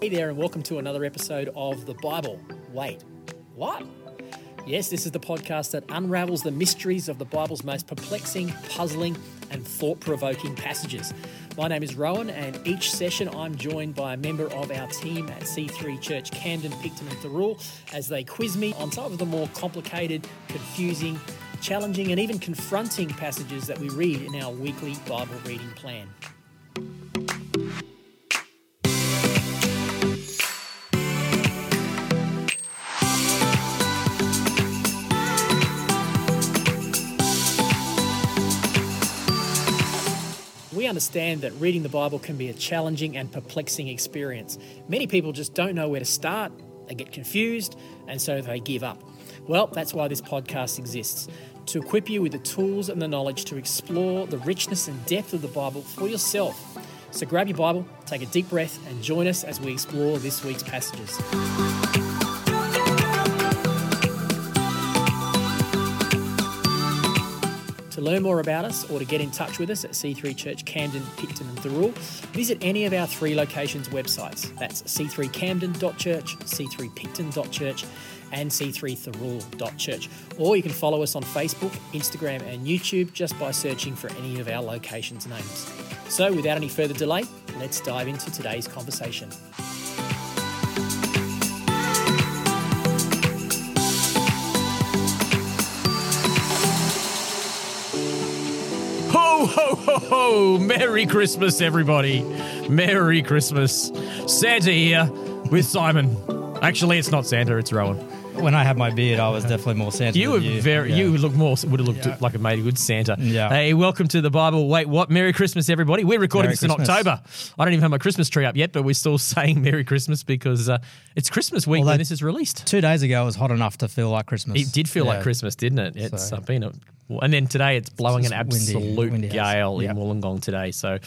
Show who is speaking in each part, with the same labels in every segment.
Speaker 1: Hey there, and welcome to another episode of The Bible. Wait, what? Yes, this is the podcast that unravels the mysteries of the Bible's most perplexing, puzzling, and thought provoking passages. My name is Rowan, and each session I'm joined by a member of our team at C3 Church Camden, Picton, and Thurrool as they quiz me on some of the more complicated, confusing, challenging, and even confronting passages that we read in our weekly Bible reading plan. We understand that reading the Bible can be a challenging and perplexing experience. Many people just don't know where to start, they get confused, and so they give up. Well, that's why this podcast exists to equip you with the tools and the knowledge to explore the richness and depth of the Bible for yourself. So grab your Bible, take a deep breath, and join us as we explore this week's passages. To learn more about us or to get in touch with us at C3 Church Camden, Picton and Thurrool, visit any of our three locations' websites. That's c3camden.church, c3picton.church and c3thurrool.church. Or you can follow us on Facebook, Instagram and YouTube just by searching for any of our locations' names. So without any further delay, let's dive into today's conversation.
Speaker 2: Ho, ho, ho, ho! Merry Christmas, everybody. Merry Christmas. Santa here with Simon. Actually, it's not Santa, it's Rowan.
Speaker 3: When I had my beard, I was definitely more Santa.
Speaker 2: You were
Speaker 3: than
Speaker 2: very,
Speaker 3: Yeah.
Speaker 2: you look more, would have looked like a made a good Santa.
Speaker 3: Yeah.
Speaker 2: Hey, welcome to the Bible. Wait, what? Merry Christmas, everybody. We're recording
Speaker 3: Merry
Speaker 2: this
Speaker 3: Christmas.
Speaker 2: in October. I don't even have my Christmas tree up yet, but we're still saying Merry Christmas because uh, it's Christmas week
Speaker 3: Although-
Speaker 2: when this is released.
Speaker 3: two days ago. It was hot enough to feel like Christmas.
Speaker 2: It did feel like
Speaker 3: Yeah.
Speaker 2: Christmas, didn't it? It's
Speaker 3: So-
Speaker 2: uh, been a, and then today it's blowing
Speaker 3: It's
Speaker 2: an
Speaker 3: windy-
Speaker 2: absolute
Speaker 3: windy outside.
Speaker 2: gale in
Speaker 3: Yep.
Speaker 2: Wollongong today. So,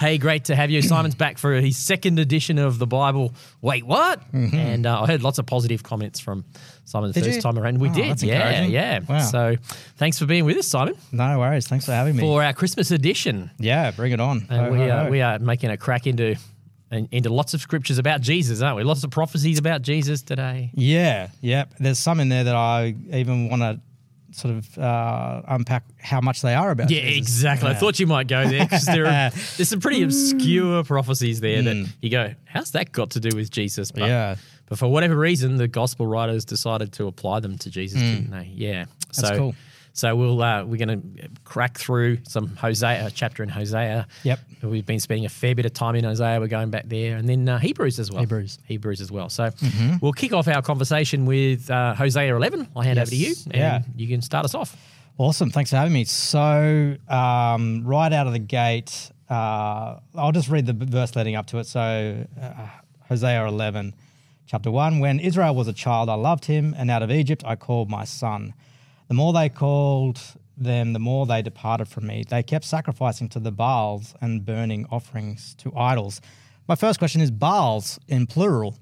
Speaker 2: hey, great to have you. Simon's back for his second edition of the Bible. Wait, what? And uh, I heard lots of positive comments from Simon the
Speaker 3: Mm-hmm. Did
Speaker 2: first
Speaker 3: you?
Speaker 2: time around. We
Speaker 3: Oh,
Speaker 2: did,
Speaker 3: that's
Speaker 2: yeah,
Speaker 3: encouraging.
Speaker 2: yeah.
Speaker 3: Wow.
Speaker 2: So, thanks for being with us, Simon,
Speaker 3: No worries. Thanks for having me.
Speaker 2: for our Christmas edition.
Speaker 3: yeah, bring it on.
Speaker 2: And
Speaker 3: Ho,
Speaker 2: we
Speaker 3: ho,
Speaker 2: are
Speaker 3: ho.
Speaker 2: we are making a crack into. and Into lots of scriptures about Jesus, aren't we? Lots of prophecies about Jesus today.
Speaker 3: Yeah, yeah. There's some in there that I even want to sort of uh, unpack how much they are about.
Speaker 2: Yeah,
Speaker 3: Jesus.
Speaker 2: exactly. I thought you might go there because there are, there's some pretty obscure prophecies there that you go, how's that got to do with Jesus? But,
Speaker 3: Hmm. Yeah.
Speaker 2: But for whatever reason, the gospel writers decided to apply them to Jesus, didn't they? Yeah. That's so,
Speaker 3: Hmm. cool.
Speaker 2: So we'll uh, we're going to crack through some Hosea a chapter in Hosea.
Speaker 3: Yep.
Speaker 2: We've been spending a fair bit of time in Hosea. We're going back there, and then uh, Hebrews as well.
Speaker 3: Hebrews. Mm-hmm.
Speaker 2: Hebrews as well. So we'll kick off our conversation with uh, Hosea 11. I'll hand over to you,
Speaker 3: Yes.
Speaker 2: and
Speaker 3: Yeah.
Speaker 2: you can start us off.
Speaker 3: Awesome. Thanks for having me. So, um, right out of the gate, uh, I'll just read the b- verse leading up to it. So, uh, Hosea 11, chapter 1 When Israel was a child, I loved him, and out of Egypt I called my son. The more they called them, the more they departed from me. They kept sacrificing to the Baals and burning offerings to idols. My first question is Baals in plural.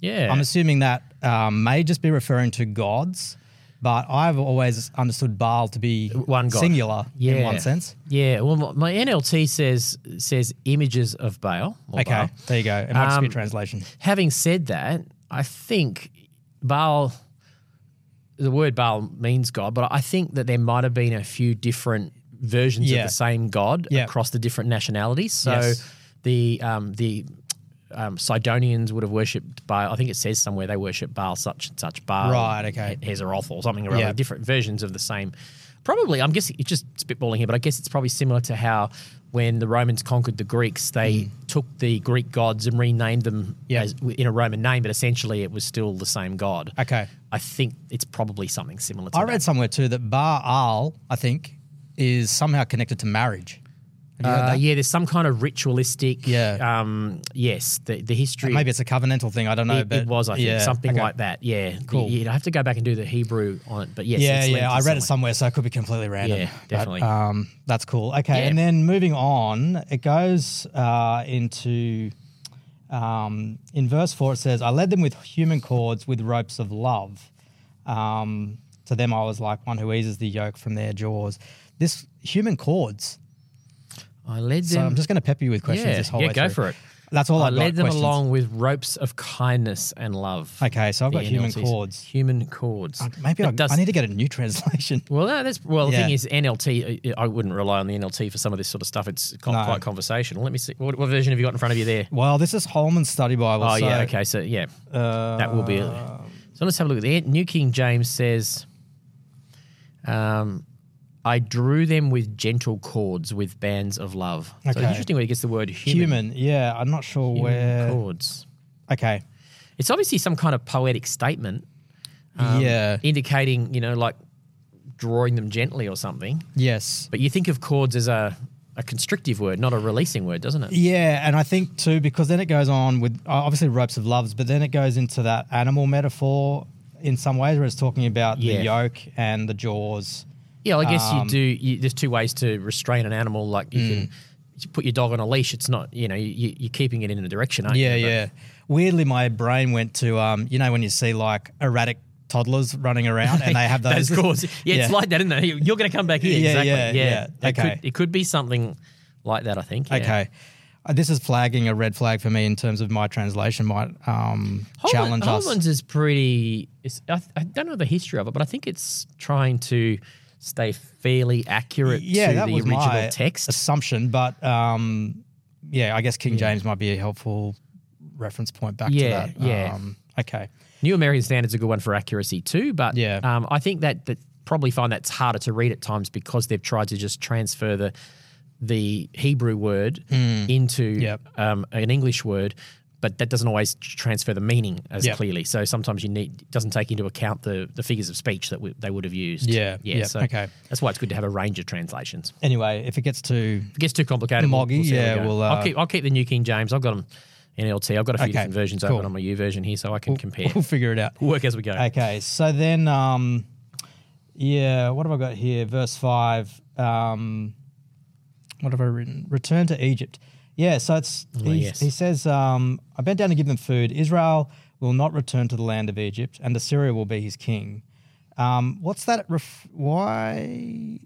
Speaker 2: Yeah.
Speaker 3: I'm assuming that um, may just be referring to gods, but I've always understood Baal to be
Speaker 2: One god.
Speaker 3: singular in
Speaker 2: Yeah.
Speaker 3: one sense.
Speaker 2: Yeah, well, my, my NLT says says images of Baal. or
Speaker 3: Okay,
Speaker 2: Baal.
Speaker 3: there you go. It might just be
Speaker 2: Um,
Speaker 3: a translation.
Speaker 2: Having said that, I think Baal, the word Baal means God, but I think that there might have been a few different versions
Speaker 3: Yeah.
Speaker 2: of the same God
Speaker 3: Yeah.
Speaker 2: across the different nationalities. So
Speaker 3: Yes.
Speaker 2: the um, the um, Sidonians would have worshipped Baal. I think it says somewhere they worship Baal such and such Baal.
Speaker 3: Right, okay.
Speaker 2: He- Hezeroth or something or other,
Speaker 3: Yeah.
Speaker 2: different versions of the same. Probably, I'm guessing, it's just spitballing here, but I guess it's probably similar to how when the Romans conquered the Greeks, they took the Greek gods and renamed them
Speaker 3: Mm. Yeah.
Speaker 2: as, in a Roman name, but essentially it was still the same god.
Speaker 3: Okay.
Speaker 2: I think it's probably something similar to
Speaker 3: I
Speaker 2: that.
Speaker 3: read somewhere too that Baal, I think, is somehow connected to marriage. Have you heard
Speaker 2: Uh,
Speaker 3: that?
Speaker 2: yeah, there's some kind of ritualistic.
Speaker 3: Yeah.
Speaker 2: Um, yes, the, the history.
Speaker 3: Maybe it's a covenantal thing. I don't know.
Speaker 2: It,
Speaker 3: but
Speaker 2: it was, I think,
Speaker 3: yeah,
Speaker 2: something
Speaker 3: okay.
Speaker 2: like that. Yeah,
Speaker 3: Cool.
Speaker 2: You'd have to go back and do the Hebrew on it, but yes,
Speaker 3: Yeah,
Speaker 2: it's linked
Speaker 3: yeah.
Speaker 2: to
Speaker 3: I read it
Speaker 2: somewhere.
Speaker 3: somewhere, so it could be completely random.
Speaker 2: Yeah,
Speaker 3: But,
Speaker 2: definitely.
Speaker 3: um, that's cool. Okay,
Speaker 2: Yeah.
Speaker 3: and then moving on, it goes uh, into um, in verse four. It says, "I led them with human cords, with ropes of love. Um, to them, I was like one who eases the yoke from their jaws." This human cords.
Speaker 2: I led
Speaker 3: So
Speaker 2: them.
Speaker 3: I'm just going to pepper you with questions
Speaker 2: yeah,
Speaker 3: this whole
Speaker 2: yeah,
Speaker 3: way
Speaker 2: go
Speaker 3: through.
Speaker 2: for it.
Speaker 3: That's all I,
Speaker 2: I
Speaker 3: got.
Speaker 2: led them
Speaker 3: questions.
Speaker 2: along with ropes of kindness and love.
Speaker 3: Okay, so I've
Speaker 2: The
Speaker 3: got human
Speaker 2: NLTs.
Speaker 3: chords.
Speaker 2: Human chords.
Speaker 3: Uh, Maybe I,
Speaker 2: That does-
Speaker 3: I need to get a new translation.
Speaker 2: Well, no, that's well. The
Speaker 3: Yeah.
Speaker 2: thing is, NLT. uh, I I wouldn't rely on the NLT for some of this sort of stuff. It's con-
Speaker 3: No.
Speaker 2: quite conversational. Let me see. What, what version have you got in front of you there?
Speaker 3: Well, this is Holman's study Bible.
Speaker 2: Oh
Speaker 3: so, uh,
Speaker 2: yeah. Okay. So yeah, that will be. A, so let's have a look at the New King James says. Um, I drew them with gentle chords, with bands of love. So
Speaker 3: Okay.
Speaker 2: it's interesting where he gets the word human.
Speaker 3: Human. Yeah, I'm not sure where.
Speaker 2: chords.
Speaker 3: Okay.
Speaker 2: It's obviously some kind of poetic statement uh,
Speaker 3: yeah.
Speaker 2: indicating, you know, like drawing them gently or something.
Speaker 3: Yes.
Speaker 2: But you think of chords as a, a constrictive word, not a releasing word, doesn't it?
Speaker 3: Yeah, and I think too because then it goes on with uh, obviously ropes of loves, but then it goes into that animal metaphor in some ways where it's talking about
Speaker 2: Yeah.
Speaker 3: the yoke and the jaws.
Speaker 2: Yeah, I guess
Speaker 3: um,
Speaker 2: you do. You, there's two ways to restrain an animal. Like you can
Speaker 3: Mm.
Speaker 2: you put your dog on a leash. It's not, you know, you, you're keeping it in a direction, aren't
Speaker 3: Yeah,
Speaker 2: you? But-
Speaker 3: yeah. Weirdly, my brain went to um, you know when you see like erratic toddlers running around and they have those,
Speaker 2: Those chords. Yeah, it's
Speaker 3: Yeah.
Speaker 2: like that, isn't it? You- You're going to come back here.
Speaker 3: Yeah,
Speaker 2: exactly.
Speaker 3: yeah, yeah.
Speaker 2: It could-
Speaker 3: Okay.
Speaker 2: it could be something like that, I think. yeah.
Speaker 3: Okay. Uh, this is flagging a red flag for me in terms of my translation might um, challenge us.
Speaker 2: Holland's is pretty. It's, I, I don't know the history of it, but I think it's trying to stay fairly accurate
Speaker 3: yeah,
Speaker 2: to
Speaker 3: that
Speaker 2: the
Speaker 3: was
Speaker 2: original
Speaker 3: my
Speaker 2: text.
Speaker 3: assumption, but um, yeah, I guess King James might be a helpful reference point back
Speaker 2: Yeah,
Speaker 3: to that.
Speaker 2: yeah.
Speaker 3: Um, okay.
Speaker 2: New American Standard's a good one for accuracy too, but
Speaker 3: Yeah.
Speaker 2: um, I think that that probably find that's harder to read at times because they've tried to just transfer the the Hebrew word into
Speaker 3: Hmm. Yep.
Speaker 2: um, an English word. But that doesn't always transfer the meaning as
Speaker 3: Yep.
Speaker 2: clearly. So sometimes you need it doesn't take into account the, the figures of speech that we, they would have used.
Speaker 3: Yeah,
Speaker 2: yeah.
Speaker 3: yeah,
Speaker 2: So
Speaker 3: okay.
Speaker 2: that's why it's good to have a range of translations.
Speaker 3: Anyway, if it gets to
Speaker 2: If it gets too complicated, we'll-
Speaker 3: Moggy,
Speaker 2: we'll see how we
Speaker 3: yeah,
Speaker 2: go.
Speaker 3: we'll,
Speaker 2: I'll
Speaker 3: uh,
Speaker 2: keep I'll keep the New King James. I've got them NLT. I've got a few
Speaker 3: Okay,
Speaker 2: different versions
Speaker 3: cool.
Speaker 2: open on my U version here, so I can compare.
Speaker 3: we'll figure it out.
Speaker 2: We'll work as we go.
Speaker 3: Okay, so then, um, yeah, what have I got here? Verse five. Um, what have I written? Return to Egypt. Yeah, so it's he,
Speaker 2: Oh, yes.
Speaker 3: he says, um, I bent down to give them food. Israel will not return to the land of Egypt, and Assyria will be his king. Um, what's that? Ref- why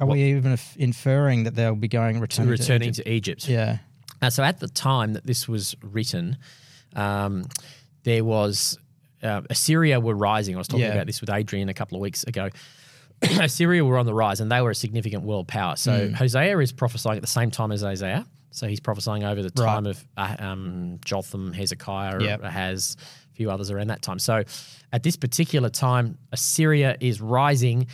Speaker 3: are we even inf- inferring that they'll be going returning?
Speaker 2: Returning
Speaker 3: To
Speaker 2: to Egypt.
Speaker 3: Egypt? yeah.
Speaker 2: Uh, so at the time that this was written, um, there was uh, Assyria were rising. I was talking
Speaker 3: Yeah.
Speaker 2: about this with Adrian a couple of weeks ago. Assyria were on the rise, and they were a significant world power.
Speaker 3: Mm.
Speaker 2: So Hosea is prophesying at the same time as Isaiah. So he's prophesying over the time of uh, um, Jotham, Hezekiah,
Speaker 3: Yep.
Speaker 2: has a few others around that time. So at this particular time, Assyria is rising.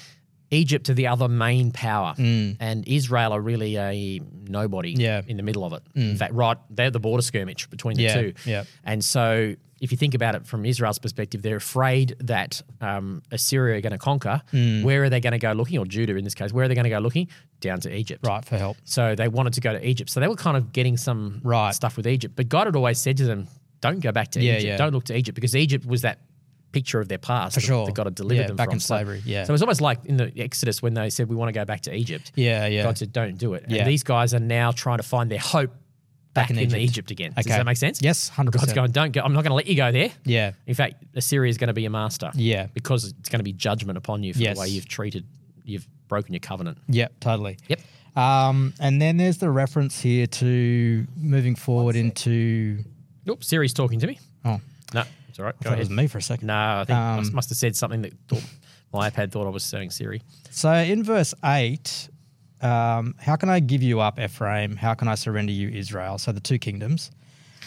Speaker 2: Egypt are the other main power, and Israel are really a nobody
Speaker 3: Mm. Yeah. Mm.
Speaker 2: in the middle of it. In fact, right, they're the border skirmish between the
Speaker 3: Yeah,
Speaker 2: two.
Speaker 3: yeah.
Speaker 2: And so, if you think about it from Israel's perspective, they're afraid that um, Assyria are going to conquer.
Speaker 3: Hmm.
Speaker 2: Where are they going to go looking? Or Judah, in this case, where are they going to go looking? Down to Egypt.
Speaker 3: Right for help.
Speaker 2: So they wanted to go to Egypt. So they were kind of getting some
Speaker 3: Right.
Speaker 2: stuff with Egypt. But God had always said to them, "Don't go back to
Speaker 3: Yeah,
Speaker 2: Egypt.
Speaker 3: yeah.
Speaker 2: Don't look to Egypt because Egypt was that picture of their past. For
Speaker 3: sure.
Speaker 2: that God had delivered
Speaker 3: Yeah,
Speaker 2: them
Speaker 3: back
Speaker 2: from.
Speaker 3: in
Speaker 2: So-
Speaker 3: slavery, yeah.
Speaker 2: So it was almost like in the Exodus when they said, "We want to go back to Egypt."
Speaker 3: Yeah, yeah.
Speaker 2: God said, "Don't do it." And
Speaker 3: Yeah.
Speaker 2: these guys are now trying to find their hope back,
Speaker 3: in
Speaker 2: in, Egypt.
Speaker 3: Egypt.
Speaker 2: again. Does
Speaker 3: Okay.
Speaker 2: that make sense?
Speaker 3: Yes, 100%.
Speaker 2: God's going, "Don't go. I'm not going to let you go there."
Speaker 3: Yeah.
Speaker 2: In fact, Assyria is going to be your master.
Speaker 3: Yeah.
Speaker 2: Because it's going to be judgment upon you for
Speaker 3: Yes.
Speaker 2: the way you've treated, you've broken your covenant.
Speaker 3: Yep, totally.
Speaker 2: Yep.
Speaker 3: Um, and then there's the reference here to moving forward into.
Speaker 2: Nope. Siri's talking to me.
Speaker 3: Oh,
Speaker 2: No, it's all right. Go
Speaker 3: that was Um,
Speaker 2: ahead.
Speaker 3: me for a second.
Speaker 2: No, I think I must have said something that thought, my iPad thought I was saying Siri.
Speaker 3: So in verse eight, um, how can I give you up, Ephraim? How can I surrender you, Israel? So the two kingdoms,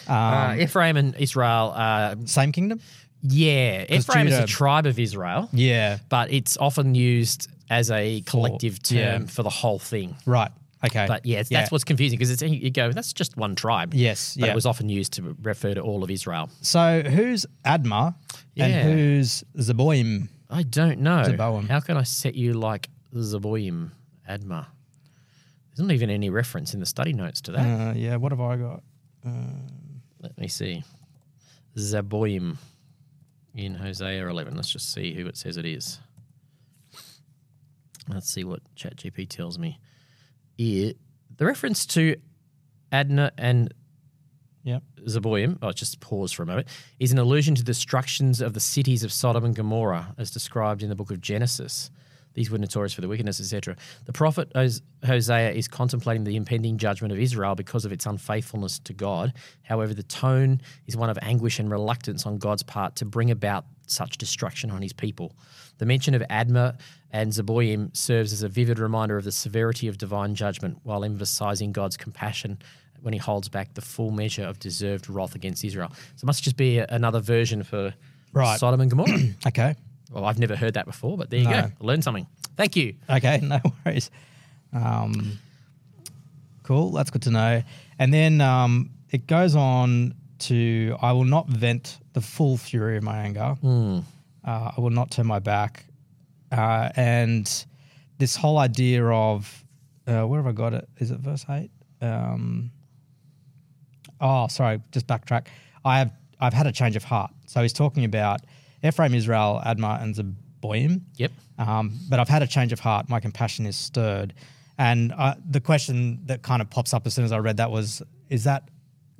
Speaker 2: uh,
Speaker 3: Um,
Speaker 2: Ephraim and Israel. Uh,
Speaker 3: same kingdom.
Speaker 2: yeah, Ephraim is a
Speaker 3: Judah-
Speaker 2: tribe of Israel,
Speaker 3: Yeah.
Speaker 2: but it's often used as a collective term
Speaker 3: yeah.
Speaker 2: for the whole thing.
Speaker 3: Right. Okay.
Speaker 2: But yeah, it's- that's
Speaker 3: what.
Speaker 2: what's confusing because it's you go that's just one tribe.
Speaker 3: Yes,
Speaker 2: but
Speaker 3: yeah.
Speaker 2: it was often used to refer to all of Israel.
Speaker 3: So who's Adma
Speaker 2: Yeah.
Speaker 3: and who's Zeboim?
Speaker 2: I don't know.
Speaker 3: Zeboim.
Speaker 2: How can I set you like Zeboim Adma? There's not even any reference in the study notes to that.
Speaker 3: Uh, yeah. What have I got?
Speaker 2: Let me see. Zeboim in Hosea 11. Let's just see who it says it is. Let's see what ChatGP tells me. It, the reference to Adna and
Speaker 3: Yep.
Speaker 2: Zeboim, oh, just pause for a moment, is an allusion to the destructions of the cities of Sodom and Gomorrah as described in the book of Genesis. These were notorious for their wickedness, etc. The prophet Os- Hosea is contemplating the impending judgment of Israel because of its unfaithfulness to God. However, the tone is one of anguish and reluctance on God's part to bring about such destruction on his people. The mention of Admah and Zeboim serves as a vivid reminder of the severity of divine judgment while emphasizing God's compassion when he holds back the full measure of deserved wrath against Israel. So it must just be a, another version for
Speaker 3: Right.
Speaker 2: Sodom and Gomorrah.
Speaker 3: Okay.
Speaker 2: well, I've never heard that before, but there you go. I learned something. Thank you.
Speaker 3: Okay, no worries. Um, cool, that's good to know. And then um, it goes on to I will not vent the full fury of my anger. Uh, I will not turn my back. Uh, and this whole idea of uh, where have I got it? Is it verse 8? Um, oh, sorry, just backtrack. I have I've had a change of heart. So he's talking about Ephraim, Israel, Admah, and Zeboim.
Speaker 2: Yep.
Speaker 3: Um, but I've had a change of heart. My compassion is stirred. And uh, the question that kind of pops up as soon as I read that was, is that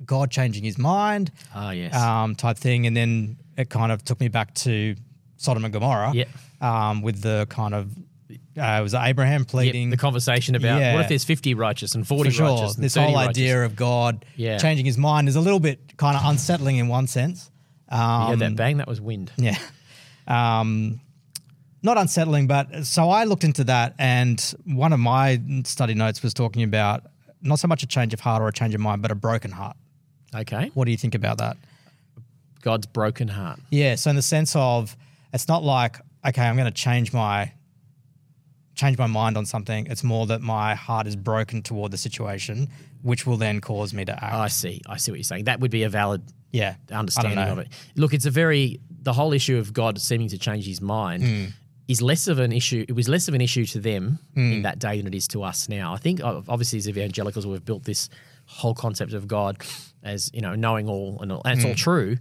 Speaker 3: God changing his mind
Speaker 2: Ah, yes.
Speaker 3: um, type thing? And then it kind of took me back to Sodom and Gomorrah
Speaker 2: Yep.
Speaker 3: um, with the kind kind of, uh, it was Abraham
Speaker 2: Yep,
Speaker 3: pleading.
Speaker 2: the conversation about
Speaker 3: Yeah.
Speaker 2: what if there's 50 righteous and 40
Speaker 3: for sure,
Speaker 2: righteous and
Speaker 3: this
Speaker 2: 30
Speaker 3: whole
Speaker 2: righteous?
Speaker 3: idea of God
Speaker 2: Yeah.
Speaker 3: changing his mind is a little bit kind of unsettling in one sense. Um,
Speaker 2: Yeah, that bang, that was wind.
Speaker 3: Yeah. Um, not unsettling, but so I looked into that, and one of my study notes was talking about not so much a change of heart or a change of mind, but a broken heart.
Speaker 2: Okay.
Speaker 3: What do you think about that?
Speaker 2: God's broken heart.
Speaker 3: Yeah. So in the sense of, it's not like okay, I'm going to change my change my mind on something. It's more that my heart is broken toward the situation, which will then cause me to act.
Speaker 2: I see. I see what you're saying. That would be a valid
Speaker 3: yeah.
Speaker 2: understanding
Speaker 3: I don't
Speaker 2: of
Speaker 3: know.
Speaker 2: it. Look, it's a very the whole issue of God seeming to change his mind
Speaker 3: Hmm.
Speaker 2: is less of an issue. It was less of an issue to them
Speaker 3: Hmm.
Speaker 2: in that day than it is to us now. I think uh, obviously as evangelicals we've built this whole concept of God as you know knowing all and, all, and it's
Speaker 3: Hmm.
Speaker 2: all true.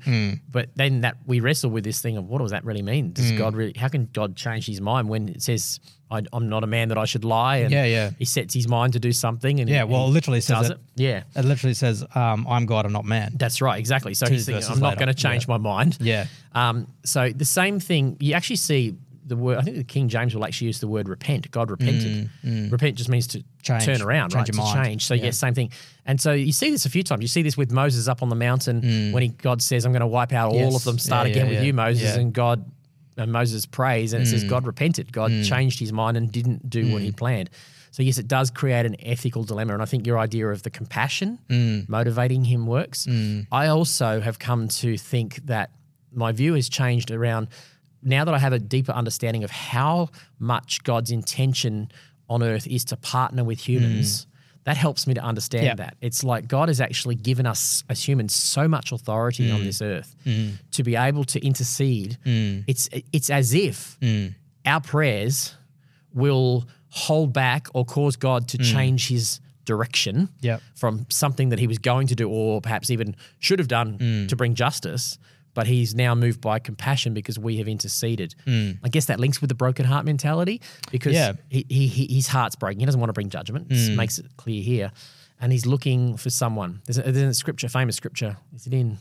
Speaker 2: But then that we wrestle with this thing of what does that really mean? Does
Speaker 3: Hmm.
Speaker 2: God really? How can God change his mind when it says I, I'm not a man that I should lie? And
Speaker 3: Yeah, yeah.
Speaker 2: He sets his mind to do something and
Speaker 3: Yeah.
Speaker 2: he-
Speaker 3: Well, it
Speaker 2: he
Speaker 3: literally says
Speaker 2: does
Speaker 3: it.
Speaker 2: it. Yeah.
Speaker 3: It literally says, um, "I'm God, I'm not man."
Speaker 2: That's right, exactly. So he's thinking,
Speaker 3: verses
Speaker 2: I'm not
Speaker 3: later.
Speaker 2: going to change my mind.
Speaker 3: Yeah.
Speaker 2: Um, so the same thing, you actually see the word, I think the King James will actually use the word repent. God repented. Repent just means to
Speaker 3: Mm, Change,
Speaker 2: turn around,
Speaker 3: change
Speaker 2: right?
Speaker 3: your
Speaker 2: to
Speaker 3: mind.
Speaker 2: change. So, yeah. same thing. And so you see this a few times. You see this with Moses up on the mountain
Speaker 3: Mm.
Speaker 2: when he, God says, I'm going to wipe out all
Speaker 3: Yes.
Speaker 2: of them, start
Speaker 3: Yeah,
Speaker 2: again
Speaker 3: yeah,
Speaker 2: with
Speaker 3: yeah.
Speaker 2: you, Moses.
Speaker 3: Yeah. Mm.
Speaker 2: And God, and Moses prays, and it says, God repented. God changed his mind and didn't do what he planned. So, yes, it does create an ethical dilemma. And I think your idea of the compassion
Speaker 3: Mm.
Speaker 2: motivating him works. I also have come to think that my view has changed around now that I have a deeper understanding of how much God's intention on earth is to partner with humans. That helps me to understand
Speaker 3: Mm. Yeah.
Speaker 2: that. It's like God has actually given us as humans so much authority
Speaker 3: Mm.
Speaker 2: on this earth to be able to intercede. It's it's as if
Speaker 3: Mm.
Speaker 2: our prayers will hold back or cause God to change his direction
Speaker 3: Mm. Yep.
Speaker 2: from something that he was going to do or perhaps even should have done to bring justice. But he's now moved by compassion because we have interceded. I guess that links with the broken heart mentality because
Speaker 3: Yeah.
Speaker 2: he, he, he, his heart's breaking. He doesn't want to bring judgment. It makes it clear here. And he's looking for someone. There's a, there's a scripture, famous scripture. Is it in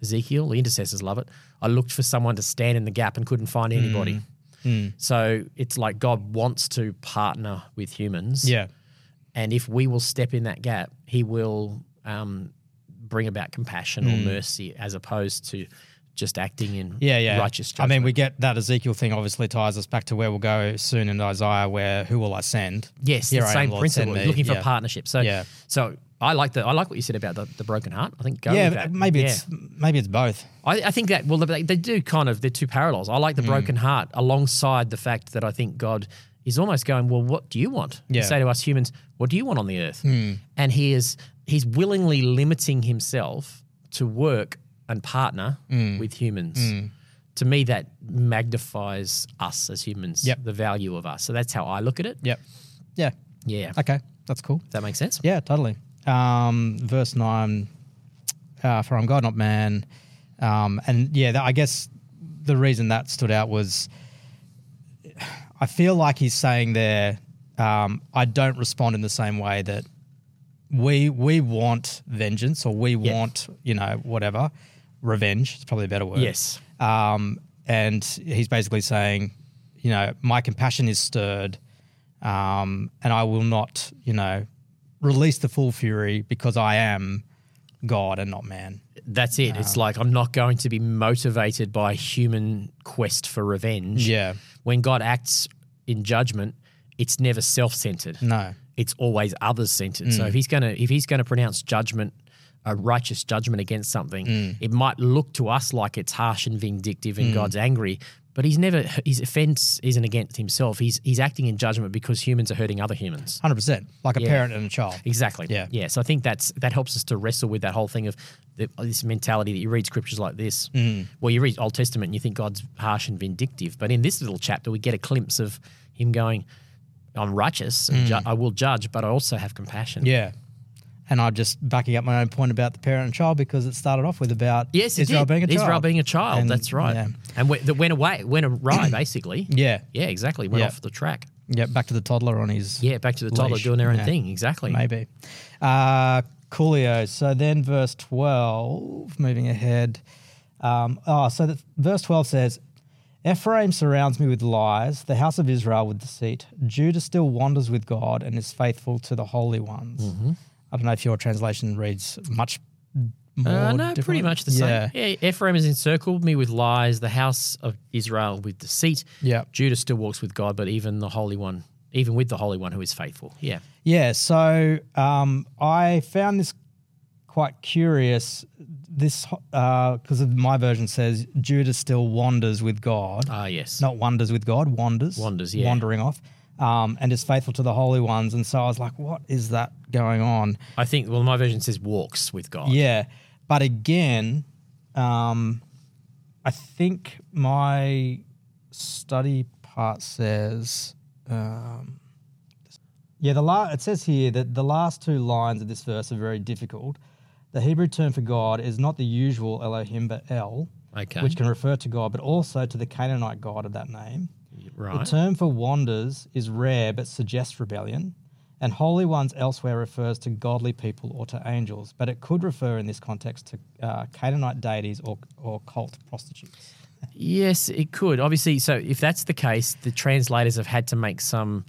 Speaker 2: Ezekiel? The intercessors love it. I looked for someone to stand in the gap and couldn't find anybody. So it's like God wants to partner with humans.
Speaker 3: Yeah.
Speaker 2: And if we will step in that gap, he will um, bring about compassion or mercy as opposed to just acting in
Speaker 3: Hmm. Yeah, yeah.
Speaker 2: righteous
Speaker 3: I
Speaker 2: judgment.
Speaker 3: mean, we get that Ezekiel thing obviously ties us back to where we'll go soon in Isaiah, where who will I send?
Speaker 2: yes,
Speaker 3: Here
Speaker 2: the
Speaker 3: I am,
Speaker 2: same
Speaker 3: Lord, send
Speaker 2: principle,
Speaker 3: me.
Speaker 2: looking for
Speaker 3: Yeah.
Speaker 2: partnership. So,
Speaker 3: Yeah.
Speaker 2: so I like the I like what you said about the, the broken heart. I think go
Speaker 3: yeah,
Speaker 2: with that.
Speaker 3: maybe
Speaker 2: Yeah.
Speaker 3: it's maybe it's both.
Speaker 2: I, I think that well they, they do kind of they're two parallels. I
Speaker 3: Hmm.
Speaker 2: like the broken heart alongside the fact that I think God is almost going, well, what do you want? You
Speaker 3: Yeah. Hmm.
Speaker 2: say to us humans, what do you want on the earth? And he is he's willingly limiting himself to work and partner
Speaker 3: Hmm.
Speaker 2: with humans. To me, that magnifies us as humans,
Speaker 3: Yep.
Speaker 2: the value of us. So that's how I look at it.
Speaker 3: Yep. Yeah.
Speaker 2: Yeah, Does
Speaker 3: Okay, that's cool.
Speaker 2: that makes sense.
Speaker 3: Yeah, totally. Um, verse nine, uh, for I'm God, not man. Um, and yeah, that, I guess the reason that stood out was I feel like he's saying there, um, I don't respond in the same way that we we want vengeance or we
Speaker 2: Yeah.
Speaker 3: want you know whatever revenge. It's probably a better word.
Speaker 2: Yes.
Speaker 3: Um, and he's basically saying, you know, my compassion is stirred, um, and I will not, you know, release the full fury because I am God and not man.
Speaker 2: That's it.
Speaker 3: Ah.
Speaker 2: it's like I'm not going to be motivated by human quest for revenge.
Speaker 3: Yeah.
Speaker 2: When God acts in judgment, it's never self-centered.
Speaker 3: No.
Speaker 2: It's always others-centered. So if he's going to if he's going to pronounce judgment a righteous judgment against something, it might look to us like it's harsh and vindictive and God's angry, but he's never his offense isn't against himself. He's he's acting in judgment because humans are hurting other humans.
Speaker 3: Hundred percent, like a parent and a child.
Speaker 2: Exactly.
Speaker 3: Yeah.
Speaker 2: Yeah. So I think that's that helps us to wrestle with that whole thing of the, this mentality that you read scriptures like this. Mm. Well, you read Old Testament and you think God's harsh and vindictive, but in this little chapter we get a glimpse of Him going, "I'm righteous. And ju- I will judge, but I also have compassion."
Speaker 3: Mm. Yeah. And I'm just backing up my own point about the parent and child because it started off with about
Speaker 2: Yes, it
Speaker 3: Israel
Speaker 2: did.
Speaker 3: being a child.
Speaker 2: Israel being a child.
Speaker 3: And-
Speaker 2: that's right.
Speaker 3: yeah.
Speaker 2: And we, that went away, went awry basically.
Speaker 3: Yeah.
Speaker 2: Yeah. Exactly. Went
Speaker 3: Yeah.
Speaker 2: off the track.
Speaker 3: Yeah, back to the toddler on his
Speaker 2: Yeah. Back to the toddler
Speaker 3: Leash.
Speaker 2: doing their own
Speaker 3: Yeah.
Speaker 2: thing. Exactly.
Speaker 3: maybe. Uh, coolio. So then verse 12, moving ahead. Um, oh, so that, verse 12 says, Ephraim surrounds me with lies, the house of Israel with deceit. Judah still wanders with God and is faithful to the holy ones.
Speaker 2: Mm-hmm.
Speaker 3: I don't know if your translation reads much more.
Speaker 2: Uh, no, pretty
Speaker 3: differently.
Speaker 2: much the same.
Speaker 3: Yeah.
Speaker 2: Yeah, Ephraim has encircled me with lies, the house of Israel with deceit.
Speaker 3: Yeah.
Speaker 2: Judah still walks with God, but even the Holy One, even with the Holy One who is faithful. Yeah.
Speaker 3: Yeah, so um, I found this quite curious. This because of my version says Judah still wanders with God,
Speaker 2: Ah, yes.
Speaker 3: not wonders with God, wanders,
Speaker 2: Wanders, yeah.
Speaker 3: wandering off, um, and is faithful to the holy ones. And so I was like, what is that going on?
Speaker 2: I think, well, my version says walks with God.
Speaker 3: Yeah, but again, um, I think my study part says, um, yeah, the la- it says here that the last two lines of this verse are very difficult. The Hebrew term for God is not the usual Elohim, but El,
Speaker 2: Okay.
Speaker 3: which can refer to God, but also to the Canaanite god of that name. The
Speaker 2: right.
Speaker 3: term for wanders is rare but suggests rebellion, and holy ones elsewhere refers to godly people or to angels, but it could refer in this context to uh, Canaanite deities or, or cult prostitutes.
Speaker 2: Yes, it could. Obviously, so if that's the case, the translators have had to make some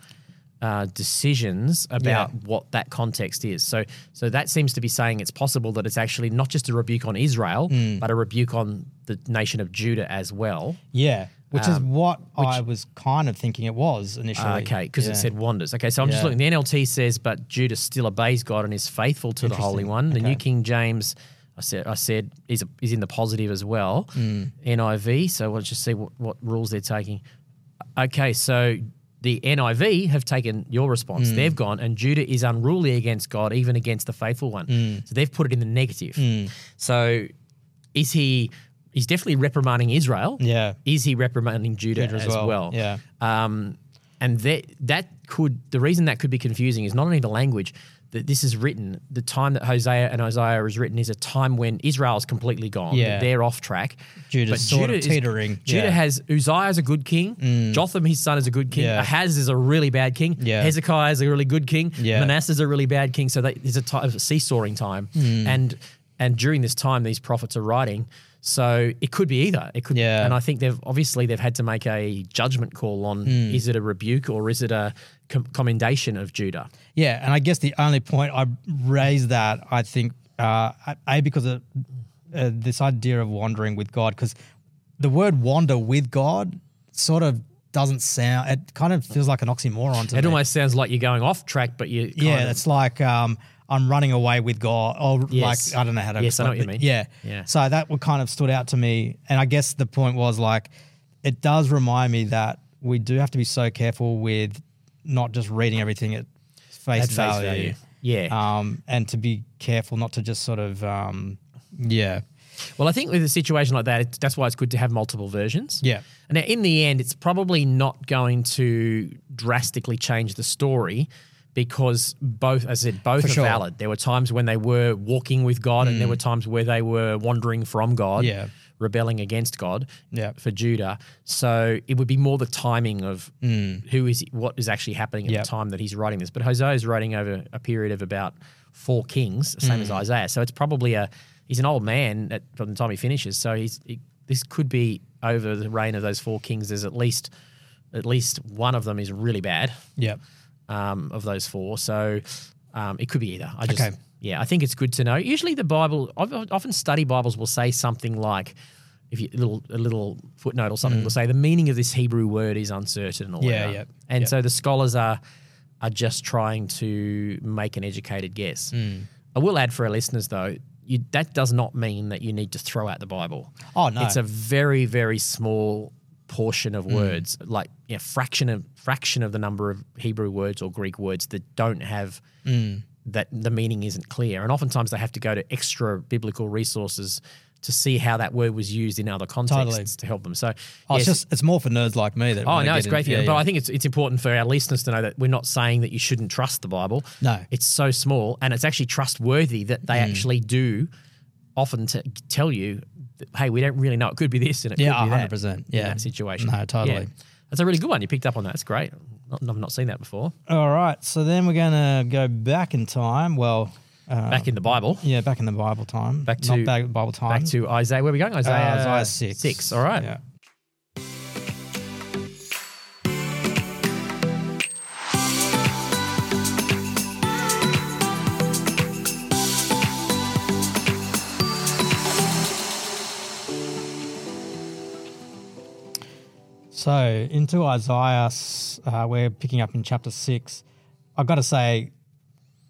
Speaker 2: uh, decisions about
Speaker 3: Yeah.
Speaker 2: what that context is. So, so that seems to be saying it's possible that it's actually not just a rebuke on Israel,
Speaker 3: Hmm.
Speaker 2: but a rebuke on the nation of Judah as well.
Speaker 3: Yeah, which is what I was kind of thinking it was initially.
Speaker 2: um, Ah, okay, because
Speaker 3: Yeah.
Speaker 2: it said wonders. Okay, so I'm just
Speaker 3: Yeah.
Speaker 2: looking. The NLT says, but Judah still obeys God and is faithful to the Holy
Speaker 3: Interesting.
Speaker 2: One. The New
Speaker 3: Okay.
Speaker 2: King James, I said, I said, is a, is in the positive as well.
Speaker 3: Hmm.
Speaker 2: NIV. So let's just see what, what rules they're taking. Okay, so the NIV have taken your response.
Speaker 3: Hmm.
Speaker 2: They've gone, and Judah is unruly against God, even against the faithful one.
Speaker 3: Hmm.
Speaker 2: So they've put it in the negative. So is he? He's definitely reprimanding Israel.
Speaker 3: Yeah.
Speaker 2: Is he reprimanding Judah, as, well?
Speaker 3: Yeah.
Speaker 2: Um, and that that could the reason that could be confusing is not only the language that this is written. The time that Hosea and Isaiah is written is a time when Israel is completely gone.
Speaker 3: Yeah.
Speaker 2: they're off track.
Speaker 3: Judah's
Speaker 2: But
Speaker 3: sort of
Speaker 2: is-
Speaker 3: teetering.
Speaker 2: Judah
Speaker 3: Yeah. Mm.
Speaker 2: has Uzziah is a good king. Jotham, his son, is a good king.
Speaker 3: Yeah.
Speaker 2: Ahaz is a really bad king.
Speaker 3: Yeah.
Speaker 2: Hezekiah is a really good king.
Speaker 3: Yeah.
Speaker 2: Manasseh is a really bad king. So that is a time of seesawing time.
Speaker 3: Mm.
Speaker 2: And and during this time, these prophets are writing. So it could be either. It could.
Speaker 3: Yeah.
Speaker 2: And I think they've obviously they've had to make a judgment call on
Speaker 3: Hmm.
Speaker 2: is it a rebuke or is it a com- commendation of Judah?
Speaker 3: Yeah, and I guess the only point I raise that I think uh, a because of uh, this idea of wandering with God, because the word wander with God sort of doesn't sound. It kind of feels like an oxymoron to
Speaker 2: It
Speaker 3: me.
Speaker 2: almost sounds like you're going off track, but you kind
Speaker 3: yeah,
Speaker 2: of-
Speaker 3: it's like um, I'm running away with God, or
Speaker 2: Yes.
Speaker 3: like I don't know how to.
Speaker 2: Yes, I know
Speaker 3: explain
Speaker 2: what you mean.
Speaker 3: it. Yeah,
Speaker 2: Yeah.
Speaker 3: So that would kind of stood out to me, and I guess the point was like, it does remind me that we do have to be so careful with not just reading everything at face,
Speaker 2: at face value.
Speaker 3: value
Speaker 2: Yeah.
Speaker 3: um, and to be careful not to just sort of um, yeah
Speaker 2: Well, I think with a situation like that, it, that's why it's good to have multiple versions.
Speaker 3: Yeah.
Speaker 2: And now in the end, it's probably not going to drastically change the story because both, as I said, both
Speaker 3: For
Speaker 2: are
Speaker 3: sure. Hmm.
Speaker 2: valid. There were times when they were walking with God, and there were times where they were wandering from God,
Speaker 3: Yeah.
Speaker 2: rebelling against God.
Speaker 3: Yeah.
Speaker 2: For Judah, so it would be more the timing of who is what is actually happening at
Speaker 3: Yeah.
Speaker 2: the time that he's writing this. But Hosea is writing over a period of about four kings, same as Isaiah. So it's probably a he's an old man at, from the time he finishes. So he's he, this could be over the reign of those four kings. There's at least At least one of them is really bad
Speaker 3: Yep.
Speaker 2: um, of those four. So um, it could be either. I just,
Speaker 3: Okay.
Speaker 2: yeah, I think it's good to know. Usually, the Bible, I've- I've often study Bibles will say something like, if you a little a little footnote or something will say the meaning of this Hebrew word is uncertain or
Speaker 3: Mm. Yeah,
Speaker 2: whatever.
Speaker 3: yep,
Speaker 2: and
Speaker 3: yep.
Speaker 2: so the scholars are are just trying to make an educated guess.
Speaker 3: Mm.
Speaker 2: I will add for our listeners though. You, that does not mean that you need to throw out the Bible.
Speaker 3: Oh, no. Mm.
Speaker 2: It's a very very small portion of words, like you know, fraction of fraction of the number of Hebrew words or Greek words that don't have
Speaker 3: Mm.
Speaker 2: that the meaning isn't clear, and oftentimes they have to go to extra biblical resources to see how that word was used in other contexts to help them. So,
Speaker 3: Oh,
Speaker 2: yes.
Speaker 3: it's just it's more for nerds like me that.
Speaker 2: Oh
Speaker 3: wanna
Speaker 2: no,
Speaker 3: get
Speaker 2: it's
Speaker 3: in-
Speaker 2: great for you.
Speaker 3: yeah,
Speaker 2: But
Speaker 3: yeah.
Speaker 2: I think it's it's important for our listeners to know that we're not saying that you shouldn't trust the Bible.
Speaker 3: No. Mm.
Speaker 2: it's so small, and it's actually trustworthy that they actually do often t- tell you, that, "Hey, we don't really know. It could be this, and it
Speaker 3: Yeah,
Speaker 2: could be that."
Speaker 3: 100%.
Speaker 2: in
Speaker 3: Yeah.
Speaker 2: that situation.
Speaker 3: No, totally.
Speaker 2: That's a really good one. You picked up on that. That's great. Not, I've not seen that before.
Speaker 3: All right, so then we're gonna go back in time. Well, uh,
Speaker 2: Back in the Bible,
Speaker 3: yeah, back in the Bible time.
Speaker 2: Back to-
Speaker 3: not back, Bible time.
Speaker 2: back to Isaiah. Where are we going?
Speaker 3: uh,
Speaker 2: Isaiah,
Speaker 3: Isaiah six.
Speaker 2: Six. All right.
Speaker 3: Yeah. So into Isaiah, s- uh, we're picking up in chapter six. I've got to say,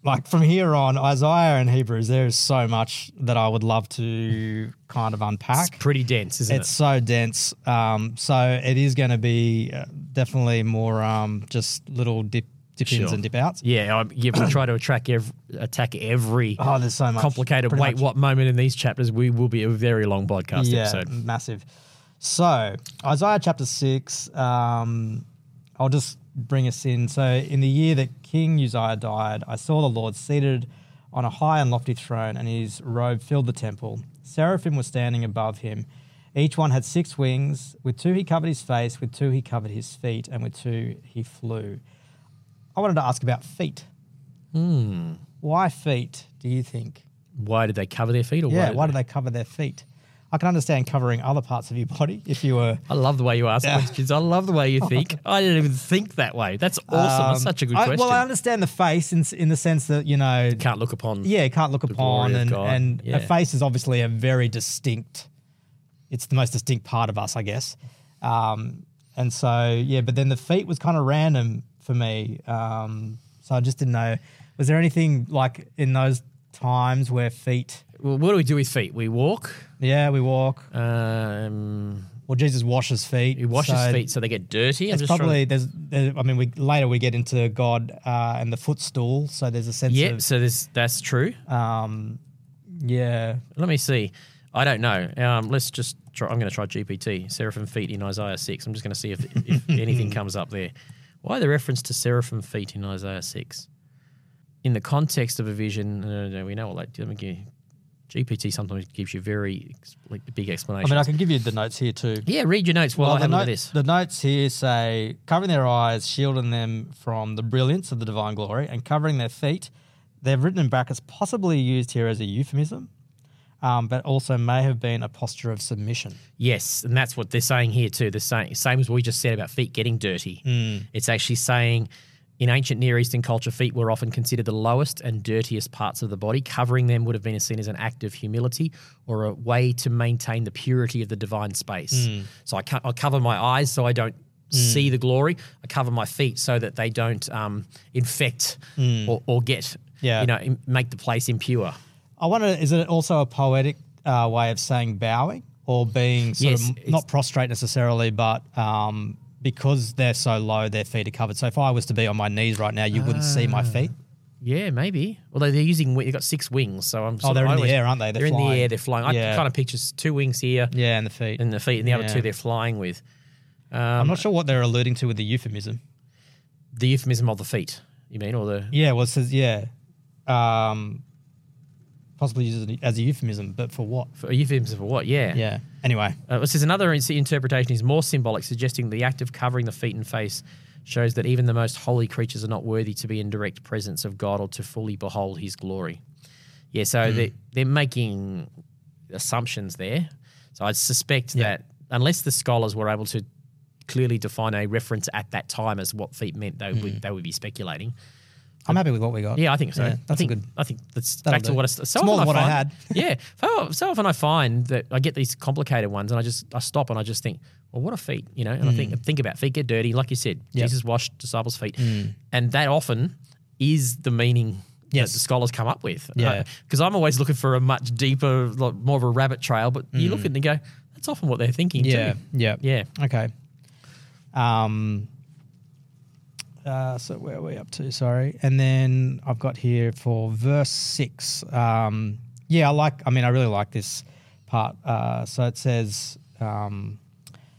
Speaker 3: like from here on, Isaiah and Hebrews, there is so much that I would love to kind of unpack.
Speaker 2: It's pretty dense, isn't
Speaker 3: It's so dense. Um, so it is going to be uh, definitely more um, just little dip, dip ins
Speaker 2: Sure.
Speaker 3: and dip outs.
Speaker 2: it? Yeah, I, yeah. We try to attract ev- attack every
Speaker 3: Oh, there's so much.
Speaker 2: complicated.
Speaker 3: Pretty
Speaker 2: Wait,
Speaker 3: much-
Speaker 2: what moment in these chapters? We will be a very long podcast
Speaker 3: Yeah,
Speaker 2: episode.
Speaker 3: massive. So Isaiah chapter six. Um, I'll just bring us in. So in the year that King Uzziah died, I saw the Lord seated on a high and lofty throne, and his robe filled the temple. Seraphim were standing above him. Each one had six wings. With two he covered his face. With two he covered his feet, and with two he flew. I wanted to ask about feet.
Speaker 2: Hmm.
Speaker 3: Why feet? Do you think?
Speaker 2: Why did they cover their feet? Or
Speaker 3: Yeah,
Speaker 2: Why
Speaker 3: why do they cover their feet? I can understand covering other parts of your body if you were.
Speaker 2: I love the way you ask questions. I love the way you think. I didn't even think that way. That's awesome.
Speaker 3: um,
Speaker 2: That's such a good
Speaker 3: I-
Speaker 2: question.
Speaker 3: Well, I understand the face in, s- in the sense that, you know,
Speaker 2: Can't look upon.
Speaker 3: yeah, you can't look
Speaker 2: glory
Speaker 3: upon.
Speaker 2: of
Speaker 3: And,
Speaker 2: God,
Speaker 3: and
Speaker 2: yeah.
Speaker 3: a face is obviously a very distinct, it's the most distinct part of us, I guess. Um, and so, yeah, but then the feet was kind of random for me. Um, so I just didn't know. Was there anything like in those times where feet,
Speaker 2: Well, what do we do with feet? We walk.
Speaker 3: yeah, we walk,
Speaker 2: Um,
Speaker 3: well, Jesus washes feet.
Speaker 2: we wash his
Speaker 3: so-
Speaker 2: feet so they get dirty. I'm
Speaker 3: It's
Speaker 2: just
Speaker 3: probably
Speaker 2: trying
Speaker 3: there's, there, I mean, we later we get into God uh, and the footstool, so there's a sense
Speaker 2: to, yeah.
Speaker 3: of
Speaker 2: So this that's true.
Speaker 3: um, yeah,
Speaker 2: Let me see. I don't know. Um, let's just try. I'm going to try GPT. Seraphim feet in Isaiah six. I'm just going to see if, if anything comes up there. Why the reference to seraphim feet in Isaiah six? In the context of a vision, no, no, no, we know all that. Let me give, GPT sometimes gives you very ex- like, big
Speaker 3: I
Speaker 2: explanations.
Speaker 3: mean, I can give you the notes here too.
Speaker 2: yeah, read your notes while I
Speaker 3: the,
Speaker 2: have a look at
Speaker 3: note-
Speaker 2: this.
Speaker 3: the notes here say covering their eyes, shielding them from the brilliance of the divine glory, and covering their feet. They've written in brackets, possibly used here as a euphemism, um, but also may have been a posture of submission.
Speaker 2: Yes, and that's what they're saying here too. They're saying same as we just said about feet getting dirty. It's actually saying in ancient Near Eastern culture, feet were often considered the lowest and dirtiest parts of the body. Covering them would have been seen as an act of humility or a way to maintain the purity of the divine space. So I, co- I cover my eyes so I don't see the glory. I cover my feet so that they don't um, infect or, or get,
Speaker 3: Yeah.
Speaker 2: you know, im- make the place impure.
Speaker 3: I wonder, is it also a poetic uh, way of saying bowing or being sort
Speaker 2: Yes,
Speaker 3: of
Speaker 2: it's-
Speaker 3: not prostrate necessarily, but um, because they're so low, their feet are covered. So if I was to be on my knees right now, you wouldn't see
Speaker 2: Ah.
Speaker 3: my feet.
Speaker 2: Yeah, maybe. Although they're using, wi- they've got six wings, so I'm. sort of-
Speaker 3: Oh, they're in
Speaker 2: I
Speaker 3: the air, aren't they? They're
Speaker 2: They're, in the
Speaker 3: flying.
Speaker 2: air. They're flying.
Speaker 3: Yeah.
Speaker 2: I kind of picture s- two wings here
Speaker 3: Yeah, and the feet.
Speaker 2: and um, the feet, and the
Speaker 3: Yeah.
Speaker 2: other two they're flying with.
Speaker 3: I'm not sure what they're alluding to with the euphemism.
Speaker 2: The euphemism of the feet, you mean, or the?
Speaker 3: Yeah, well, it says, yeah. Um, possibly used as a- as a euphemism, but for what?
Speaker 2: For euphemism for what? Yeah.
Speaker 3: Yeah. Anyway,
Speaker 2: Uh, it says another in- interpretation is more symbolic, suggesting the act of covering the feet and face shows that even the most holy creatures are not worthy to be in direct presence of God or to fully behold His glory. Yeah, so they, they're making assumptions there. So I suspect that unless the scholars were able to clearly define a reference at that time as what feet meant, they would they would be speculating.
Speaker 3: I'm happy with what we got.
Speaker 2: Yeah, I think so.
Speaker 3: Yeah, that's
Speaker 2: I
Speaker 3: a
Speaker 2: think,
Speaker 3: good-
Speaker 2: I think that's
Speaker 3: That'll
Speaker 2: back to
Speaker 3: do.
Speaker 2: what I, so
Speaker 3: It's more
Speaker 2: often
Speaker 3: than what I
Speaker 2: find-
Speaker 3: had.
Speaker 2: yeah, so, so often I find that I get these complicated ones, and I just I stop and I just think, well, what are feet? You know, and I think think about it. feet get dirty, like you said.
Speaker 3: Mm. Yep. Mm.
Speaker 2: Jesus washed disciples' feet, and that often is the meaning.
Speaker 3: Yes.
Speaker 2: That the scholars come up with.
Speaker 3: Yeah.
Speaker 2: Because I'm always looking for a much deeper, like, more of a rabbit trail, but you look at it and go, that's often what they're thinking
Speaker 3: Mm. Yeah.
Speaker 2: too.
Speaker 3: Yeah.
Speaker 2: Yeah.
Speaker 3: Okay. Um, uh, so where are we up to? Sorry. And then I've got here for verse six. Um, yeah, I like. I mean, I really like this part. Uh, so it says, um,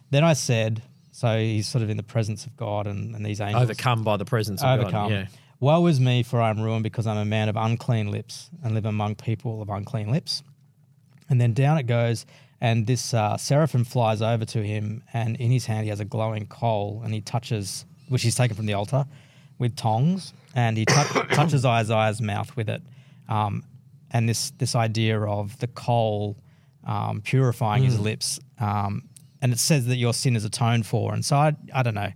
Speaker 3: "Then I said." So he's sort of in the presence of God and, and these angels.
Speaker 2: Overcome by the presence of
Speaker 3: Overcome.
Speaker 2: God. Yeah.
Speaker 3: Woe is me, for I am ruined because I'm a man of unclean lips and live among people of unclean lips. And then down it goes, and this uh, seraphim flies over to him, and in his hand he has a glowing coal, and he touches, which he's taken from the altar, with tongs, and he tou- touches Isaiah's mouth with it. Um, and this this idea of the coal um, purifying
Speaker 2: Mm.
Speaker 3: his lips, um, and it says that your sin is atoned for. And so I, I don't know,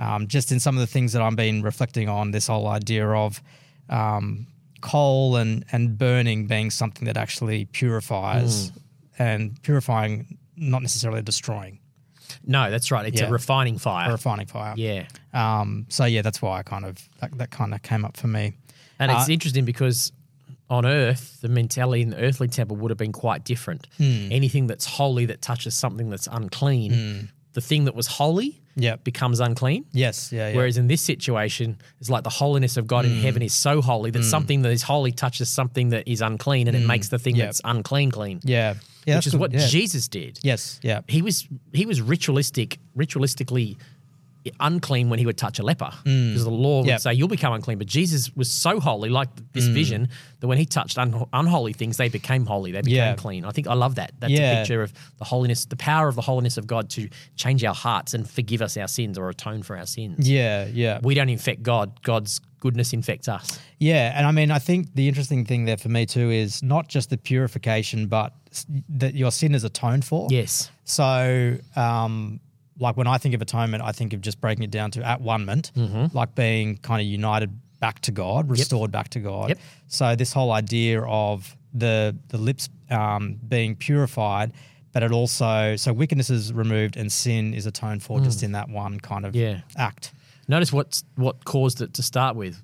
Speaker 3: um, just in some of the things that I've been reflecting on, this whole idea of um, coal and, and burning being something that actually purifies
Speaker 2: Mm.
Speaker 3: and purifying, not necessarily destroying,
Speaker 2: No, that's right. It's
Speaker 3: Yeah.
Speaker 2: a refining fire.
Speaker 3: a refining fire.
Speaker 2: yeah.
Speaker 3: Um, so yeah, that's why I kind of, that, that kind of came up for me.
Speaker 2: And
Speaker 3: Uh,
Speaker 2: it's interesting because on earth, the mentality in the earthly temple would have been quite different.
Speaker 3: Hmm.
Speaker 2: Anything that's holy that touches something that's unclean, the thing that was holy
Speaker 3: Yep.
Speaker 2: becomes unclean.
Speaker 3: Yes. Yeah. Hmm. yeah.
Speaker 2: Whereas in this situation, it's like the holiness of God in heaven is so holy
Speaker 3: Hmm.
Speaker 2: that something that is holy touches something that is unclean and it makes the thing
Speaker 3: Yep.
Speaker 2: that's unclean clean,
Speaker 3: Hmm. yeah. yeah
Speaker 2: which
Speaker 3: that's
Speaker 2: is
Speaker 3: good,
Speaker 2: what
Speaker 3: yeah.
Speaker 2: Jesus did.
Speaker 3: Yes. Yeah.
Speaker 2: He was he was ritualistic, ritualistically unclean when he would touch a leper because the law would
Speaker 3: Mm. Yep. Mm.
Speaker 2: say you'll become unclean. But Jesus was so holy, like this vision, that when he touched un- unholy things, they became holy. They became
Speaker 3: Yeah.
Speaker 2: clean. I think I love that. That's a
Speaker 3: Yeah.
Speaker 2: picture of the holiness, the power of the holiness of God to change our hearts and forgive us our sins or atone for our sins.
Speaker 3: Yeah. Yeah.
Speaker 2: We don't infect God; God's goodness infects us.
Speaker 3: Yeah, and I mean, I think the interesting thing there for me too is not just the purification, but s- that your sin is atoned for.
Speaker 2: Yes.
Speaker 3: So, um, like when I think of atonement, I think of just breaking it down to at one moment,
Speaker 2: Mm-hmm.
Speaker 3: like being kind of united back to God, restored back to God.
Speaker 2: Yep.
Speaker 3: So this whole idea of the the lips um, being purified, but it also so wickedness is removed and sin is atoned for just in that one kind of
Speaker 2: Mm. Yeah.
Speaker 3: act.
Speaker 2: Notice what what caused it to start with.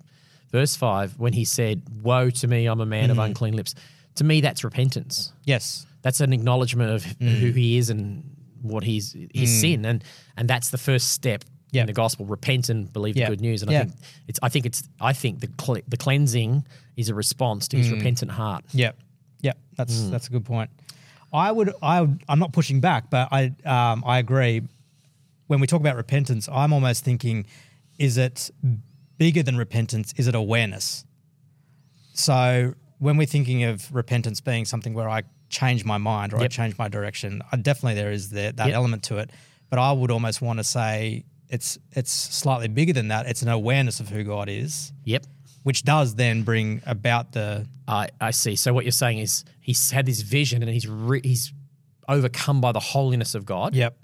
Speaker 2: Verse five, when he said, "Woe to me, I'm a man
Speaker 3: Mm.
Speaker 2: of unclean lips." To me, that's repentance.
Speaker 3: Yes.
Speaker 2: That's an acknowledgement of who
Speaker 3: Mm.
Speaker 2: he is and what he's his sin, and and that's the first step
Speaker 3: Yeah.
Speaker 2: in the gospel: repent and believe
Speaker 3: Yeah.
Speaker 2: the good news. And
Speaker 3: Yeah.
Speaker 2: I think it's I think it's I think the cle the cleansing is a response to his
Speaker 3: Mm.
Speaker 2: repentant heart.
Speaker 3: Yep. Yep. That's
Speaker 2: Hmm.
Speaker 3: that's a good point. I would I would- I'm not pushing back, but I um, I agree. When we talk about repentance, I'm almost thinking, is it bigger than repentance? Is it awareness? So when we're thinking of repentance being something where I change my mind or I
Speaker 2: Yep.
Speaker 3: change my direction, I definitely there is the, that
Speaker 2: Yep.
Speaker 3: element to it. But I would almost want to say it's it's slightly bigger than that. It's an awareness of who God is,
Speaker 2: Yep.
Speaker 3: which does then bring about the
Speaker 2: I, I see. So what you're saying is he's had this vision and he's re- he's overcome by the holiness of God.
Speaker 3: yep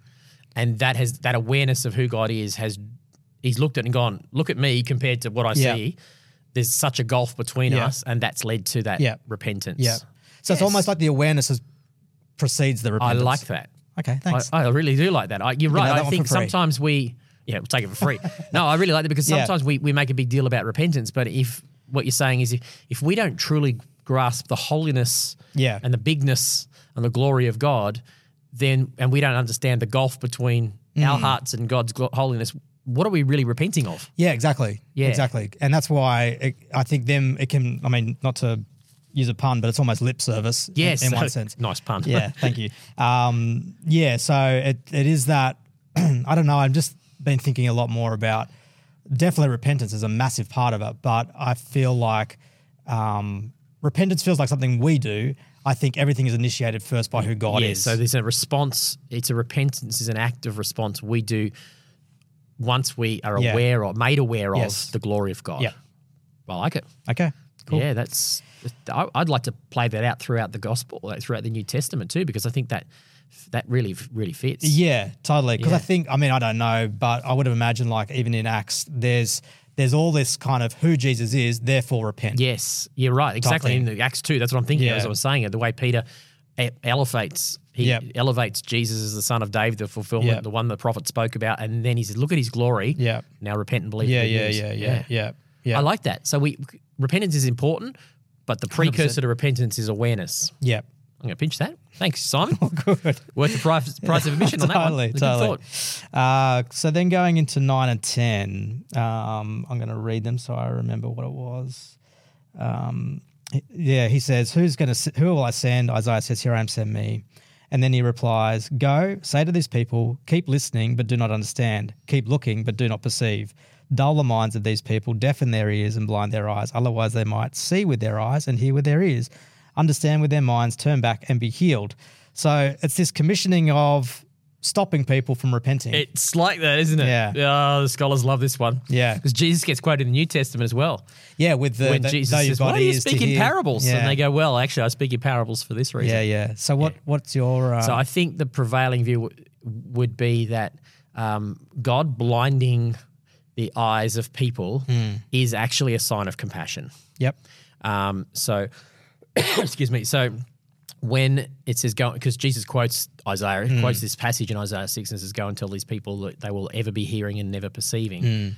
Speaker 2: and that has that awareness of who God is has he's looked at and gone, look at me compared to what I
Speaker 3: Yeah.
Speaker 2: see. There's such a gulf between
Speaker 3: Yeah.
Speaker 2: us, and that's led to that
Speaker 3: Yeah.
Speaker 2: repentance.
Speaker 3: Yeah. So it's almost like the awareness is, precedes the
Speaker 2: I
Speaker 3: repentance.
Speaker 2: like that.
Speaker 3: Okay, thanks.
Speaker 2: I, I really do like that. I, you're right.
Speaker 3: have that
Speaker 2: I
Speaker 3: one
Speaker 2: think
Speaker 3: for free.
Speaker 2: sometimes we yeah we'll take it for free. no, I really like that because
Speaker 3: Yeah.
Speaker 2: sometimes we we make a big deal about repentance, but if what you're saying is if, if we don't truly grasp the holiness
Speaker 3: Yeah.
Speaker 2: and the bigness and the glory of God, then and we don't understand the gulf between
Speaker 3: Mm.
Speaker 2: our hearts and God's glo- holiness, what are we really repenting of?
Speaker 3: yeah, exactly.
Speaker 2: Yeah.
Speaker 3: exactly. And that's why it, I think them it can. I mean, not to use a pun, but it's almost lip service. in-
Speaker 2: Yes,
Speaker 3: in, one sense.
Speaker 2: nice pun.
Speaker 3: yeah, thank you. Um, yeah, so it, it is that. I don't know. I've just been thinking a lot more about. Definitely, repentance is a massive part of it, but I feel like um, repentance feels like something we do. I think everything is initiated first by who God
Speaker 2: yeah.
Speaker 3: is.
Speaker 2: So there's a response. It's a repentance. Is an active response we do once we are
Speaker 3: Yeah.
Speaker 2: aware or made aware
Speaker 3: Yes.
Speaker 2: of the glory of God.
Speaker 3: Yeah.
Speaker 2: I like it.
Speaker 3: okay, cool.
Speaker 2: Yeah, that's. I- I'd like to play that out throughout the gospel, like throughout the New Testament too, because I think that that really really fits.
Speaker 3: Yeah, totally. Because
Speaker 2: Yeah.
Speaker 3: I think, I mean, I don't know, but I would have imagined like even in Acts, there's there's all this kind of who Jesus is, therefore repent.
Speaker 2: Yes, you're right. Exactly. In
Speaker 3: thing.
Speaker 2: the Acts two, that's what I'm thinking of
Speaker 3: Yeah.
Speaker 2: as I was saying it. The way Peter e- elevates he
Speaker 3: Yep.
Speaker 2: elevates Jesus as the Son of David, the fulfillment,
Speaker 3: Yep.
Speaker 2: the one the prophet spoke about, and then he says, "Look at his glory."
Speaker 3: Yep.
Speaker 2: Now repent and believe.
Speaker 3: Yeah,
Speaker 2: the good
Speaker 3: yeah,
Speaker 2: news."
Speaker 3: yeah, yeah, yeah, yeah.
Speaker 2: I like that. So we repentance is important, but the precursor to repentance is awareness.
Speaker 3: yeah.
Speaker 2: I'm going to pinch that. Thanks, Simon.
Speaker 3: Oh, Good.
Speaker 2: Worth the price, price of admission on that one.
Speaker 3: totally,
Speaker 2: Good
Speaker 3: totally.
Speaker 2: thought.
Speaker 3: Uh, so then going into nine and ten, um, I'm going to read them so I remember what it was. Um, h- yeah, he says, "Who's going to? Who will I send?" Isaiah says, "Here I am, send me." And then he replies, "Go, say to these people, keep listening but do not understand, keep looking but do not perceive." Dull the minds of these people, deafen their ears and blind their eyes. Otherwise, they might see with their eyes and hear with their ears, understand with their minds, turn back and be healed. So it's this commissioning of stopping people from repenting.
Speaker 2: It's like that, isn't it?
Speaker 3: Yeah.
Speaker 2: Oh, the scholars love this one.
Speaker 3: Yeah.
Speaker 2: Because Jesus gets quoted in the New Testament as well.
Speaker 3: yeah, with the
Speaker 2: when
Speaker 3: the-
Speaker 2: Jesus
Speaker 3: though your
Speaker 2: says, "Why do
Speaker 3: body
Speaker 2: you
Speaker 3: is to
Speaker 2: speak in
Speaker 3: hear."
Speaker 2: parables?"
Speaker 3: Yeah.
Speaker 2: And they go, "Well, actually, I speak in parables for this reason."
Speaker 3: "Yeah, yeah." So what? What's your? Uh,
Speaker 2: So I think the prevailing view w- would be that um, God blinding the eyes of people
Speaker 3: Hmm.
Speaker 2: is actually a sign of compassion.
Speaker 3: yep.
Speaker 2: Um, so, excuse me. So, when it says go, because Jesus quotes Isaiah, quotes
Speaker 3: Hmm.
Speaker 2: this passage in Isaiah 6 and says, Go and tell these people that they will ever be hearing and never perceiving.
Speaker 3: Hmm.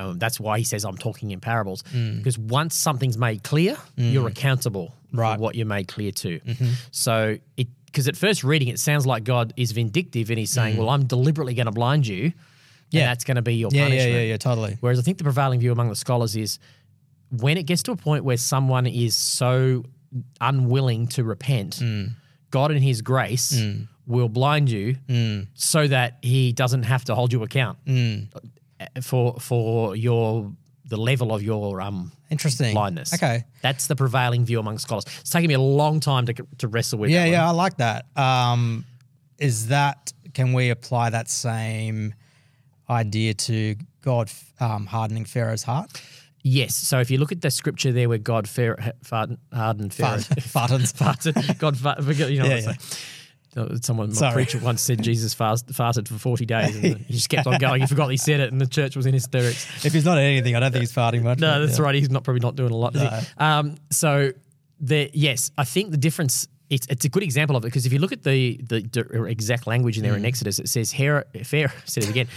Speaker 2: Um, that's why he says, I'm talking in parables. Because once something's made clear, you're accountable
Speaker 3: Hmm. Right. Mm-hmm.
Speaker 2: for what you're made clear to. So, it because at first reading, it sounds like God is vindictive and he's saying, Well, I'm deliberately going to blind you.
Speaker 3: Hmm. Yeah.
Speaker 2: And that's going to be your
Speaker 3: Yeah, yeah,
Speaker 2: punishment.
Speaker 3: yeah, yeah. Totally.
Speaker 2: Whereas I think the prevailing view among the scholars is when it gets to a point where someone is so unwilling to repent,
Speaker 3: Mm.
Speaker 2: God in his grace will blind you
Speaker 3: Mm.
Speaker 2: so that he doesn't have to hold you account uh, for for your the level of your um
Speaker 3: Interesting.
Speaker 2: blindness.
Speaker 3: Okay.
Speaker 2: That's the prevailing view among scholars. It's taken me a long time to, to wrestle with
Speaker 3: Yeah,
Speaker 2: that one.
Speaker 3: yeah. I like that. Um, is that? Can we apply that same idea to God um, hardening Pharaoh's heart?
Speaker 2: Yes. So if you look at the scripture there where God fair, farden, hardened Pharaoh.
Speaker 3: Fartons.
Speaker 2: farted. God fa- forget, you know what
Speaker 3: Yeah,
Speaker 2: I'm saying. No, Someone, my
Speaker 3: Sorry.
Speaker 2: preacher once said Jesus fast, fasted for 40 days and he just kept on going. He forgot he said it and the church was in hysterics.
Speaker 3: If he's not anything, I don't think he's farting much.
Speaker 2: No,
Speaker 3: but
Speaker 2: that's
Speaker 3: yeah.
Speaker 2: right. He's not probably not doing a lot. is he? Um, so, the, yes, I think the difference. It's, it's a good example of it because if you look at the the d- exact language in there
Speaker 3: Mm.
Speaker 2: in Exodus, it says Pharaoh. Pharaoh said it again.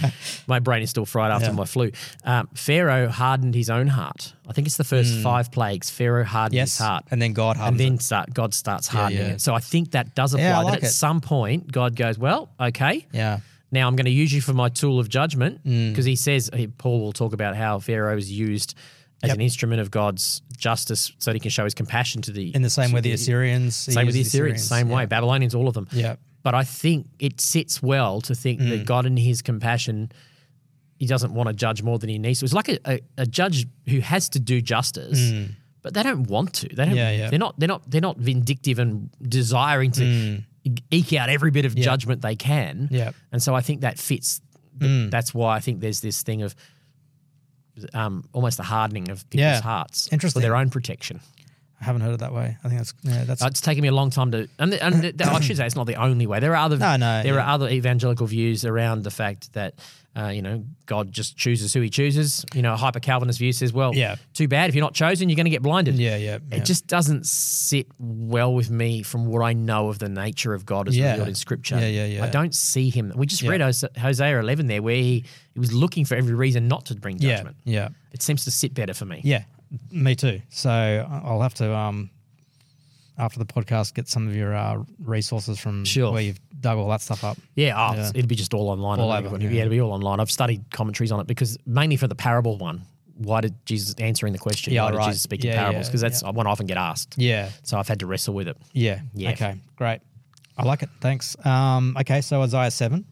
Speaker 2: my brain is still fried after my flu. Um, Pharaoh hardened his own heart. I think it's the first five plagues. Pharaoh hardened
Speaker 3: Mm. Yes.
Speaker 2: his heart,
Speaker 3: And then God
Speaker 2: and
Speaker 3: hardens.
Speaker 2: then start, God starts hardening
Speaker 3: yeah.
Speaker 2: it. So I think that does apply.
Speaker 3: Yeah, I
Speaker 2: that
Speaker 3: like
Speaker 2: at
Speaker 3: it.
Speaker 2: some point, God goes, "Well, okay,
Speaker 3: it. yeah.
Speaker 2: now I'm going to use you for my tool of judgment
Speaker 3: Mm.
Speaker 2: because he says he- Paul will talk about how Pharaoh is used as an instrument of God's justice so that he can show his compassion to the
Speaker 3: In the same
Speaker 2: to
Speaker 3: way the Assyrians.
Speaker 2: same with the Assyrians, same way Babylonians, all of them.
Speaker 3: Yeah. Mm.
Speaker 2: But I think it sits well to think that God in His compassion, He doesn't want to judge more than He needs to. It's like a, a, a judge who has to do justice. But they don't want to. They don't.
Speaker 3: Mm. Yeah, yeah.
Speaker 2: They're not. They're not. They're not vindictive and desiring to eke out every bit of judgment they can.
Speaker 3: Mm. Yeah. Mm.
Speaker 2: And so I think that fits. That's why I think there's this thing of um, almost the hardening of people's
Speaker 3: Yeah.
Speaker 2: hearts
Speaker 3: Interesting.
Speaker 2: for their own protection.
Speaker 3: I haven't heard it that way. I think that's yeah, that's
Speaker 2: Uh, It's taken me a long time to, and, the, and the, I should say it's not the only way. There are other,
Speaker 3: No, no,
Speaker 2: there
Speaker 3: yeah.
Speaker 2: are other evangelical views around the fact that, uh, you know, God just chooses who He chooses. You know, a hyper Calvinist view says, well,
Speaker 3: Yeah.
Speaker 2: too bad if you're not chosen, you're going to get blinded.
Speaker 3: yeah, yeah.
Speaker 2: It
Speaker 3: yeah.
Speaker 2: just doesn't sit well with me from what I know of the nature of God as
Speaker 3: Yeah.
Speaker 2: revealed in Scripture.
Speaker 3: Yeah, yeah, yeah.
Speaker 2: I don't see Him. We just read Hose- Hosea 11 there, where he, he was looking for every reason not to bring
Speaker 3: yeah,
Speaker 2: judgment.
Speaker 3: yeah.
Speaker 2: It seems to sit better for me.
Speaker 3: Yeah, me too. So I- I'll have to um, after the podcast get some of your uh, resources from
Speaker 2: Sure.
Speaker 3: where you've dug all that stuff up.
Speaker 2: Yeah, oh,
Speaker 3: Yeah.
Speaker 2: it'd be just all online.
Speaker 3: All
Speaker 2: I think
Speaker 3: over,
Speaker 2: it would. yeah.
Speaker 3: yeah.
Speaker 2: it'd be all online. I've studied commentaries on it because mainly for the parable one. Why did Jesus answering the question?
Speaker 3: Yeah,
Speaker 2: why did
Speaker 3: right.
Speaker 2: Jesus speak in
Speaker 3: Yeah,
Speaker 2: parables?
Speaker 3: yeah,
Speaker 2: Because that's one I often get asked.
Speaker 3: Yeah,
Speaker 2: So I've had to wrestle with it.
Speaker 3: yeah,
Speaker 2: Yeah.
Speaker 3: Okay, great. I like it. Thanks. Um, okay, so Isaiah seven.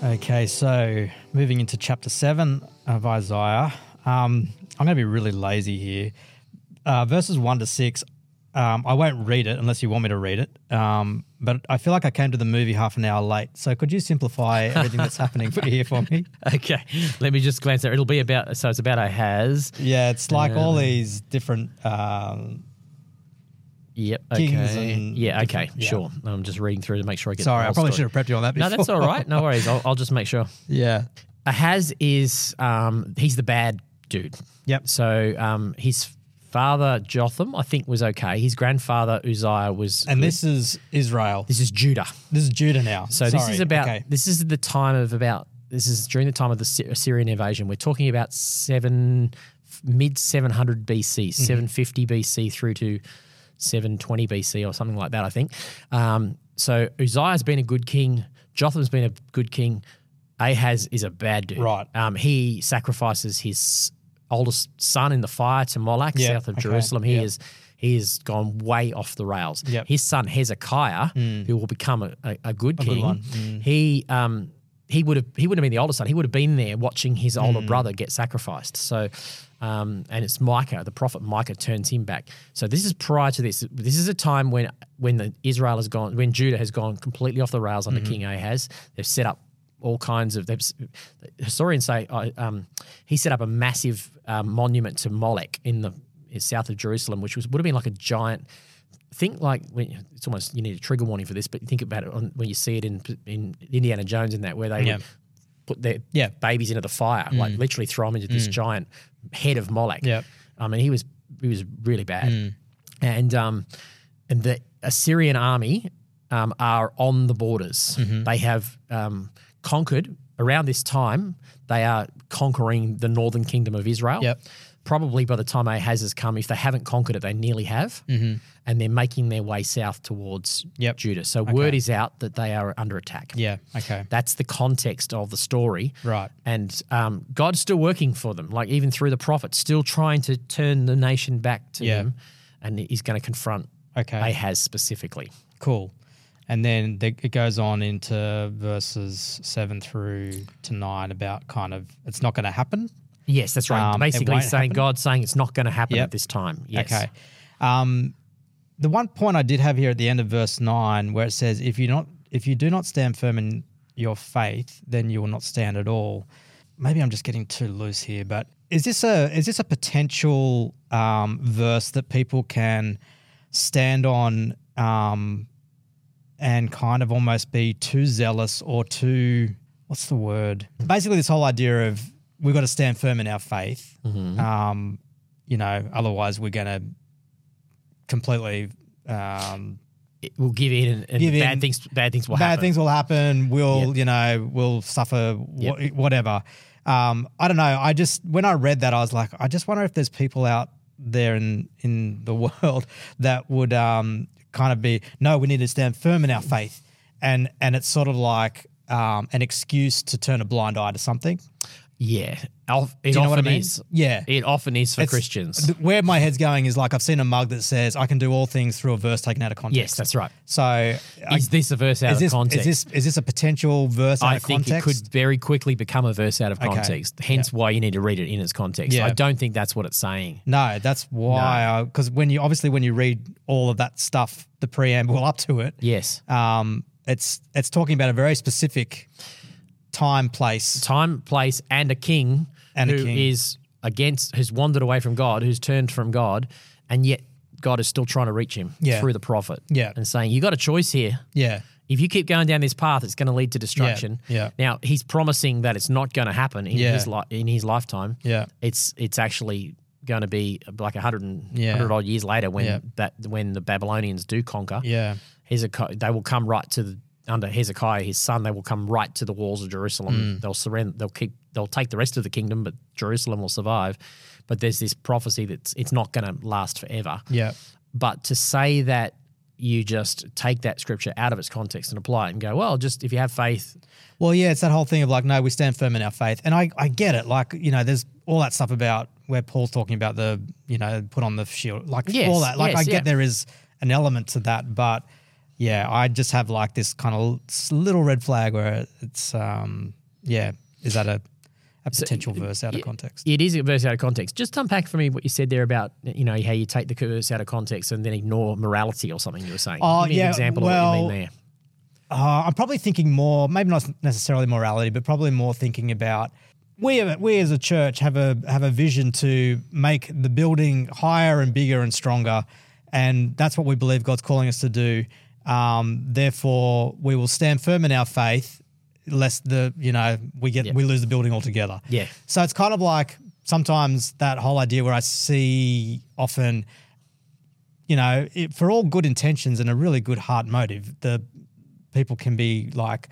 Speaker 3: Okay, so moving into chapter 7 of Isaiah. Um, I'm going to be really lazy here. Uh, verses 1 to 6, um, I won't read it unless you want me to read it. Um, but I feel like I came to the movie half an hour late. So could you simplify everything that's happening for, here for me?
Speaker 2: Okay, let me just glance there. It'll be about so it's about a has.
Speaker 3: Yeah, it's like all these different. Um,
Speaker 2: Yep.
Speaker 3: Kings
Speaker 2: Okay.
Speaker 3: and
Speaker 2: Yeah. Okay.
Speaker 3: yeah.
Speaker 2: Sure. I'm just reading through to make sure I get. the
Speaker 3: sorry, I
Speaker 2: whole
Speaker 3: probably
Speaker 2: story.
Speaker 3: should have prepped you on that.
Speaker 2: No,
Speaker 3: Before.
Speaker 2: that's all right. No worries. I'll, I'll just make sure.
Speaker 3: yeah.
Speaker 2: Ahaz is um, he's the bad dude.
Speaker 3: Yep.
Speaker 2: So um, his father Jotham, I think, was okay. His grandfather Uzziah was.
Speaker 3: And this is Israel.
Speaker 2: this is Judah.
Speaker 3: This is Judah now.
Speaker 2: So this
Speaker 3: Sorry,
Speaker 2: is about
Speaker 3: okay.
Speaker 2: this is the time of about this is during the time of the Sy- Syrian invasion. We're talking about seven mid seven hundred BC,
Speaker 3: Mm-hmm.
Speaker 2: fifty BC through to seven twenty BC or something like that. I think. Um, so Uzziah's been a good king. Jotham's been a good king. Ahaz is a bad dude.
Speaker 3: Right.
Speaker 2: Um, he sacrifices his oldest son in the fire to Moloch,
Speaker 3: Yeah,
Speaker 2: south of
Speaker 3: okay,
Speaker 2: Jerusalem. He
Speaker 3: yeah.
Speaker 2: is he has gone way off the rails.
Speaker 3: Yep. Mm.
Speaker 2: His son Hezekiah, who will become a, a, a good king,
Speaker 3: one. Mm.
Speaker 2: he um he would have he would have been the older son. He would have been there watching his older
Speaker 3: Mm.
Speaker 2: brother get sacrificed. So, um, and it's Micah, the prophet Micah turns him back. So this is prior to this. This is a time when when the Israel has gone, when Judah has gone completely off the rails under
Speaker 3: Mm-hmm.
Speaker 2: King Ahaz. They've set up all kinds of. They've, historians say uh, um, he set up a massive um, monument to Molech in the in south of Jerusalem, which was would have been like a giant think like when it's almost you need a trigger warning for this, but think about it on, when you see it in in Indiana Jones and that where they
Speaker 3: Yeah.
Speaker 2: would put their
Speaker 3: Yeah. Mm.
Speaker 2: babies into the fire, like literally throw them into this giant head of Moloch.
Speaker 3: Yep.
Speaker 2: I mean he was he was really bad,
Speaker 3: Mm.
Speaker 2: and um and the Assyrian army um, are on the borders.
Speaker 3: Mm-hmm.
Speaker 2: They have um, conquered around this time. They are conquering the northern kingdom of Israel
Speaker 3: Yep.
Speaker 2: probably by the time Ahaz has come, if they haven't conquered it, they nearly have, and they're making their way south towards
Speaker 3: Mm-hmm. Yep.
Speaker 2: Judah. So word is out that they are under attack.
Speaker 3: Yeah. Okay.
Speaker 2: That's the context of the story.
Speaker 3: Right.
Speaker 2: And um, God's still working for them, like even through the prophet, still trying to turn the nation back to
Speaker 3: Yeah.
Speaker 2: him. And he's going to confront
Speaker 3: Okay.
Speaker 2: Ahaz specifically.
Speaker 3: Cool. And then the, it goes on into verses seven through to nine about kind of it's not going to happen.
Speaker 2: Yes, that's right.
Speaker 3: Um, it
Speaker 2: Basically,
Speaker 3: won't
Speaker 2: saying
Speaker 3: happen?
Speaker 2: God's saying it's not going to happen
Speaker 3: Yep.
Speaker 2: at this time. Yes.
Speaker 3: Okay. Um, the one point I did have here at the end of verse nine, where it says, "If you not, if you do not stand firm in your faith, then you will not stand at all." Maybe I'm just getting too loose here, but is this a is this a potential um, verse that people can stand on um, and kind of almost be too zealous or too what's the word? Basically, this whole idea of we've got to stand firm in our faith. Um, you know, otherwise we're going to completely um,
Speaker 2: It will give in, and, and
Speaker 3: Give
Speaker 2: bad
Speaker 3: in.
Speaker 2: things. Bad things will
Speaker 3: bad
Speaker 2: happen.
Speaker 3: things will happen. We'll you know we'll suffer wha- whatever. Um, I don't know. I just when I read that, I was like, I just wonder if there's people out there in in the world that would um, kind of be no, we need to stand firm in our faith, and and it's sort of like um, an excuse to turn a blind eye to something.
Speaker 2: Yeah. Al- it
Speaker 3: Do you know
Speaker 2: often
Speaker 3: what I mean?
Speaker 2: is.
Speaker 3: Yeah.
Speaker 2: It often is for
Speaker 3: It's-
Speaker 2: Christians.
Speaker 3: th- Where my head's going is like I've seen a mug that says I can do all things through a verse taken out of context.
Speaker 2: yes, that's right.
Speaker 3: So I-
Speaker 2: Is this a verse out
Speaker 3: is
Speaker 2: of
Speaker 3: this,
Speaker 2: context?
Speaker 3: is this is this a potential verse out
Speaker 2: I
Speaker 3: of
Speaker 2: think it
Speaker 3: context?
Speaker 2: could very quickly become a verse out of context. Hence why you need to read it in its context.
Speaker 3: Yeah.
Speaker 2: I don't think that's what it's saying.
Speaker 3: No, that's why because when you obviously when you read all of that stuff, the preamble up to it,
Speaker 2: Yes.
Speaker 3: um, it's it's talking about a very specific time, place.
Speaker 2: Time, place, and a king
Speaker 3: And a
Speaker 2: who
Speaker 3: king.
Speaker 2: is against, who's wandered away from God, who's turned from God, and yet God is still trying to reach him
Speaker 3: Yeah.
Speaker 2: through the prophet.
Speaker 3: Yeah.
Speaker 2: And saying, You got a choice here.
Speaker 3: Yeah,
Speaker 2: If you keep going down this path, it's going to lead to destruction.
Speaker 3: yeah.
Speaker 2: Now he's promising that it's not going to happen in
Speaker 3: Yeah.
Speaker 2: his li- in his lifetime.
Speaker 3: Yeah.
Speaker 2: It's it's actually going to be like a hundred and
Speaker 3: Yeah.
Speaker 2: hundred odd years later when
Speaker 3: Yeah.
Speaker 2: that when the Babylonians do conquer.
Speaker 3: yeah,
Speaker 2: Hezekiah, they will come right to the under Hezekiah, his son. They will come right to the walls of Jerusalem.
Speaker 3: Mm.
Speaker 2: They'll surrender. They'll keep. They'll take the rest of the kingdom, but Jerusalem will survive. But there's this prophecy that's it's not going to last forever.
Speaker 3: yeah,
Speaker 2: But to say that you just take that scripture out of its context and apply it and go, well, just if you have faith,
Speaker 3: Well, yeah, it's that whole thing of like, no, we stand firm in our faith, and I, I get it. Like, you know, there's all that stuff about where Paul's talking about the, you know, put on the shield, like
Speaker 2: Yes,
Speaker 3: all that. Like,
Speaker 2: yes,
Speaker 3: I get
Speaker 2: yeah.
Speaker 3: there is an element to that, but yeah, I just have like this kind of little red flag where it's, um, yeah, is that a, a a potential verse out of
Speaker 2: Yeah,
Speaker 3: context.
Speaker 2: It is a verse out of context. Just unpack for me what you said there about you know how you take the verse out of context and then ignore morality or something you were saying.
Speaker 3: Oh,
Speaker 2: Give me
Speaker 3: yeah,
Speaker 2: an example of
Speaker 3: well,
Speaker 2: what you mean there.
Speaker 3: Uh, I'm probably thinking more, maybe not necessarily morality, but probably more thinking about we we as a church have a have a vision to make the building higher and bigger and stronger, and that's what we believe God's calling us to do. Um, therefore, we will stand firm in our faith, lest the you know we get we lose the building altogether.
Speaker 2: Yeah.
Speaker 3: So it's kind of like sometimes that whole idea where I see often you know, it, for all good intentions and a really good heart motive, the people can be like,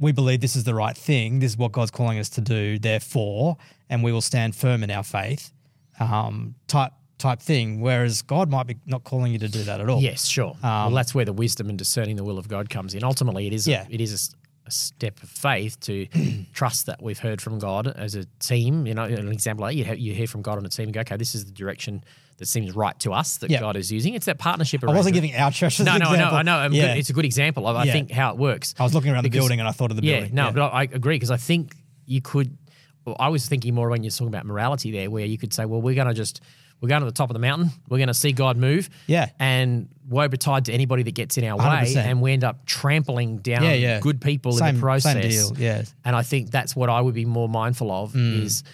Speaker 3: we believe this is the right thing. This is what God's calling us to do. Therefore, and we will stand firm in our faith, um, type type thing. Whereas God might be not calling you to do that at all.
Speaker 2: Yes, sure. well, that's where the wisdom and discerning the will of God comes in. Ultimately, it is
Speaker 3: um, Yeah.
Speaker 2: a, it is a s- a, step of faith to trust that we've heard from God as a team. You know, an example like you, he- you hear from God on a team and go, okay, this is the direction that seems right to us that
Speaker 3: Yeah.
Speaker 2: God is using. It's that partnership.
Speaker 3: I wasn't giving our church as
Speaker 2: No,
Speaker 3: an
Speaker 2: no, I know,
Speaker 3: example.
Speaker 2: I know. I'm
Speaker 3: yeah.
Speaker 2: good. It's a good example of I
Speaker 3: Yeah.
Speaker 2: think how it works.
Speaker 3: I was looking around the
Speaker 2: because-
Speaker 3: building and I thought of the
Speaker 2: Yeah,
Speaker 3: building.
Speaker 2: no, but I agree because I think you could. Well, I was thinking more when you're talking about morality there, where you could say, well, we're going to just we're going to the top of the mountain, we're going to see God move,
Speaker 3: Yeah.
Speaker 2: and woe betide to anybody that gets in our way,
Speaker 3: 100%.
Speaker 2: and we end up trampling down
Speaker 3: Yeah, yeah.
Speaker 2: good people in
Speaker 3: same,
Speaker 2: the process.
Speaker 3: same deal. Yeah.
Speaker 2: And I think that's what I would be more mindful of is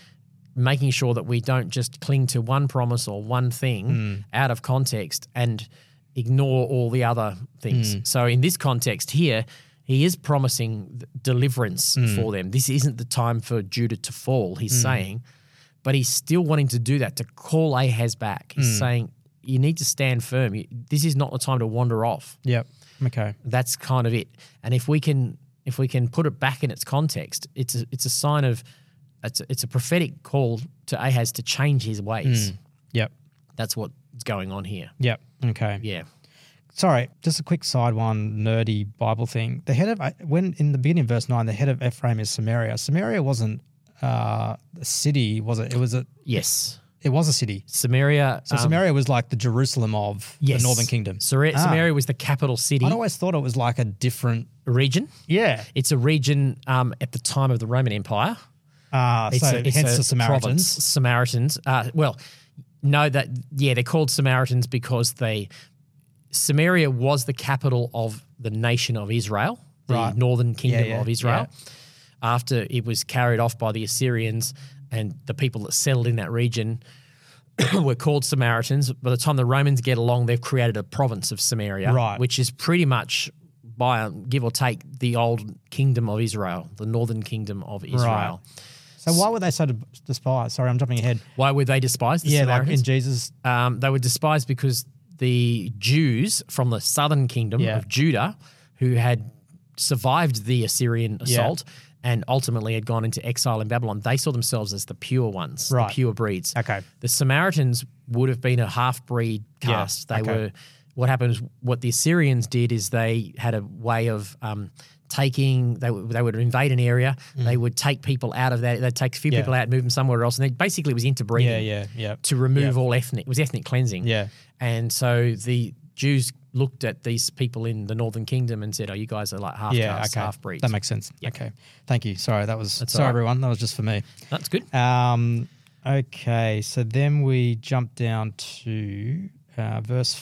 Speaker 2: making sure that we don't just cling to one promise or one thing out of context and ignore all the other things. So in this context here, he is promising th- deliverance for them. This isn't the time for Judah to fall, he's saying, but he's still wanting to do that to call Ahaz back. He's saying you need to stand firm. You- This is not the time to wander off
Speaker 3: Yep. Okay.
Speaker 2: that's kind of it. And if we can if we can put it back in its context, it's a, it's a sign of it's a, it's a prophetic call to Ahaz to change his
Speaker 3: Hmm.
Speaker 2: ways.
Speaker 3: Yep.
Speaker 2: That's what's going on here.
Speaker 3: Yep. Okay.
Speaker 2: Yeah.
Speaker 3: sorry, just a quick side one, nerdy Bible thing. The head of I- when in the beginning of verse nine, the head of Ephraim is Samaria. Samaria wasn't uh, a city, was it? It was a
Speaker 2: Yes.
Speaker 3: it was a city.
Speaker 2: Samaria. um,
Speaker 3: So Samaria was like the Jerusalem of the Northern Kingdom.
Speaker 2: Samaria, Samaria was the capital city
Speaker 3: I'd always thought it was like a different.
Speaker 2: region.
Speaker 3: Yeah.
Speaker 2: It's a region um, at the time of the Roman Empire.
Speaker 3: Uh,
Speaker 2: It's
Speaker 3: so
Speaker 2: a- it's
Speaker 3: hence
Speaker 2: a
Speaker 3: the Samaritans.
Speaker 2: province. Samaritans. Uh, well, no, that yeah, they're called Samaritans because they Samaria was the capital of the nation of Israel, the
Speaker 3: Right.
Speaker 2: northern kingdom
Speaker 3: yeah,
Speaker 2: of Israel. After it was carried off by the Assyrians and the people that settled in that region were called Samaritans. By the time the Romans get along, they've created a province of Samaria,
Speaker 3: Right.
Speaker 2: which is pretty much by give or take the old kingdom of Israel, the northern kingdom of Israel.
Speaker 3: So why were they so de- despised? Sorry, I'm jumping ahead.
Speaker 2: Why were they despised? The
Speaker 3: Yeah, like
Speaker 2: Samaritans?
Speaker 3: in Jesus.
Speaker 2: um, they were despised because the Jews from the southern kingdom
Speaker 3: Yeah.
Speaker 2: of Judah, who had survived the Assyrian assault and ultimately had gone into exile in Babylon, they saw themselves as the pure ones,
Speaker 3: Right.
Speaker 2: the pure breeds.
Speaker 3: Okay.
Speaker 2: The Samaritans would have been a half breed caste. They
Speaker 3: okay.
Speaker 2: were. What happens? What the Assyrians did is they had a way of um, taking. They would, they would invade an area. They would take people out of that. They'd take a few
Speaker 3: Mm. Yeah.
Speaker 2: people out, move them somewhere else, and they basically it was interbreeding
Speaker 3: Yeah, yeah, yeah.
Speaker 2: to remove all ethnic. It was ethnic cleansing.
Speaker 3: Yeah.
Speaker 2: And so the Jews looked at these people in the Northern Kingdom and said, "Oh, you guys are like half
Speaker 3: yeah,
Speaker 2: castes,
Speaker 3: okay.
Speaker 2: half breeds."
Speaker 3: That makes sense. Okay. Thank you. Sorry, that was sorry
Speaker 2: all right.
Speaker 3: everyone. That was just for me.
Speaker 2: That's good.
Speaker 3: Um, okay, so then we jump down to uh, verse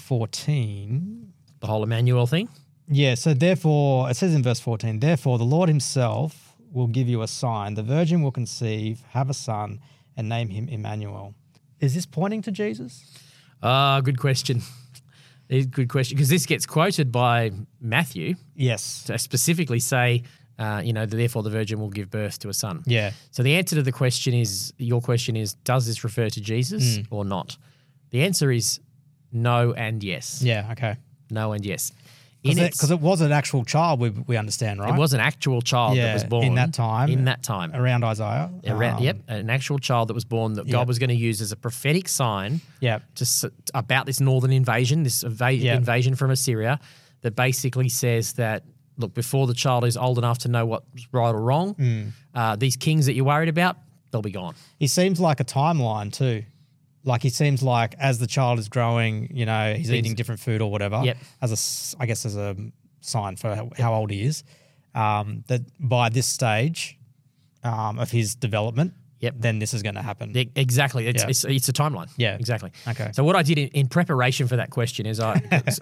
Speaker 3: 14.
Speaker 2: The whole Emmanuel thing.
Speaker 3: Yeah, so therefore, it says in verse 14, therefore the Lord himself will give you a sign. The virgin will conceive, have a son, and name him Emmanuel. Is this pointing to Jesus?
Speaker 2: Ah, good question. Eh, Good question because this gets quoted by Matthew
Speaker 3: Yes.
Speaker 2: to specifically say, uh, you know, therefore the virgin will give birth to a son.
Speaker 3: Yeah.
Speaker 2: So the answer to the question is your question is does this refer to
Speaker 3: Hmm.
Speaker 2: Jesus or not? The answer is no and yes.
Speaker 3: Yeah, okay.
Speaker 2: No and yes. In its-
Speaker 3: Because it, was an actual child, we, we understand, right?
Speaker 2: It was an actual child
Speaker 3: Yeah,
Speaker 2: that was born
Speaker 3: in that time.
Speaker 2: In that time,
Speaker 3: Around Isaiah.
Speaker 2: Around-
Speaker 3: Um,
Speaker 2: yep, an actual child that was born that God was going to use as a prophetic sign.
Speaker 3: Yep.
Speaker 2: to s about this northern invasion, this eva-
Speaker 3: Yeah.
Speaker 2: invasion from Assyria, that basically says that look, before the child is old enough to know what's right or wrong,
Speaker 3: Hmm.
Speaker 2: uh, these kings that you're worried about, they'll be gone.
Speaker 3: He seems like a timeline too. Like he seems like as the child is growing, you know, he's eating different food or whatever.
Speaker 2: Yep.
Speaker 3: As a, s- I guess, as a sign for how, how old he is, um, that by this stage um, of his development,
Speaker 2: Yep.
Speaker 3: then this is going to happen.
Speaker 2: E- Exactly. It's,
Speaker 3: Yeah.
Speaker 2: it's, it's a timeline.
Speaker 3: Yeah.
Speaker 2: Exactly.
Speaker 3: Okay.
Speaker 2: So what I did in, in preparation for that question is I,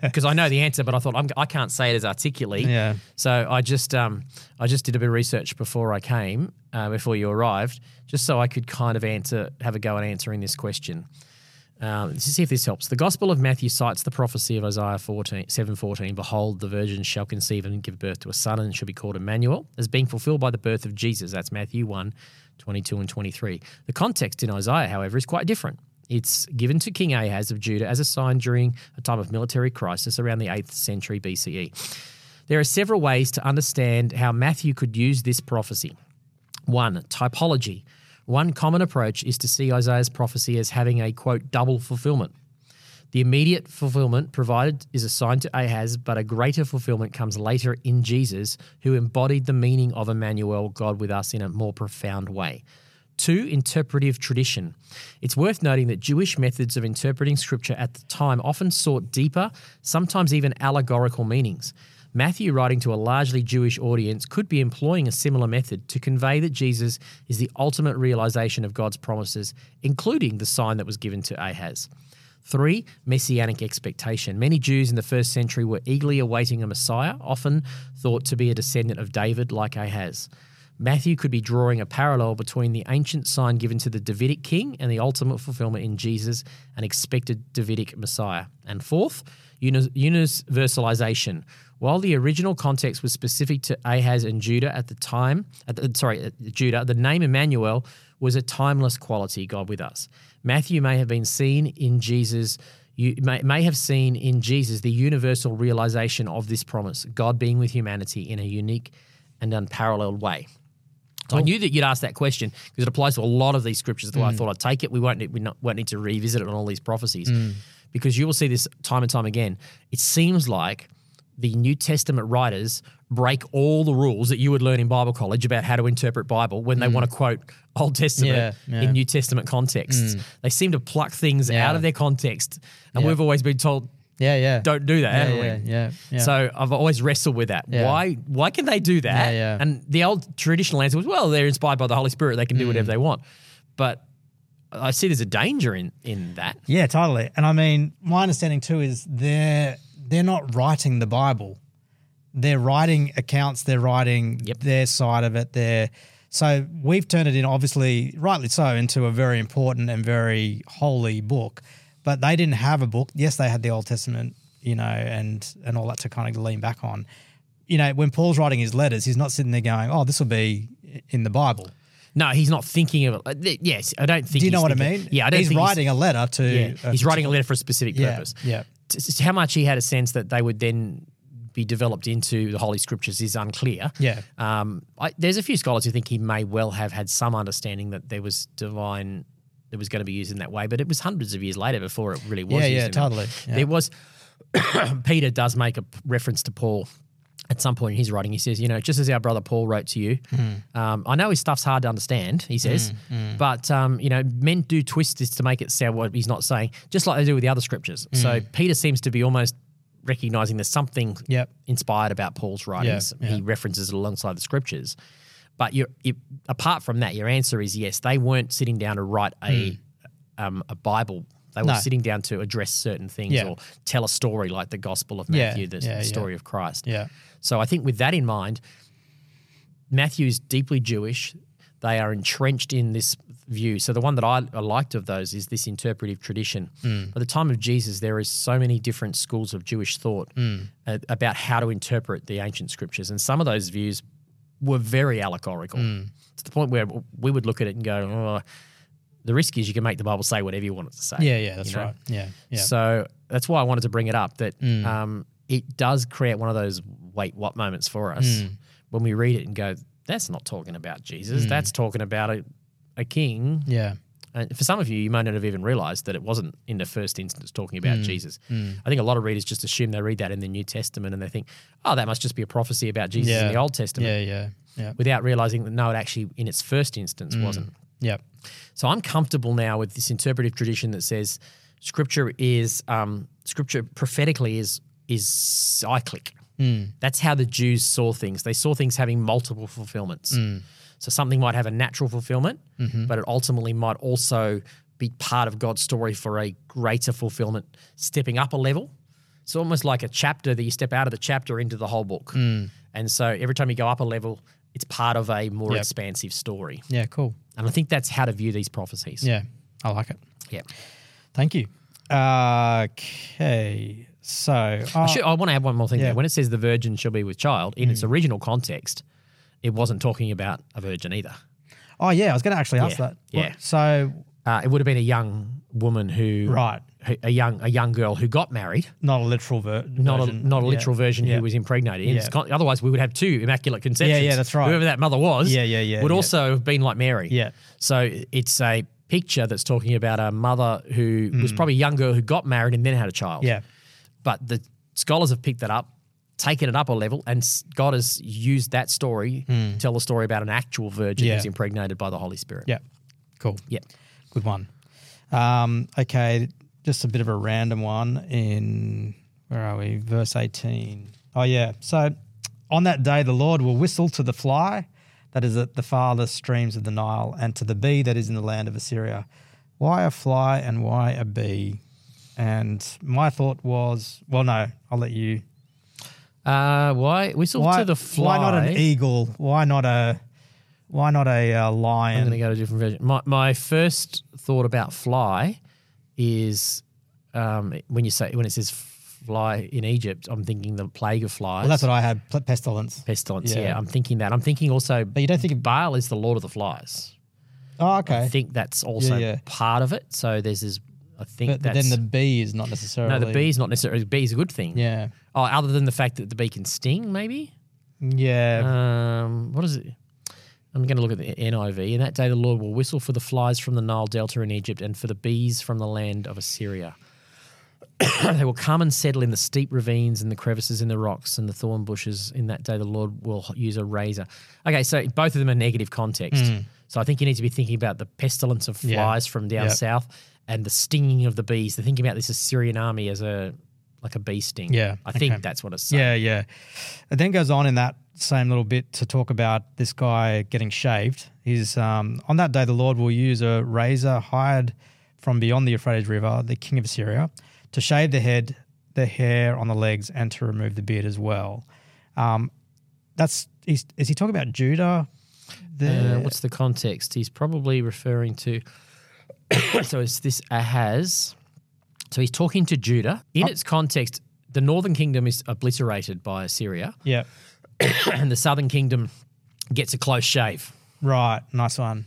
Speaker 2: because I know the answer, but I thought I'm, I can't say it as articulately.
Speaker 3: Yeah.
Speaker 2: So I just, um, I just did a bit of research before I came, uh, before you arrived, just so I could kind of answer, have a go at answering this question. Um, let's see if this helps. The Gospel of Matthew cites the prophecy of Isaiah 14, 7.14, Behold, the virgin shall conceive and give birth to a son and shall be called Emmanuel, as being fulfilled by the birth of Jesus. That's Matthew 1, 22 and 23. The context in Isaiah, however, is quite different. It's given to King Ahaz of Judah as a sign during a time of military crisis around the 8th century E. BCE. There are several ways to understand how Matthew could use this prophecy. One, typology. One common approach is to see Isaiah's prophecy as having a quote double fulfillment. The immediate fulfillment provided is assigned to Ahaz, but a greater fulfillment comes later in Jesus, who embodied the meaning of Emmanuel, God with us, in a more profound way. Two, interpretive tradition. It's worth noting that Jewish methods of interpreting scripture at the time often sought deeper, sometimes even allegorical meanings. Matthew, writing to a largely Jewish audience, could be employing a similar method to convey that Jesus is the ultimate realization of God's promises, including the sign that was given to Ahaz. Three, messianic expectation. Many Jews in the first century were eagerly awaiting a Messiah, often thought to be a descendant of David, like Ahaz. Matthew could be drawing a parallel between the ancient sign given to the Davidic king and the ultimate fulfillment in Jesus, an expected Davidic Messiah. And fourth, uni- universalization. While the original context was specific to Ahaz and Judah at the time, at the, sorry, at Judah, the name Emmanuel was a timeless quality, God with us. Matthew may have been seen in Jesus. You may, may have seen in Jesus the universal realization of this promise, God being with humanity in a unique and unparalleled way. So I knew that you'd ask that question because it applies to a lot of these scriptures. That's why
Speaker 3: Mm.
Speaker 2: I thought I'd take it. We won't need, we not, won't need to revisit it on all these prophecies
Speaker 3: Mm.
Speaker 2: because you will see this time and time again. It seems like the New Testament writers break all the rules that you would learn in Bible college about how to interpret Bible when they want to quote Old Testament
Speaker 3: Mm. Yeah, yeah. Mm.
Speaker 2: in New Testament contexts. They seem to pluck things
Speaker 3: Yeah.
Speaker 2: out of their context, and
Speaker 3: Yeah.
Speaker 2: we've always been told
Speaker 3: Yeah, yeah.
Speaker 2: don't do that,
Speaker 3: Yeah,
Speaker 2: haven't we?
Speaker 3: yeah, yeah, yeah.
Speaker 2: So I've always wrestled with that.
Speaker 3: Yeah.
Speaker 2: Why why can they do that?
Speaker 3: Yeah, yeah.
Speaker 2: And the old traditional answer was, well, they're inspired by the Holy Spirit, they can do
Speaker 3: Mm.
Speaker 2: whatever they want. But I see there's a danger in in that.
Speaker 3: Yeah, totally. And I mean, my understanding too is they're they're not writing the Bible. They're writing accounts. They're writing
Speaker 2: Yep.
Speaker 3: their side of it. They're so we've turned it in, obviously, rightly so, into a very important and very holy book. But they didn't have a book. Yes, they had the Old Testament, you know, and and all that to kind of lean back on. You know, when Paul's writing his letters, he's not sitting there going, "Oh, this will be in the Bible."
Speaker 2: No, he's not thinking of it. Uh, th- Yes, I don't think.
Speaker 3: Do you know
Speaker 2: he's
Speaker 3: what I
Speaker 2: thinking-
Speaker 3: mean?
Speaker 2: Yeah, I don't.
Speaker 3: He's
Speaker 2: think
Speaker 3: writing a letter to.
Speaker 2: He's, yeah,
Speaker 3: a
Speaker 2: he's writing a letter for a specific
Speaker 3: Yeah,
Speaker 2: purpose.
Speaker 3: yeah.
Speaker 2: T- t- How much he had a sense that they would then be developed into the Holy Scriptures is unclear.
Speaker 3: Yeah.
Speaker 2: Um, I, there's a few scholars who think he may well have had some understanding that there was divine that was going to be used in that way, but it was hundreds of years later before it really was.
Speaker 3: Yeah,
Speaker 2: used
Speaker 3: yeah,
Speaker 2: in that.
Speaker 3: totally, yeah.
Speaker 2: There was Peter does make a p- reference to Paul. At some point in his writing, he says, "You know, just as our brother Paul wrote to you,
Speaker 3: Hmm.
Speaker 2: um, I know his stuff's hard to understand." He says, "But um, you know, men do twist this to make it sound what he's not saying, just like they do with the other scriptures." So
Speaker 3: Hmm.
Speaker 2: Peter seems to be almost recognizing there's something
Speaker 3: Yep.
Speaker 2: inspired about Paul's writings.
Speaker 3: yeah.
Speaker 2: He references it alongside the scriptures. But you, you, apart from that, your answer is yes. They weren't sitting down to write a um, a Bible. They were
Speaker 3: Hmm. No.
Speaker 2: sitting down to address certain things
Speaker 3: Yeah.
Speaker 2: or tell a story like the Gospel of
Speaker 3: Yeah,
Speaker 2: Matthew, the s-
Speaker 3: yeah, yeah.
Speaker 2: story of Christ.
Speaker 3: Yeah.
Speaker 2: So I think with that in mind, Matthew is deeply Jewish. They are entrenched in this view. So the one that I, I liked of those is this interpretive tradition. By the time of Jesus, there is so many different schools of Jewish thought uh, about how to interpret the ancient scriptures, and some of those views were very allegorical to the point where we would look at it and go, oh, "The risk is you can make the Bible say whatever you want it to say."
Speaker 3: Yeah, yeah, that's
Speaker 2: you know?
Speaker 3: right. Yeah, yeah. Mm.
Speaker 2: So that's why I wanted to bring it up that um, it does create one of those wait what moments for us
Speaker 3: Mm.
Speaker 2: when we read it and go, that's not talking about Jesus. That's talking about a, a king.
Speaker 3: yeah.
Speaker 2: And for some of you, you may not have even realized that it wasn't in the first instance talking about
Speaker 3: Mm.
Speaker 2: Jesus. I think a lot of readers just assume they read that in the New Testament and they think, oh, that must just be a prophecy about Jesus
Speaker 3: Yeah.
Speaker 2: in the Old Testament
Speaker 3: Yeah, yeah, yeah.
Speaker 2: without realizing that no, it actually in its first
Speaker 3: Mm.
Speaker 2: instance wasn't.
Speaker 3: Yeah.
Speaker 2: So I'm comfortable now with this interpretive tradition that says scripture is um, scripture prophetically is is cyclic. That's how the Jews saw things. They saw things having multiple fulfillments. So something might have a natural fulfillment, but it ultimately might also be part of God's story for a greater fulfillment, stepping up a level. It's almost like a chapter that you step out of the chapter into the whole book. And so every time you go up a level, it's part of a more
Speaker 3: Yep.
Speaker 2: expansive story.
Speaker 3: Yeah, cool.
Speaker 2: And I think that's how to view these prophecies.
Speaker 3: Yeah, I like it.
Speaker 2: Yep.
Speaker 3: Thank you. Okay, so uh,
Speaker 2: I, should, I want to add one more thing
Speaker 3: Yeah. Mm.
Speaker 2: there. When it says the virgin shall be with child, in its original context, it wasn't talking about a virgin either.
Speaker 3: oh yeah, I was going to actually ask
Speaker 2: Yeah,
Speaker 3: that.
Speaker 2: yeah.
Speaker 3: So
Speaker 2: Uh, it would have been a young woman who,
Speaker 3: right,
Speaker 2: who- a young a young girl who got married,
Speaker 3: not a literal ver-
Speaker 2: not
Speaker 3: version.
Speaker 2: a not a
Speaker 3: Yeah.
Speaker 2: literal version
Speaker 3: Yeah.
Speaker 2: who was impregnated. In its
Speaker 3: Yeah.
Speaker 2: con- otherwise, we would have two immaculate conceptions.
Speaker 3: yeah, that's right.
Speaker 2: Whoever that mother was,
Speaker 3: Yeah, yeah, yeah,
Speaker 2: would
Speaker 3: yeah.
Speaker 2: also have been like Mary.
Speaker 3: Yeah.
Speaker 2: So it's a picture that's talking about a mother who was probably a young girl who got married and then had a child.
Speaker 3: Mm. Yeah.
Speaker 2: but the scholars have picked that up, taken it up a level, and s- God has used that story to tell the story about an actual virgin
Speaker 3: Hmm. Yeah.
Speaker 2: who's impregnated by the Holy Spirit.
Speaker 3: Yeah. Cool.
Speaker 2: Yeah.
Speaker 3: Good one. Um, okay, just a bit of a random one in where are we? Verse 18. Oh yeah. So on that day the Lord will whistle to the fly that is at the farthest streams of the Nile and to the bee that is in the land of Assyria. Why a fly and why a bee? And my thought was, well, no, I'll let you.
Speaker 2: Uh, why whistle
Speaker 3: Why,
Speaker 2: to the fly?
Speaker 3: why not an e- eagle? Why not a? Why not a uh,
Speaker 2: I'm going
Speaker 3: lion?
Speaker 2: to go to a different version. My, my first thought about fly is um, when you say when it says fly in Egypt, I'm thinking the plague of flies.
Speaker 3: Well, that's what I had. pl- Pestilence.
Speaker 2: pestilence.
Speaker 3: Yeah.
Speaker 2: Yeah. I'm thinking that. I'm thinking also. But
Speaker 3: you don't think of-
Speaker 2: Baal is the lord of the flies.
Speaker 3: Oh, okay.
Speaker 2: I think that's also
Speaker 3: yeah.
Speaker 2: part of it. So there's this. I think
Speaker 3: But
Speaker 2: that's
Speaker 3: then the bee is not necessarily.
Speaker 2: No, the bee's not necessarily. The bee's a good thing.
Speaker 3: Yeah.
Speaker 2: Oh, other than the fact that the bee can sting, maybe.
Speaker 3: Yeah.
Speaker 2: Um, what is it? I'm going to look at the NIV. In that day, the Lord will whistle for the flies from the Nile Delta in Egypt and for the bees from the land of Assyria. they will come and settle in the steep ravines and the crevices in the rocks and the thorn bushes. In that day, the Lord will use a razor. Okay, so both of them are negative context. So I think you need to be thinking about the pestilence of
Speaker 3: Hmm. Yeah.
Speaker 2: flies from down
Speaker 3: Yep.
Speaker 2: south and the stinging of the bees. They're thinking about this Assyrian army as a like a bee sting.
Speaker 3: Yeah,
Speaker 2: I think
Speaker 3: okay.
Speaker 2: that's what it's saying.
Speaker 3: yeah, yeah. It then goes on in that same little bit to talk about this guy getting shaved. He's um, on that day the Lord will use a razor hired from beyond the Euphrates River, the king of Assyria, to shave the head, the hair on the legs, and to remove the beard as well. Um, that's he's, is he talking about Judah?
Speaker 2: Uh,
Speaker 3: there?
Speaker 2: what's the context? He's probably referring to. so it's this Ahaz. So he's talking to Judah.
Speaker 3: Oh.
Speaker 2: In its context, the northern kingdom is obliterated by Assyria,
Speaker 3: yeah,
Speaker 2: and the southern kingdom gets a close shave.
Speaker 3: right. Nice one.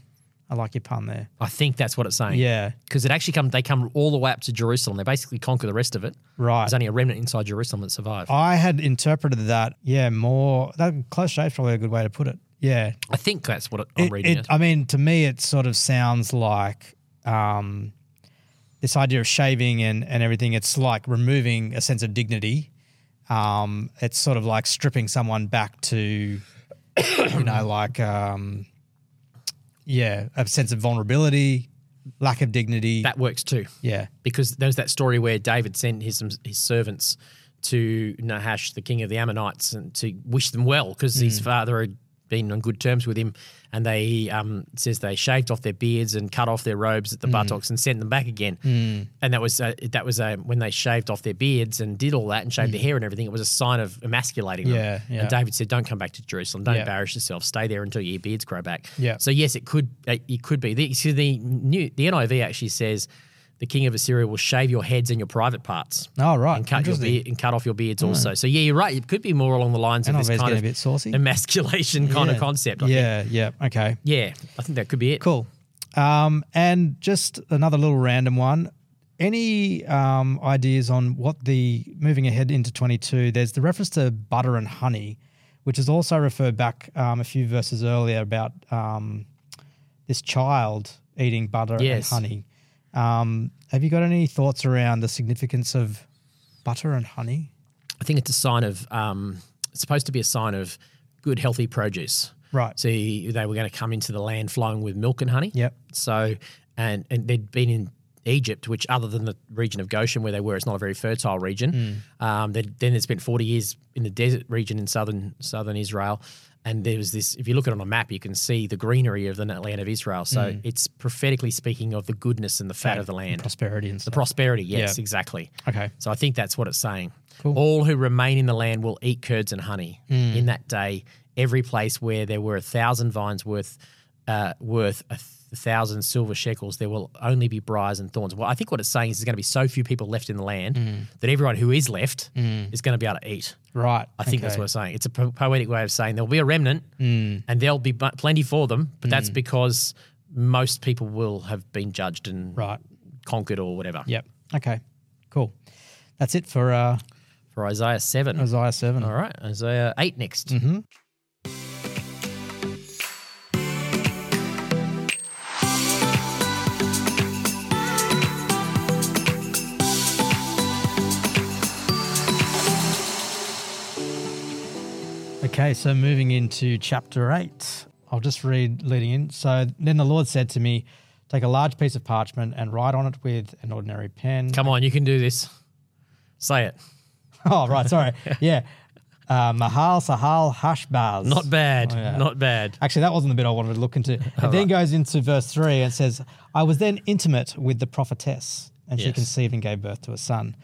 Speaker 3: I like your pun there.
Speaker 2: I think that's what it's saying.
Speaker 3: Yeah,
Speaker 2: Because it actually come, they come all the way up to Jerusalem. They basically conquer the rest of it.
Speaker 3: right. Oh.
Speaker 2: There's only a remnant inside Jerusalem that survived.
Speaker 3: I had interpreted that, yeah, more that close shave's probably a good way to put it. Yeah.
Speaker 2: I think that's what it, I'm
Speaker 3: It-
Speaker 2: reading.
Speaker 3: it-
Speaker 2: it.
Speaker 3: I mean, to me it sort of sounds like um, this idea of shaving and, and everything, it's like removing a sense of dignity. Um, it's sort of like stripping someone back to you know, like um, yeah, a sense of vulnerability, lack of dignity.
Speaker 2: that works too.
Speaker 3: yeah.
Speaker 2: because there's that story where David sent his his servants to Nahash, the king of the Ammonites, and to wish them well because
Speaker 3: Hmm.
Speaker 2: his father had been on good terms with him, and they um, it says they shaved off their beards and cut off their robes
Speaker 3: Hmm.
Speaker 2: at the buttocks and sent them back again, and that was uh, that was uh, when they shaved off their beards and did all that and shaved their hair and everything. It was a sign of emasculating them.
Speaker 3: Hmm. Yeah, yeah.
Speaker 2: And David said, "Don't come back to Jerusalem. Don't
Speaker 3: Yeah.
Speaker 2: embarrass yourself. Stay there until your beards grow back."
Speaker 3: Yeah.
Speaker 2: So yes, it could uh, it could be. The, so the new the NIV actually says the king of Assyria will shave your heads and your private parts
Speaker 3: Oh right.
Speaker 2: and cut your
Speaker 3: Interesting. Hmm.
Speaker 2: beard and cut off your beards also. So yeah, you're right. It could be more along the lines of
Speaker 3: NIV
Speaker 2: this
Speaker 3: 's
Speaker 2: kind
Speaker 3: getting
Speaker 2: of
Speaker 3: a bit saucy.
Speaker 2: emasculation kind
Speaker 3: Yeah.
Speaker 2: of concept. I think.
Speaker 3: Yeah, yeah. Okay.
Speaker 2: Yeah, I think that could be it.
Speaker 3: Cool. Um, and just another little random one. Any um, ideas on what the moving ahead into 22? There's the reference to butter and honey, which is also referred back um, a few verses earlier about um, this child eating butter
Speaker 2: Yes.
Speaker 3: and honey. Um, have you got any thoughts around the significance of butter and honey?
Speaker 2: I think it's a sign of um, it's supposed to be a sign of good healthy produce.
Speaker 3: Right.
Speaker 2: So they were going to come into the land flowing with milk and honey.
Speaker 3: Yep.
Speaker 2: So and and they'd been in Egypt, which other than the region of Goshen where they were, it's not a very fertile region. Um, they, then they spent 40 years in the desert region in southern southern Israel. And there was this, if you look at it on a map, you can see the greenery of the land of Israel. So it's prophetically speaking of the goodness and the fat of the land.
Speaker 3: prosperity and
Speaker 2: The
Speaker 3: stuff.
Speaker 2: prosperity, yes,
Speaker 3: Yeah.
Speaker 2: exactly.
Speaker 3: Okay.
Speaker 2: So I think that's what it's saying. All who remain in the land will eat curds and honey.
Speaker 3: Mm.
Speaker 2: In that day, every place where there were a thousand vines worth uh, worth a th- thousand silver shekels, there will only be briars and thorns. Well, I think what it's saying is there's going to be so few people left in the land
Speaker 3: Mm.
Speaker 2: that everyone who is left is going to be able to eat.
Speaker 3: Right.
Speaker 2: I think that's what it's saying. It's a po- poetic way of saying there'll be a remnant
Speaker 3: Mm.
Speaker 2: and there'll be bu- plenty for them, but that's because most people will have been judged and
Speaker 3: Right.
Speaker 2: conquered or whatever.
Speaker 3: Yep. Okay. Cool. That's it for uh,
Speaker 2: For Isaiah 7.
Speaker 3: Isaiah 7.
Speaker 2: All right, Isaiah 8 next.
Speaker 3: Mm-hmm. Okay, so moving into chapter 8, I'll just read leading in. So then the Lord said to me, Take a large piece of parchment and write on it with an ordinary pen.
Speaker 2: Come on, you can do this. Say it.
Speaker 3: Oh, right, sorry. yeah. Uh, Mahal Sahal Hashbaz.
Speaker 2: Not
Speaker 3: Oh,
Speaker 2: bad. Not bad.
Speaker 3: Actually, that wasn't the bit I wanted to look into. It then goes into verse 3 and says, I was then intimate with the prophetess, and she
Speaker 2: Yes.
Speaker 3: conceived and gave birth to a son.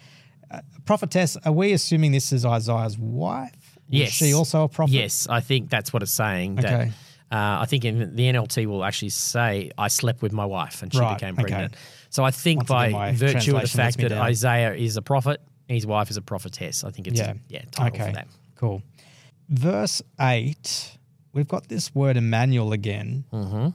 Speaker 3: Uh, prophetess, are we assuming this is Isaiah's wife? Was
Speaker 2: Yes.
Speaker 3: she also a prophet?
Speaker 2: Yes, I think that's what it's saying. That,
Speaker 3: Okay.
Speaker 2: uh, I think in the NLT will actually say, I slept with my wife and she
Speaker 3: Right,
Speaker 2: became
Speaker 3: okay.
Speaker 2: pregnant. So I think
Speaker 3: Once
Speaker 2: by
Speaker 3: again, my
Speaker 2: virtue of the
Speaker 3: translation lets
Speaker 2: fact
Speaker 3: me
Speaker 2: that
Speaker 3: down.
Speaker 2: Isaiah is a prophet, his wife is a prophetess. I think it's, yeah,
Speaker 3: Yeah.
Speaker 2: title for that.
Speaker 3: Cool. Verse eight, we've got this word Emmanuel again
Speaker 2: Mm-hmm.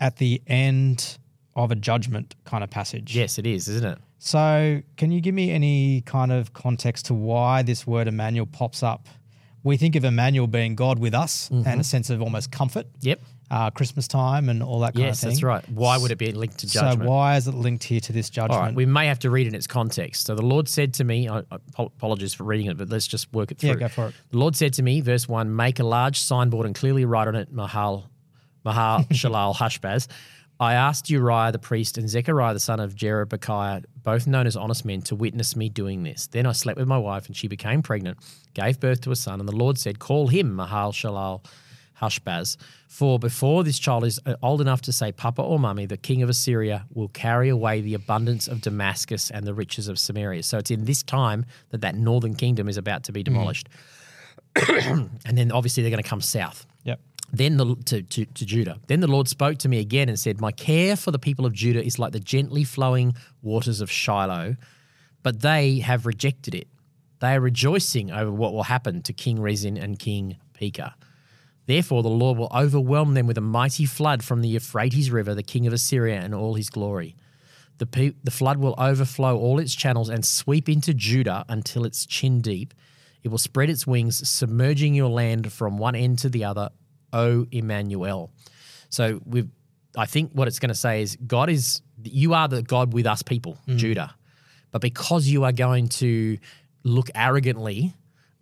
Speaker 3: at the end of a judgment kind of passage.
Speaker 2: Yes, it is, isn't it?
Speaker 3: So, can you give me any kind of context to why this word Emmanuel pops up? We think of Emmanuel being God with us
Speaker 2: Mm-hmm.
Speaker 3: and a sense of almost comfort,
Speaker 2: Yep.
Speaker 3: uh, Christmas time and all that kind
Speaker 2: Yes,
Speaker 3: of thing.
Speaker 2: that's right. Why would it be linked to judgment?
Speaker 3: So, why is it linked here to this judgment?
Speaker 2: All right, we may have to read in its context. So the Lord said to me, I, I apo- apologies for reading it, but let's just work it through.
Speaker 3: Yeah, go for it.
Speaker 2: The Lord said to me, verse 1, make a large signboard and clearly write on it Mahal, Mahal Shalal Hashbaz. I asked Uriah the priest and Zechariah the son of Jerebekiah, both known as honest men, to witness me doing this. Then I slept with my wife and she became pregnant, gave birth to a son, and the Lord said, call him Mahal Shalal Hashbaz. For before this child is uh, old enough to say Papa or Mummy, the king of Assyria will carry away the abundance of Damascus and the riches of Samaria. So it's in this time that that northern kingdom is about to be demolished. and then obviously they're going to come south.
Speaker 3: Yep.
Speaker 2: Then the, to, to, to Judah. Then the Lord spoke to me again and said, My care for the people of Judah is like the gently flowing waters of Shiloh, but they have rejected it. They are rejoicing over what will happen to King Rezin and King Pekah. Therefore, the Lord will overwhelm them with a mighty flood from the Euphrates River, the king of Assyria, and all his glory. The, pe- the flood will overflow all its channels and sweep into Judah until it's chin deep. It will spread its wings, submerging your land from one end to the other, O Emmanuel. So we've, I think what it's going to say is God is, you are the God with us people, Judah. But because you are going to look arrogantly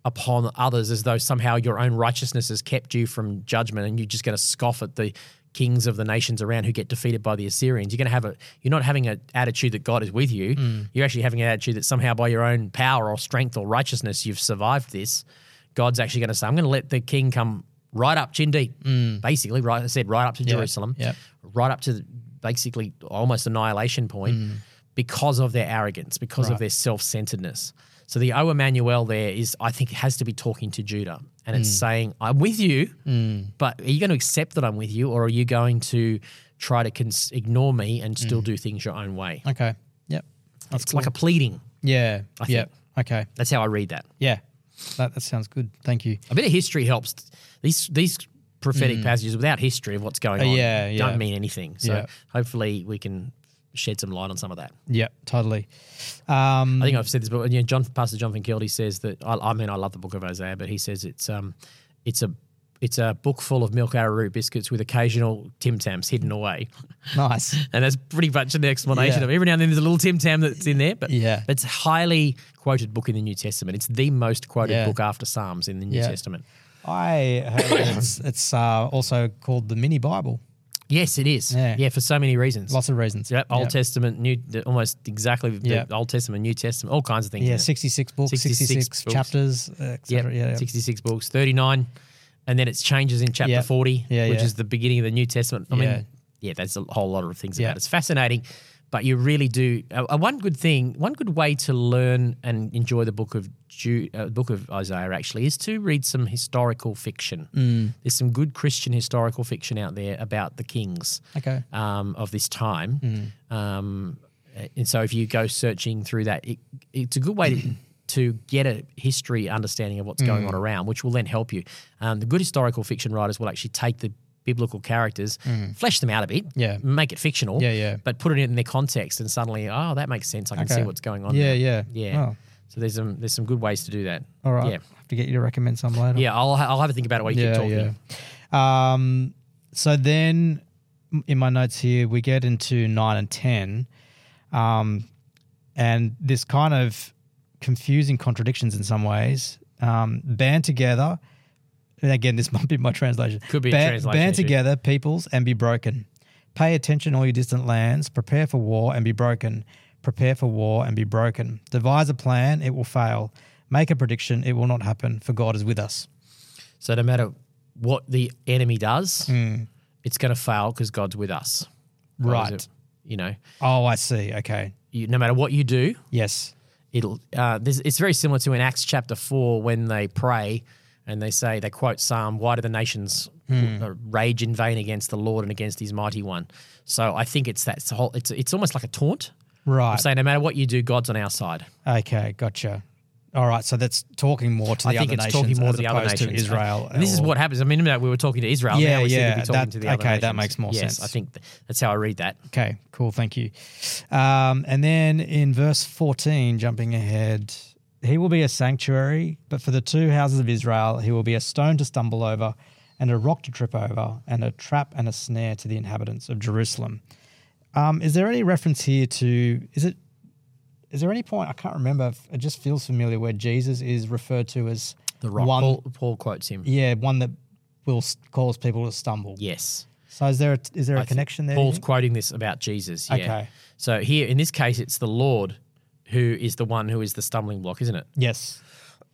Speaker 2: upon others as though somehow your own righteousness has kept you from judgment and you're just going to scoff at the kings of the nations around who get defeated by the Assyrians you're going to have a you're not having an attitude that God is with you you're actually having an attitude that somehow by your own power or strength or righteousness you've survived this God's actually going to say I'm going to let the king come right up chin deep basically right I said right up to Jerusalem
Speaker 3: yep.
Speaker 2: right up to the, basically almost annihilation point because of their arrogance, because of their self centeredness. So the O Emmanuel there is, I think, has to be talking to Judah and it's saying, I'm with you, but are you going to accept that I'm with you or are you going to try to cons- ignore me and still do things your own way?
Speaker 3: Okay. Yep. That's
Speaker 2: It's like a pleading.
Speaker 3: yeah.
Speaker 2: I
Speaker 3: Yep. Okay.
Speaker 2: That's how I read that.
Speaker 3: Yeah. That, that sounds good. Thank you.
Speaker 2: A bit of history helps. These these prophetic passages without history of what's going
Speaker 3: Mm. Uh,
Speaker 2: on
Speaker 3: yeah, yeah.
Speaker 2: don't mean anything. So
Speaker 3: Yeah.
Speaker 2: hopefully we can shed some light on some of that.
Speaker 3: Yep. Totally. Um,
Speaker 2: I think I've said this, but you know, John Pastor Jonathan Kildee says that I, I mean I love the Book of Isaiah, but he says it's um it's a it's a book full of milk arrowroot biscuits with occasional Tim Tams hidden away,
Speaker 3: nice.
Speaker 2: and that's pretty much an explanation
Speaker 3: Yeah.
Speaker 2: of it. every now and then there's a little Tim Tam that's in there, but
Speaker 3: Yeah.
Speaker 2: it's a highly quoted book in the New Testament. It's the most quoted
Speaker 3: Yeah.
Speaker 2: book after Psalms in the New
Speaker 3: Yeah.
Speaker 2: Testament.
Speaker 3: I heard it's, it's uh, also called the mini Bible.
Speaker 2: Yes, it is.
Speaker 3: Yeah.
Speaker 2: Yeah, for so many reasons.
Speaker 3: Lots of reasons.
Speaker 2: Yep, Old
Speaker 3: Yep.
Speaker 2: Testament, New, the- almost exactly the
Speaker 3: Yep.
Speaker 2: Old Testament, New Testament, all kinds of things.
Speaker 3: Yeah,
Speaker 2: in it.
Speaker 3: 66 books, 66,
Speaker 2: 66 books.
Speaker 3: chapters,
Speaker 2: Yep,
Speaker 3: etc. Yeah, yeah.
Speaker 2: 66 books, 39. And then it's changes in chapter
Speaker 3: Yep.
Speaker 2: 40,
Speaker 3: Yeah,
Speaker 2: which
Speaker 3: yeah.
Speaker 2: is the beginning of the New Testament. I
Speaker 3: Yeah.
Speaker 2: mean, yeah, that's a whole lot of things
Speaker 3: Yeah.
Speaker 2: about it. It's fascinating, but you really do. Uh, uh, one good thing, one good way to learn and enjoy the book of Ju uh, book of Isaiah actually is to read some historical fiction.
Speaker 3: Mm.
Speaker 2: There's some good Christian historical fiction out there about the kings
Speaker 3: Okay.
Speaker 2: um, of this time.
Speaker 3: Hmm.
Speaker 2: Um, and so if you go searching through that, it, it's a good way to, to get a history understanding of what's
Speaker 3: Hmm.
Speaker 2: going on around, which will then help you. Um, the good historical fiction writers will actually take the biblical characters, flesh them out a bit,
Speaker 3: Hmm. Yeah.
Speaker 2: make it fictional,
Speaker 3: Yeah, yeah.
Speaker 2: but put it in their context, and suddenly, oh, that makes sense. I can
Speaker 3: Okay.
Speaker 2: see what's going on.
Speaker 3: Yeah,
Speaker 2: now.
Speaker 3: yeah.
Speaker 2: yeah.
Speaker 3: Oh,
Speaker 2: So there's some there's some good ways to do that.
Speaker 3: all right.
Speaker 2: Yeah.
Speaker 3: have to get you to recommend some later.
Speaker 2: Yeah, I'll, ha- I'll have a think about it while you keep talking.
Speaker 3: yeah. Um, so then, m- in my notes here, we get into nine and ten, um, and this kind of confusing contradictions in some ways. Um, band together, and again, this might be my translation.
Speaker 2: Could be a
Speaker 3: Ban-
Speaker 2: translation
Speaker 3: Band
Speaker 2: issue.
Speaker 3: together, peoples, and be broken. Pay attention, all you distant lands. Prepare for war and be broken. Prepare for war and be broken. Devise a plan, it will fail. Make a prediction, it will not happen. For God is with us.
Speaker 2: So no matter what the enemy does, it's going to fail because God's with us. That was
Speaker 3: Mm. Right.
Speaker 2: it. You know,
Speaker 3: Oh, I see. Okay.
Speaker 2: you, no matter what you do,
Speaker 3: Yes.
Speaker 2: it'll. Uh, this, it's very similar to in Acts chapter four when they pray and they say they quote Psalm, "Why do the nations
Speaker 3: Hmm.
Speaker 2: uh, rage in vain against the Lord and against His mighty one?" So I think it's that it's a whole. It's it's almost like a taunt.
Speaker 3: Right.
Speaker 2: Say no matter what you do, God's on our side.
Speaker 3: Okay. Gotcha. All right. So that's talking more to the
Speaker 2: I think
Speaker 3: other
Speaker 2: it's
Speaker 3: nations
Speaker 2: talking more
Speaker 3: as
Speaker 2: to the other
Speaker 3: opposed
Speaker 2: nations.
Speaker 3: to Israel.
Speaker 2: And this is
Speaker 3: or-
Speaker 2: what happens. I mean, we were talking to Israel.
Speaker 3: Yeah,
Speaker 2: now we seem
Speaker 3: yeah,
Speaker 2: to be talking
Speaker 3: that-
Speaker 2: to the other
Speaker 3: okay, that
Speaker 2: nations.
Speaker 3: makes more
Speaker 2: yes,
Speaker 3: sense.
Speaker 2: I think th- that's how I read that.
Speaker 3: Okay. Cool. Thank you. Um, and then in verse 14, jumping ahead, he will be a sanctuary, but for the two houses of Israel, he will be a stone to stumble over and a rock to trip over and a trap and a snare to the inhabitants of Jerusalem. Um, is there any reference here to, is it, is there any point, I can't remember, if it just feels familiar where Jesus is referred to as
Speaker 2: The rock.
Speaker 3: one
Speaker 2: Paul, Paul quotes him.
Speaker 3: Yeah, one that will s- cause people to stumble.
Speaker 2: Yes.
Speaker 3: So is there a, is there a
Speaker 2: I think
Speaker 3: connection there? do you
Speaker 2: Paul's
Speaker 3: think?
Speaker 2: quoting this about Jesus. Yeah.
Speaker 3: Okay.
Speaker 2: So here, in this case, it's the Lord who is the one who is the stumbling block, isn't it?
Speaker 3: Yes.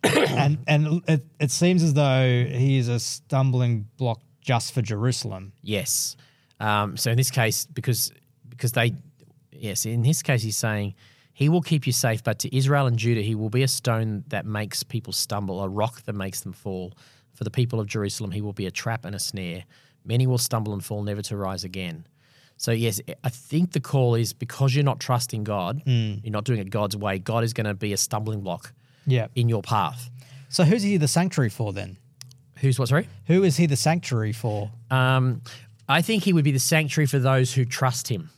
Speaker 3: and and it, it seems as though he is a stumbling block just for Jerusalem.
Speaker 2: Yes. Um, so in this case, because because they, yes, in this case, he's saying he will keep you safe, but to Israel and Judah, he will be a stone that makes people stumble, a rock that makes them fall. For the people of Jerusalem, he will be a trap and a snare. Many will stumble and fall, never to rise again. So yes, I think the call is because you're not trusting God, you're not doing it God's way. God is going to be a stumbling block
Speaker 3: Yeah.
Speaker 2: in your path.
Speaker 3: So who's he the sanctuary for then?
Speaker 2: Who's what? Sorry.
Speaker 3: Who is he the sanctuary for?
Speaker 2: Um, I think he would be the sanctuary for those who trust him.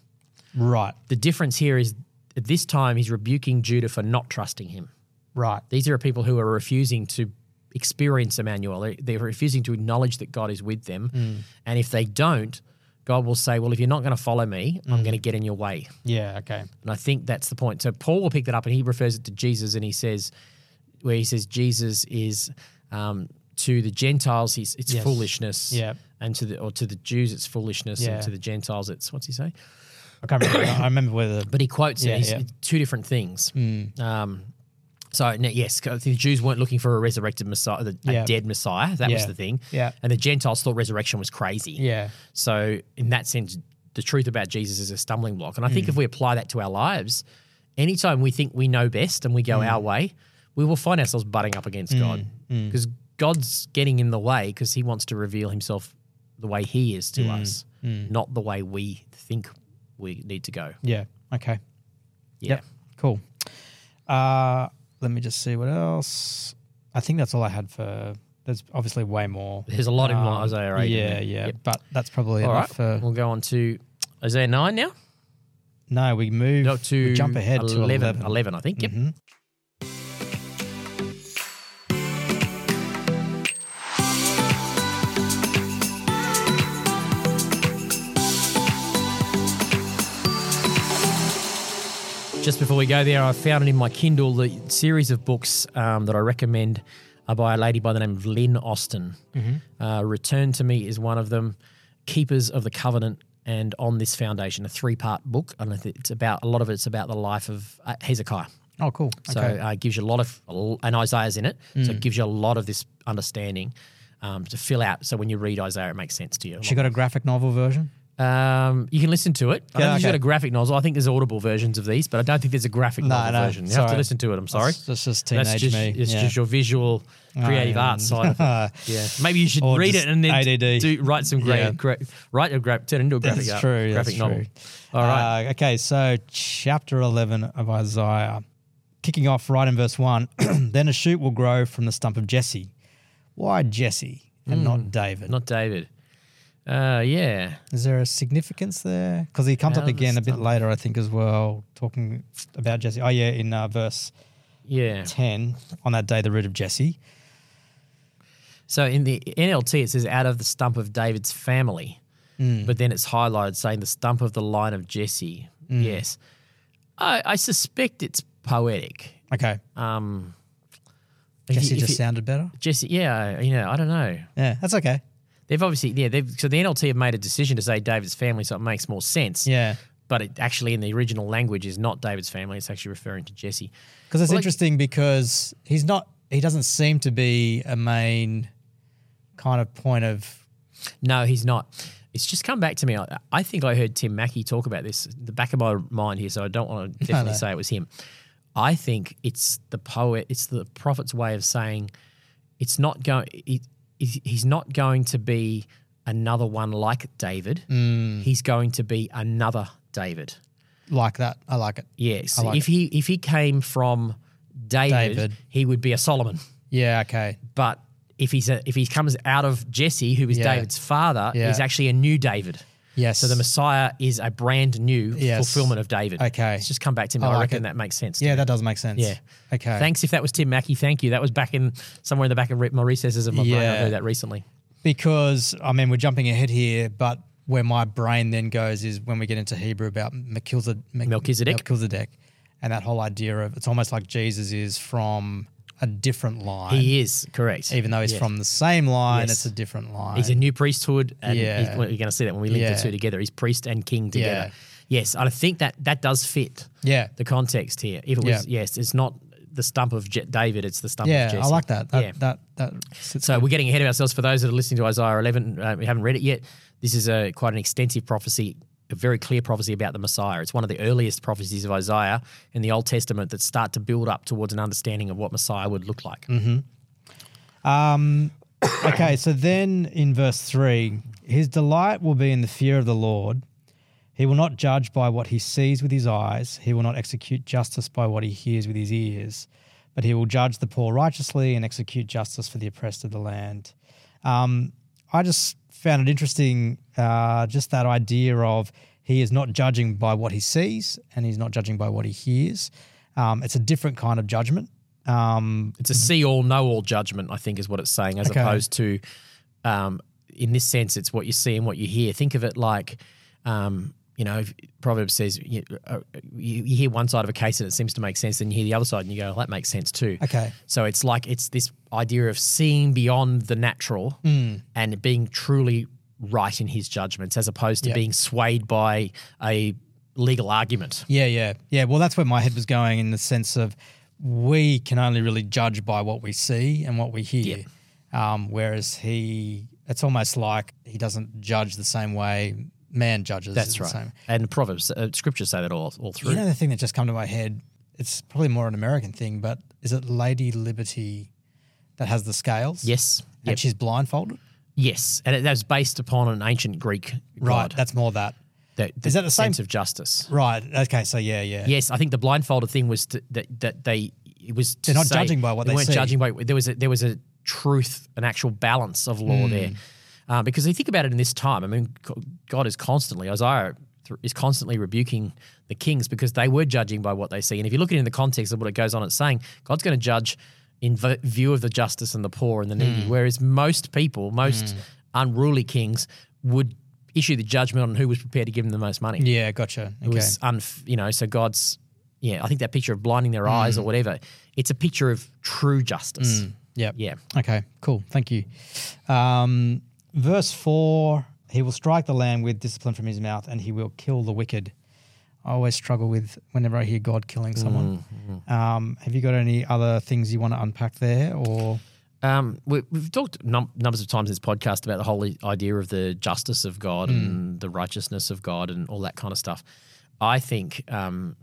Speaker 3: Right.
Speaker 2: The difference here is at this time he's rebuking Judah for not trusting him.
Speaker 3: Right.
Speaker 2: These are people who are refusing to experience Emmanuel. They- They're refusing to acknowledge that God is with them.
Speaker 3: Mm.
Speaker 2: And if they don't, God will say, Well, if you're not going to follow me,
Speaker 3: Mm.
Speaker 2: I'm going to get in your way.
Speaker 3: Yeah. Okay.
Speaker 2: And I think that's the point. So Paul will pick that up and he refers it to Jesus and he says, where he says Jesus is um, to the Gentiles, he's, it's
Speaker 3: Yes.
Speaker 2: foolishness.
Speaker 3: Yep.
Speaker 2: And to the, or to the Jews, it's foolishness.
Speaker 3: Yeah.
Speaker 2: And to the Gentiles, it's, what's he say?
Speaker 3: I can't remember. I remember whether.
Speaker 2: But he quotes
Speaker 3: Yeah,
Speaker 2: it. He's,
Speaker 3: yeah. Hmm.
Speaker 2: it's Two different things. Um, so no, yes, 'cause the Jews weren't looking for a resurrected Messiah, the,
Speaker 3: Yeah.
Speaker 2: a dead Messiah. That was
Speaker 3: Yeah.
Speaker 2: the thing.
Speaker 3: Yeah.
Speaker 2: And the Gentiles thought resurrection was crazy.
Speaker 3: Yeah.
Speaker 2: So in that sense, the truth about Jesus is a stumbling block. And I
Speaker 3: Hmm.
Speaker 2: think if we apply that to our lives, anytime we think we know best and we
Speaker 3: Hmm.
Speaker 2: go our way, we will find ourselves butting up against God
Speaker 3: Hmm.
Speaker 2: because God's getting in the way because he wants to reveal himself the way he is
Speaker 3: Hmm.
Speaker 2: to us, not the way we think we need to go.
Speaker 3: Yeah. Okay.
Speaker 2: Yeah.
Speaker 3: Yep. Cool. Uh, let me just see what else. I think that's all I had for. There's obviously way more.
Speaker 2: There's a lot in
Speaker 3: Um,
Speaker 2: Isaiah 8. isn't
Speaker 3: Yeah,
Speaker 2: there?
Speaker 3: yeah.
Speaker 2: Yep.
Speaker 3: But that's probably
Speaker 2: All
Speaker 3: enough
Speaker 2: right.
Speaker 3: for.
Speaker 2: We'll go on to Isaiah 9 now.
Speaker 3: No, we move.
Speaker 2: No, to
Speaker 3: we jump ahead to 11.
Speaker 2: 11, I think. Yep. Just before we go there, I found in my Kindle the series of books um, that I recommend are by a lady by the name Uh, of Lynn Austin. Uh, Return to Me is one of them. Keepers of the Covenant and on this foundation, a three part book. And I think it's about a lot of it's about the life of uh, Hezekiah.
Speaker 3: Oh, cool.
Speaker 2: So uh, it gives you a lot of, and Isaiah's in it.
Speaker 3: Mm.
Speaker 2: So it gives you a lot of this understanding um, to fill out. So when you read Isaiah, it makes sense to you.
Speaker 3: she got a graphic novel version.
Speaker 2: Um, you can listen to it. I don't
Speaker 3: Yeah,
Speaker 2: think she's got
Speaker 3: okay.
Speaker 2: a graphic novel. I think there's audible versions of these, but I don't think there's a graphic novel
Speaker 3: no,
Speaker 2: version. You have to
Speaker 3: sorry.
Speaker 2: listen to it. I'm sorry.
Speaker 3: That's, that's just
Speaker 2: That's
Speaker 3: teenage
Speaker 2: just,
Speaker 3: me.
Speaker 2: It's
Speaker 3: yeah.
Speaker 2: just your visual creative
Speaker 3: yeah.
Speaker 2: art side. Of it. Yeah, maybe you should
Speaker 3: Or
Speaker 2: read
Speaker 3: just
Speaker 2: it and then
Speaker 3: ADD.
Speaker 2: do write some great,
Speaker 3: Yeah.
Speaker 2: great write your gra- turn it into a graphic
Speaker 3: That's
Speaker 2: art-
Speaker 3: true.
Speaker 2: graphic
Speaker 3: that's
Speaker 2: novel.
Speaker 3: True.
Speaker 2: All right,
Speaker 3: Uh, okay, so chapter 11 of Isaiah, kicking off right in verse 1. then a shoot will grow from the stump of Jesse. Why Jesse and not David?
Speaker 2: Hmm. not David. Uh, yeah,
Speaker 3: Is there a significance there? Because he comes
Speaker 2: Out
Speaker 3: up
Speaker 2: of the
Speaker 3: again a bit
Speaker 2: stump.
Speaker 3: later, I think, as well, talking about Jesse. Oh, yeah, in uh, verse
Speaker 2: yeah.
Speaker 3: 10, on that day, the root of Jesse.
Speaker 2: So in the NLT, it says out of the stump of David's family, but then it's highlighted saying the stump of the line of Jesse. Yes, I, I suspect it's poetic.
Speaker 3: Okay.
Speaker 2: Um, if
Speaker 3: Jesse
Speaker 2: you- if
Speaker 3: just
Speaker 2: you-
Speaker 3: sounded better.
Speaker 2: Jesse, yeah, you know, I don't know.
Speaker 3: Yeah, that's okay.
Speaker 2: They've obviously, yeah, they've so the NLT have made a decision to say David's family, so it makes more sense.
Speaker 3: Yeah.
Speaker 2: but it actually in the original language is not David's family; it's actually referring to Jesse.
Speaker 3: Because it's
Speaker 2: Well, like-
Speaker 3: interesting because he's not, he doesn't seem to be a main kind of point of
Speaker 2: No, he's not. It's just come back to me. I, I think I heard Tim Mackey talk about this. The back of my mind here, so I don't want to definitely
Speaker 3: no.
Speaker 2: say it was him. I think it's the poet. It's the prophet's way of saying it's not going. It, it- he's not going to be another one like David.
Speaker 3: Mm.
Speaker 2: He's going to be another David.
Speaker 3: like that. I like it.
Speaker 2: Yes.
Speaker 3: like
Speaker 2: if he if he came from David,
Speaker 3: David.
Speaker 2: he would be a Solomon.
Speaker 3: Yeah, okay.
Speaker 2: But if he's a, if he comes out of Jesse, who is
Speaker 3: Yeah.
Speaker 2: David's father,
Speaker 3: Yeah.
Speaker 2: he's actually a new David.
Speaker 3: Yes.
Speaker 2: So the Messiah is a brand new
Speaker 3: Yes.
Speaker 2: fulfillment of David.
Speaker 3: Okay.
Speaker 2: It's just come back to me. I,
Speaker 3: I like
Speaker 2: reckon
Speaker 3: it.
Speaker 2: that makes sense. to
Speaker 3: yeah,
Speaker 2: me.
Speaker 3: that does make sense.
Speaker 2: Yeah.
Speaker 3: Okay.
Speaker 2: Thanks if that was Tim Mackey. Thank you. That was back in somewhere in the back of re- my recesses of my brain. I
Speaker 3: Yeah.
Speaker 2: heard that recently.
Speaker 3: because I mean we're jumping ahead here, but where my brain then goes is when we get into Hebrew about Melchizedek,
Speaker 2: Melchizedek.
Speaker 3: Melchizedek, and that whole idea of it's almost like Jesus is from a different line,
Speaker 2: He is correct.
Speaker 3: even though he's
Speaker 2: Yeah.
Speaker 3: from the same line.
Speaker 2: Yes.
Speaker 3: It's a different line.
Speaker 2: He's a new priesthood, and
Speaker 3: Yeah.
Speaker 2: he's- well, you're going to see that when we link
Speaker 3: Yeah.
Speaker 2: the two together. He's priest and king together.
Speaker 3: Yeah.
Speaker 2: Yes, and I think that that does fit
Speaker 3: yeah,
Speaker 2: the context here. If it was yes, it's not the stump of Je- David; it's the stump of
Speaker 3: yeah,
Speaker 2: Jesse.
Speaker 3: I like that. That
Speaker 2: yeah.
Speaker 3: that that. sits-
Speaker 2: so we're getting ahead of ourselves. For those that are listening to Isaiah 11, uh, we haven't read it yet. This is a quite an extensive prophecy, a very clear prophecy about the Messiah. It's one of the earliest prophecies of Isaiah in the Old Testament that start to build up towards an understanding of what Messiah would look like.
Speaker 3: Mm-hmm. Um, okay, so then in verse 3, his delight will be in the fear of the Lord. He will not judge by what he sees with his eyes, he will not execute justice by what he hears with his ears, but he will judge the poor righteously and execute justice for the oppressed of the land. Um, I just found it interesting, uh, just that idea of he is not judging by what he sees and he's not judging by what he hears. Um, it's a different kind of judgment. Um,
Speaker 2: It's a see all, know all judgment, I think, is what it's saying, as
Speaker 3: Okay.
Speaker 2: opposed to, um, in this sense, it's what you see and what you hear. Think of it like, um, you know, if Proverbs says you, uh, you, you hear one side of a case and it seems to make sense, then you hear the other side and you go, well, that makes sense too.
Speaker 3: Okay.
Speaker 2: So it's like it's this idea of seeing beyond the natural
Speaker 3: Mm.
Speaker 2: and being truly right in his judgments, as opposed to
Speaker 3: Yeah.
Speaker 2: being swayed by a legal argument.
Speaker 3: Yeah, yeah, yeah. Well, that's where my head was going in the sense of we can only really judge by what we see and what we hear. Um, whereas he, it's almost like he doesn't judge the same way man judges.
Speaker 2: That's
Speaker 3: It's the
Speaker 2: right.
Speaker 3: same.
Speaker 2: And Proverbs, uh, scriptures say that all, all through.
Speaker 3: You know, the thing that just come to my head, it's probably more an American thing, but is it Lady Liberty that has the scales?
Speaker 2: yes.
Speaker 3: And she's blindfolded?
Speaker 2: Yes, and it- that's based upon an ancient Greek
Speaker 3: Right.
Speaker 2: god.
Speaker 3: That's more that.
Speaker 2: That,
Speaker 3: Is that the same-
Speaker 2: sense of justice?
Speaker 3: Right. Okay. So, yeah, yeah.
Speaker 2: Yes, I think the blindfolded thing was to, that that they it was. To
Speaker 3: They're not
Speaker 2: say-
Speaker 3: judging by what they
Speaker 2: weren't
Speaker 3: see.
Speaker 2: judging by. There was a, there was a truth, an actual balance of law there,
Speaker 3: Hmm.
Speaker 2: uh, because you think about it in this time. I mean, g- God is constantly Isaiah th- is constantly rebuking the kings because they were judging by what they see. And if you look at it in the context of what it goes on, it's saying God's going to judge in v- view of the justice and the poor and the
Speaker 3: Hmm.
Speaker 2: needy, whereas most people, most unruly kings, would issue the judgment on who was prepared to give them the most money
Speaker 3: Yeah, gotcha. Okay.
Speaker 2: was unf- you know so god's yeah i think that picture of blinding their eyes
Speaker 3: Mm.
Speaker 2: or whatever it's a picture of true justice
Speaker 3: yep.
Speaker 2: yeah
Speaker 3: Okay, cool. Thank you. Um, verse four, He will strike the land with discipline from his mouth, and he will kill the wicked. I always struggle with whenever I hear God killing someone. Um, have you got any other things you want to unpack there, or
Speaker 2: Um, we, we've talked num- numbers of times in this podcast about the whole i- idea of the justice of God
Speaker 3: Mm.
Speaker 2: and the righteousness of God and all that kind of stuff. I think, um,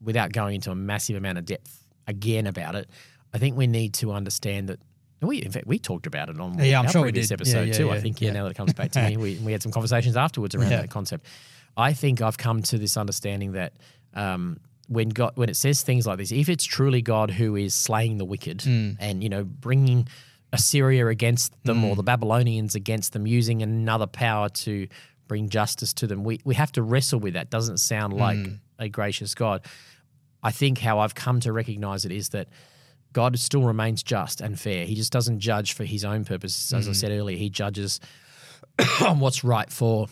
Speaker 2: without going into a massive amount of depth again about it, I think we need to understand that. And we, in fact, we talked about it on
Speaker 3: Yeah, I'm
Speaker 2: our
Speaker 3: sure we
Speaker 2: previous
Speaker 3: did. Yeah,
Speaker 2: episode
Speaker 3: yeah,
Speaker 2: too.
Speaker 3: yeah,
Speaker 2: I think, yeah,
Speaker 3: yeah.
Speaker 2: now that it comes back to me, we, we had some conversations afterwards around
Speaker 3: Yeah.
Speaker 2: that concept. I think I've come to this understanding that um, when God, when it says things like this, if it's truly God who is slaying the wicked
Speaker 3: Mm.
Speaker 2: and you know bringing Assyria against them or the Babylonians against them, using another power to bring justice to them, we we have to wrestle with that. Doesn't sound
Speaker 3: Mm.
Speaker 2: like a gracious God. I think how I've come to recognize it is that God still remains just and fair. He just doesn't judge for his own purposes.
Speaker 3: Mm.
Speaker 2: As I said earlier, he judges on what's right for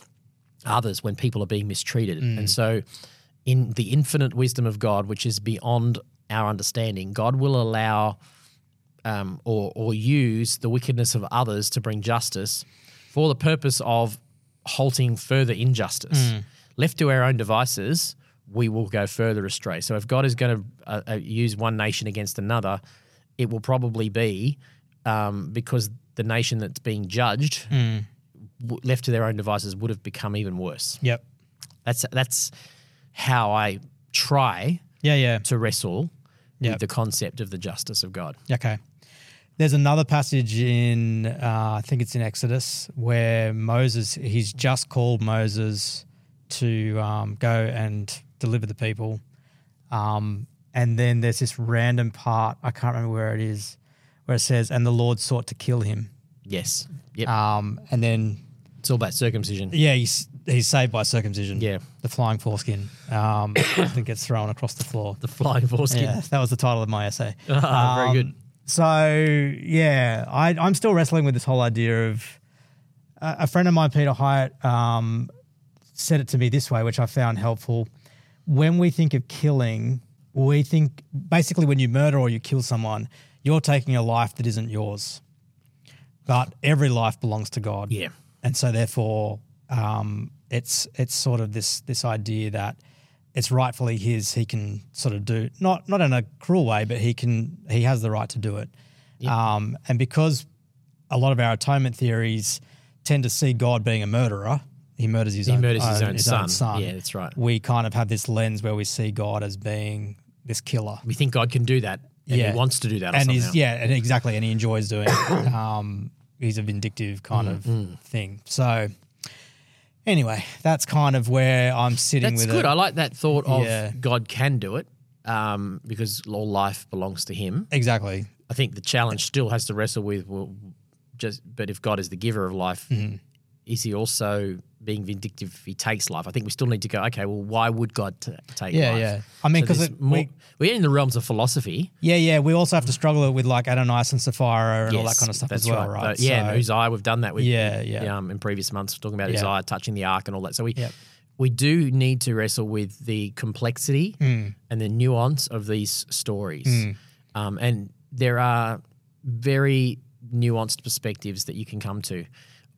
Speaker 2: others when people are being mistreated. And so, in the infinite wisdom of God, which is beyond our understanding, God will allow um, or, or use the wickedness of others to bring justice for the purpose of halting further injustice. Left to our own devices, we will go further astray. So if God is going to uh, uh, use one nation against another, it will probably be um, because the nation that's being judged, w- left to their own devices, would have become even worse.
Speaker 3: yep,
Speaker 2: That's that's how I try
Speaker 3: yeah, yeah.
Speaker 2: to wrestle
Speaker 3: Yep.
Speaker 2: with the concept of the justice of God.
Speaker 3: Okay. There's another passage in, uh, I think it's in Exodus, where Moses, he's just called Moses to um, go and deliver the people. Um, and then there's this random part, I can't remember where it is, where it says, and the Lord sought to kill him.
Speaker 2: Yes. Yep.
Speaker 3: Um, and then,
Speaker 2: it's all about circumcision.
Speaker 3: yeah, he's, he's saved by circumcision.
Speaker 2: Yeah.
Speaker 3: The flying foreskin um, that gets thrown across the floor.
Speaker 2: The flying foreskin.
Speaker 3: Yeah, that was the title of my essay.
Speaker 2: Ah, very
Speaker 3: Um,
Speaker 2: good.
Speaker 3: So yeah, I, I'm still wrestling with this whole idea of uh, a a friend of mine, Peter Hyatt, um, said it to me this way, which I found helpful. When we think of killing, we think basically when you murder or you kill someone, you're taking a life that isn't yours, but every life belongs to God.
Speaker 2: Yeah.
Speaker 3: and so therefore, um, it's it's sort of this this idea that it's rightfully his. He can sort of do not not in a cruel way, but he can he has the right to do it. Um, and because a lot of our atonement theories tend to see God being a murderer. He murders Uh, his, own,
Speaker 2: murders his own son. Yeah, that's right.
Speaker 3: We kind of have this lens where we see God as being this killer.
Speaker 2: We think God can do that, and
Speaker 3: Yeah.
Speaker 2: He wants to do that, or
Speaker 3: And
Speaker 2: somehow.
Speaker 3: he's yeah, and exactly, and he enjoys doing it. Um, he's a vindictive kind
Speaker 2: Mm-hmm.
Speaker 3: of thing. So anyway, that's kind of where I'm sitting
Speaker 2: That's
Speaker 3: with
Speaker 2: good.
Speaker 3: it.
Speaker 2: I like that thought of
Speaker 3: Yeah.
Speaker 2: God can do it um, because all life belongs to Him.
Speaker 3: exactly.
Speaker 2: I think the challenge still has to wrestle with well, just, but if God is the giver of life,
Speaker 3: Mm-hmm.
Speaker 2: is He also being vindictive? if He takes life. I think we still need to go. Okay, well, why would God t- take
Speaker 3: Yeah,
Speaker 2: life?
Speaker 3: yeah. I mean,
Speaker 2: So
Speaker 3: 'cause
Speaker 2: there's
Speaker 3: it-
Speaker 2: more,
Speaker 3: we-
Speaker 2: we're in the realms of philosophy.
Speaker 3: Yeah, yeah. We also have to struggle with like Adonias and Sapphira and all that
Speaker 2: Yes,
Speaker 3: kind of stuff
Speaker 2: that's
Speaker 3: as well, right?
Speaker 2: But yeah,
Speaker 3: So-
Speaker 2: and Uzziah, we've done that with
Speaker 3: Yeah, yeah.
Speaker 2: Um, in previous months, talking about
Speaker 3: Yeah.
Speaker 2: Uzziah touching the ark and all that. So we
Speaker 3: Yep.
Speaker 2: we do need to wrestle with the complexity
Speaker 3: Hmm.
Speaker 2: and the nuance of these stories, um, and there are very nuanced perspectives that you can come to.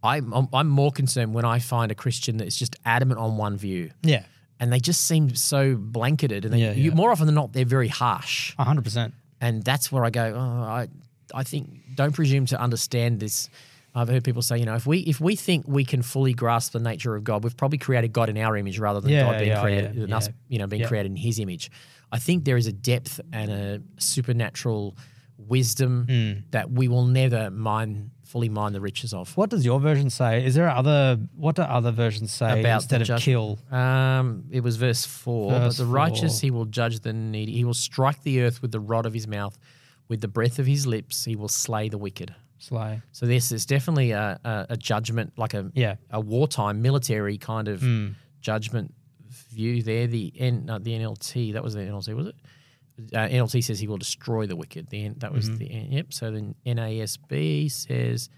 Speaker 2: I'm, I'm I'm more concerned when I find a Christian that is just adamant on one view,
Speaker 3: yeah,
Speaker 2: and they just seem so blanketed, and they,
Speaker 3: Yeah,
Speaker 2: You,
Speaker 3: yeah.
Speaker 2: more often than not, they're very harsh
Speaker 3: hundred percent.
Speaker 2: and that's where I go. Oh, I, I think don't presume to understand this. I've heard people say, you know, if we if we think we can fully grasp the nature of God, we've probably created God in our image rather than
Speaker 3: Yeah,
Speaker 2: God being
Speaker 3: yeah,
Speaker 2: created
Speaker 3: yeah,
Speaker 2: than us,
Speaker 3: yeah.
Speaker 2: you know, being
Speaker 3: Yeah.
Speaker 2: created in His image. I think there is a depth and a supernatural wisdom
Speaker 3: Hmm.
Speaker 2: that we will never mine fully mine the riches of.
Speaker 3: What does your version say? Is there other? What do other versions say
Speaker 2: About
Speaker 3: instead
Speaker 2: the
Speaker 3: of
Speaker 2: judgment.
Speaker 3: kill?
Speaker 2: Um, it was verse four.
Speaker 3: Verse
Speaker 2: but the righteous
Speaker 3: four.
Speaker 2: he will judge the needy. He will strike the earth with the rod of his mouth, with the breath of his lips he will slay the wicked.
Speaker 3: Slay.
Speaker 2: So this is definitely a, a, a judgment, like a
Speaker 3: Yeah.
Speaker 2: a wartime military kind of judgment view there. The N, no, the NLT that was the NLT was it? Uh, NLT says he will destroy the wicked. The N, that was the N, yep. So then NASB says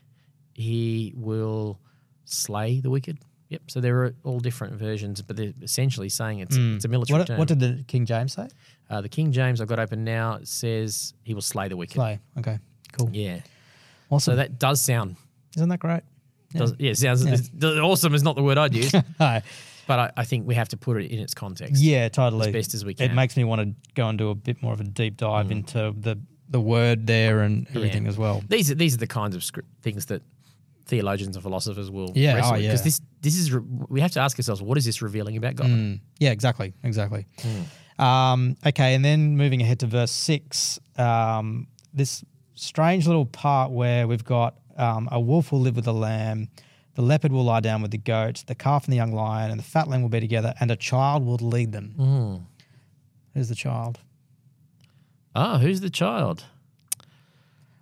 Speaker 2: he will slay the wicked. Yep. So there are all different versions, but they're essentially saying it's it's a military
Speaker 3: What,
Speaker 2: term.
Speaker 3: what did the King James say?
Speaker 2: uh, the King James I've got open now says he will slay the wicked.
Speaker 3: Slay. Okay. Cool.
Speaker 2: Yeah.
Speaker 3: Also,
Speaker 2: So that does sound
Speaker 3: isn't that great?
Speaker 2: Does, yeah, sounds it's- awesome is not the word I'd use,
Speaker 3: No.
Speaker 2: but I, I think we have to put it in its context.
Speaker 3: Yeah, totally.
Speaker 2: As best as we
Speaker 3: It
Speaker 2: can. Mm.
Speaker 3: makes me want to go and do a bit more of a deep dive into the the word there and everything as well.
Speaker 2: These are these are the kinds of script things that theologians and philosophers will
Speaker 3: Yeah,
Speaker 2: wrestle
Speaker 3: oh,
Speaker 2: with.
Speaker 3: yeah. Mm.
Speaker 2: Because this this is re- we have to ask ourselves what is this revealing about God?
Speaker 3: Yeah, exactly, exactly.
Speaker 2: Mm.
Speaker 3: Um, okay, and then moving ahead to verse six, um, this strange little part where we've got um, a wolf will live with a lamb, the leopard will lie down with the goat, the calf and the young lion, and the fat lamb will be together, and a child will lead them.
Speaker 2: Mm.
Speaker 3: Who's the child?
Speaker 2: Ah, who's the child?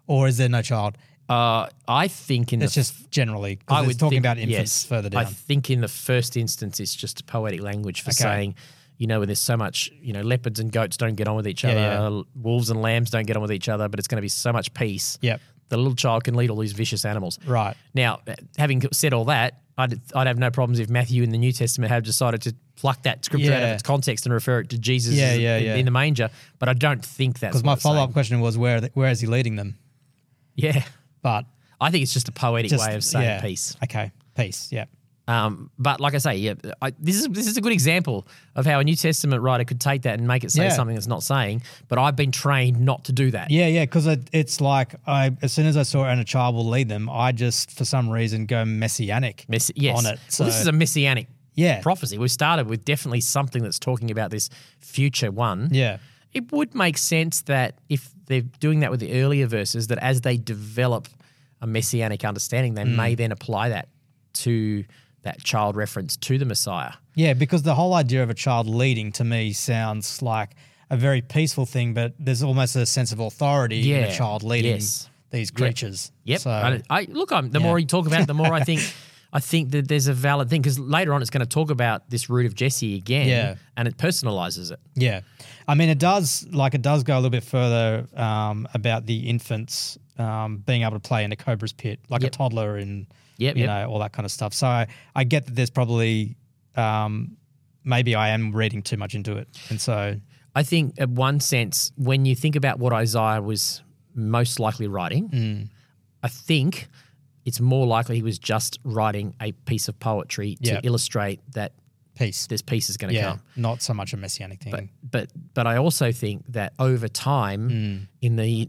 Speaker 3: Or is there no child?
Speaker 2: Uh, I think in
Speaker 3: It's
Speaker 2: the
Speaker 3: just generally 'cause
Speaker 2: I
Speaker 3: it's
Speaker 2: was
Speaker 3: talking about infants further down.
Speaker 2: I think in the first instance, it's just poetic language for
Speaker 3: Okay.
Speaker 2: saying, you know, when there's so much, you know, leopards and goats don't get on with each
Speaker 3: Yeah,
Speaker 2: other,
Speaker 3: yeah.
Speaker 2: l- wolves and lambs don't get on with each other, but it's going to be so much peace.
Speaker 3: Yep.
Speaker 2: The little child can lead all these vicious animals.
Speaker 3: Right.
Speaker 2: Now, uh, having said all that, I'd, I'd have no problems if Matthew in the New Testament had decided to pluck that scripture out of
Speaker 3: Yeah.
Speaker 2: its context and refer it to Jesus
Speaker 3: Yeah,
Speaker 2: as-
Speaker 3: yeah,
Speaker 2: in,
Speaker 3: yeah.
Speaker 2: in the manger. But I don't think that's
Speaker 3: Because my
Speaker 2: what it's saying.
Speaker 3: follow up question was where where is he leading them?
Speaker 2: Yeah.
Speaker 3: But
Speaker 2: I think it's just a poetic
Speaker 3: just
Speaker 2: way of saying
Speaker 3: yeah.
Speaker 2: peace.
Speaker 3: Okay, peace. Yeah.
Speaker 2: Um, but like I say, yeah, I, this is this is a good example of how a New Testament writer could take that and make it say
Speaker 3: Yeah.
Speaker 2: something it's not saying. But I've been trained not to do that.
Speaker 3: Yeah, yeah, because it, it's like I as soon as I saw and a child will lead them, I just for some reason go messianic
Speaker 2: Messi- yes.
Speaker 3: on it. So
Speaker 2: well, this is a messianic
Speaker 3: yeah,
Speaker 2: prophecy. We started with definitely something that's talking about this future one.
Speaker 3: yeah,
Speaker 2: It would make sense that if they're doing that with the earlier verses, that as they develop a messianic understanding, they may
Speaker 3: Mm.
Speaker 2: then apply that to that child reference to the Messiah.
Speaker 3: yeah. Because the whole idea of a child leading to me sounds like a very peaceful thing, but there's almost a sense of authority in
Speaker 2: Yeah,
Speaker 3: a child leading
Speaker 2: yes.
Speaker 3: these creatures.
Speaker 2: Yep.
Speaker 3: So,
Speaker 2: I, I- look, I'm, the more you talk about it, the more I think. I think that there's a valid thing because later on it's going to talk about this root of Jesse again,
Speaker 3: Yeah.
Speaker 2: and it personalizes it.
Speaker 3: Yeah, I mean, it does like it does go a little bit further um, about the infants um, being able to play in a cobra's pit, like
Speaker 2: Yep.
Speaker 3: a toddler, and
Speaker 2: Yep,
Speaker 3: you
Speaker 2: yep.
Speaker 3: know all that kind of stuff. So I, I get that there's probably um, maybe I am reading too much into it, and so
Speaker 2: I think, in one sense, when you think about what Isaiah was most likely writing, I think it's more likely he was just writing a piece of poetry to
Speaker 3: Yep.
Speaker 2: illustrate that
Speaker 3: peace.
Speaker 2: this piece is going to
Speaker 3: yeah,
Speaker 2: come.
Speaker 3: not so much a messianic thing.
Speaker 2: but but I also think that over time,
Speaker 3: Mm.
Speaker 2: in the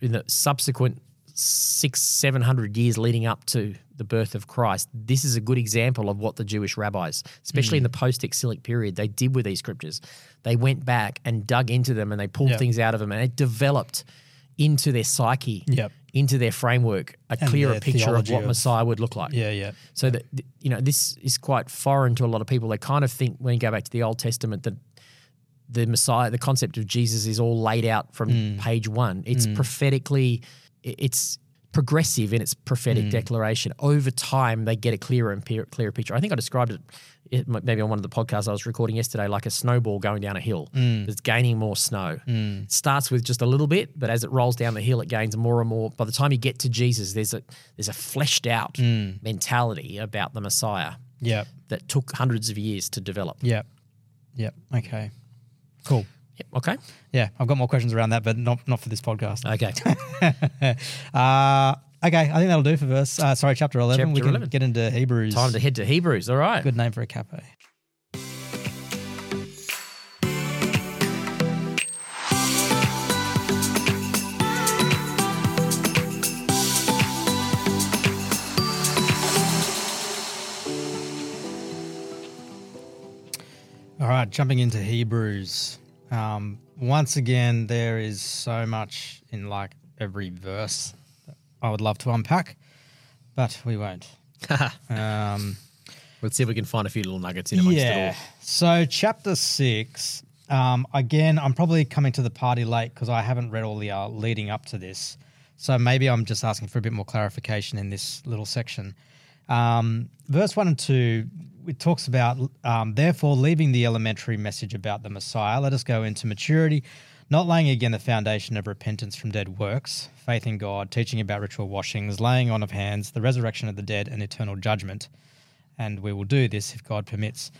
Speaker 2: in the subsequent six seven hundred years leading up to the birth of Christ, this is a good example of what the Jewish rabbis, especially
Speaker 3: Mm.
Speaker 2: in the post-exilic period, they did with these scriptures. They went back and dug into them, and they pulled
Speaker 3: Yep.
Speaker 2: things out of them, and it developed into their psyche,
Speaker 3: Yep.
Speaker 2: into their framework, a clearer
Speaker 3: their
Speaker 2: picture of
Speaker 3: theology
Speaker 2: what
Speaker 3: of-
Speaker 2: Messiah would look like.
Speaker 3: yeah, yeah,
Speaker 2: So that th- you know, this is quite foreign to a lot of people. They kind of think when you go back to the Old Testament that the Messiah, the concept of Jesus, is all laid out from page one. It's prophetically, i- it's progressive in its prophetic declaration. Over time, they get a clearer and pe- clearer picture. I think I described it, it m- maybe on one of the podcasts I was recording yesterday, like a snowball going down a hill. It's gaining more snow. It starts with just a little bit, but as it rolls down the hill, it gains more and more. By the time you get to Jesus, there's a there's a fleshed out mentality about the Messiah
Speaker 3: yeah,
Speaker 2: that took hundreds of years to develop.
Speaker 3: yeah, yeah. Okay, cool.
Speaker 2: Yep, okay.
Speaker 3: Yeah, I've got more questions around that, but not not for this podcast.
Speaker 2: Okay.
Speaker 3: Uh, okay, I think that'll do for verse. Uh, sorry, chapter eleven. we
Speaker 2: Chapter 11.
Speaker 3: can get into Hebrews.
Speaker 2: Time to head to Hebrews. All right.
Speaker 3: Good name for a cafe. All right, jumping into Hebrews. Um, once again, there is so much in like every verse that I would love to unpack, but we won't. Um,
Speaker 2: Let's see if we can find a few little nuggets in
Speaker 3: yeah. So chapter six. Um, again, I'm probably coming to the party late because I haven't read all the uh, leading up to this. So maybe I'm just asking for a bit more clarification in this little section. Um, verse one and two, it talks about um, therefore leaving the elementary message about the Messiah. Let us go into maturity, not laying again the foundation of repentance from dead works, faith in God, teaching about ritual washings, laying on of hands, the resurrection of the dead, and eternal judgment and we will do this if God permits.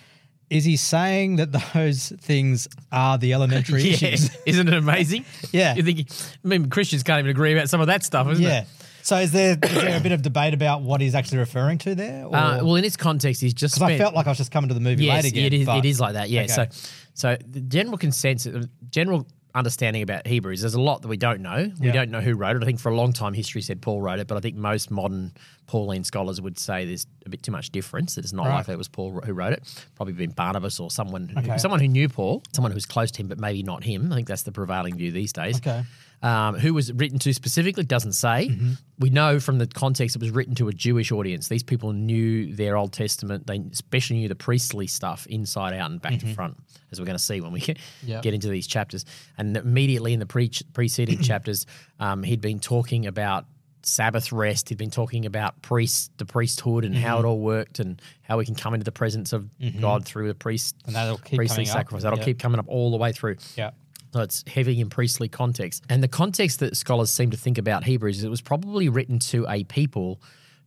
Speaker 3: Is he saying that those things are the elementary
Speaker 2: Yeah.
Speaker 3: issues?
Speaker 2: Isn't it amazing?
Speaker 3: Yeah.
Speaker 2: You think, I mean, Christians can't even agree about some of that stuff, isn't
Speaker 3: yeah.
Speaker 2: it?
Speaker 3: So is there, is there a bit of debate about what he's actually referring to there? Or?
Speaker 2: Uh, well, in its context, he's just
Speaker 3: Because
Speaker 2: spent.
Speaker 3: I felt like I was just coming to the movie
Speaker 2: yes,
Speaker 3: late again.
Speaker 2: it is.
Speaker 3: but-
Speaker 2: It is like that. Yeah.
Speaker 3: Okay.
Speaker 2: So, so the general consensus, general understanding about Hebrews, there's a lot that we don't know. We
Speaker 3: Yeah.
Speaker 2: don't know who wrote it. I think for a long time history said Paul wrote it, but I think most modern Pauline scholars would say there's a bit too much difference. That it's not
Speaker 3: Right.
Speaker 2: likely it was Paul who wrote it. Probably been Barnabas or someone, who-
Speaker 3: Okay.
Speaker 2: someone who knew Paul, someone who was close to him, but maybe not him. I think that's the prevailing view these days.
Speaker 3: Okay.
Speaker 2: Um, who was it written to specifically doesn't say.
Speaker 3: Mm-hmm.
Speaker 2: We know from the context it was written to a Jewish audience. These people knew their Old Testament. They especially knew the priestly stuff inside out and back
Speaker 3: Mm-hmm.
Speaker 2: to front, as we're going to see when we get,
Speaker 3: Yep.
Speaker 2: get into these chapters. And immediately in the pre- preceding chapters, um, he'd been talking about Sabbath rest. He'd been talking about priests, the priesthood, and
Speaker 3: Mm-hmm.
Speaker 2: how it all worked, and how we can come into the presence of God through the priest
Speaker 3: And that'll keep
Speaker 2: priestly
Speaker 3: coming up.
Speaker 2: sacrifice. That'll
Speaker 3: Yep.
Speaker 2: keep coming up all the way through.
Speaker 3: Yeah.
Speaker 2: So it's heavy in priestly context. And the context that scholars seem to think about Hebrews is it was probably written to a people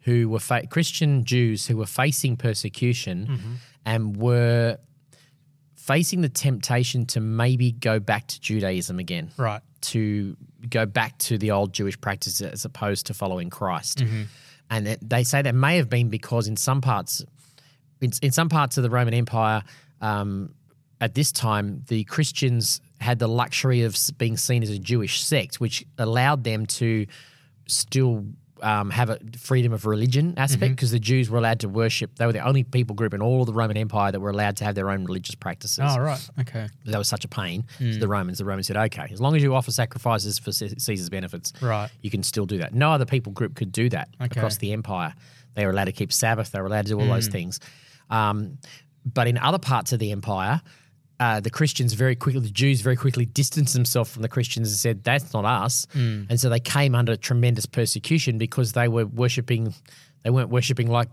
Speaker 2: who were fa- Christian Jews who were facing persecution and were facing the temptation to maybe go back to Judaism again
Speaker 3: Right.
Speaker 2: to go back to the old Jewish practice as opposed to following Christ. And that they say that may have been because in some parts, in, in some parts of the Roman Empire, um, at this time, the Christians had the luxury of s- being seen as a Jewish sect, which allowed them to still um, have a freedom of religion aspect because the Jews were allowed to worship. They were the only people group in all of the Roman Empire that were allowed to have their own religious practices
Speaker 3: Oh, right. Okay.
Speaker 2: that was such a pain
Speaker 3: Mm.
Speaker 2: to the Romans. The Romans said, okay, as long as you offer sacrifices for Ce- Caesar's benefits,
Speaker 3: Right.
Speaker 2: you can still do that. No other people group could do that
Speaker 3: Okay. Mm.
Speaker 2: across the empire. They were allowed to keep Sabbath, they were allowed to do all those things. Um, but in other parts of the empire, uh, the Christians very quickly, the Jews very quickly distanced themselves from the Christians and said, that's not us.
Speaker 3: Mm.
Speaker 2: And so they came under tremendous persecution because they were worshipping, they weren't worshipping like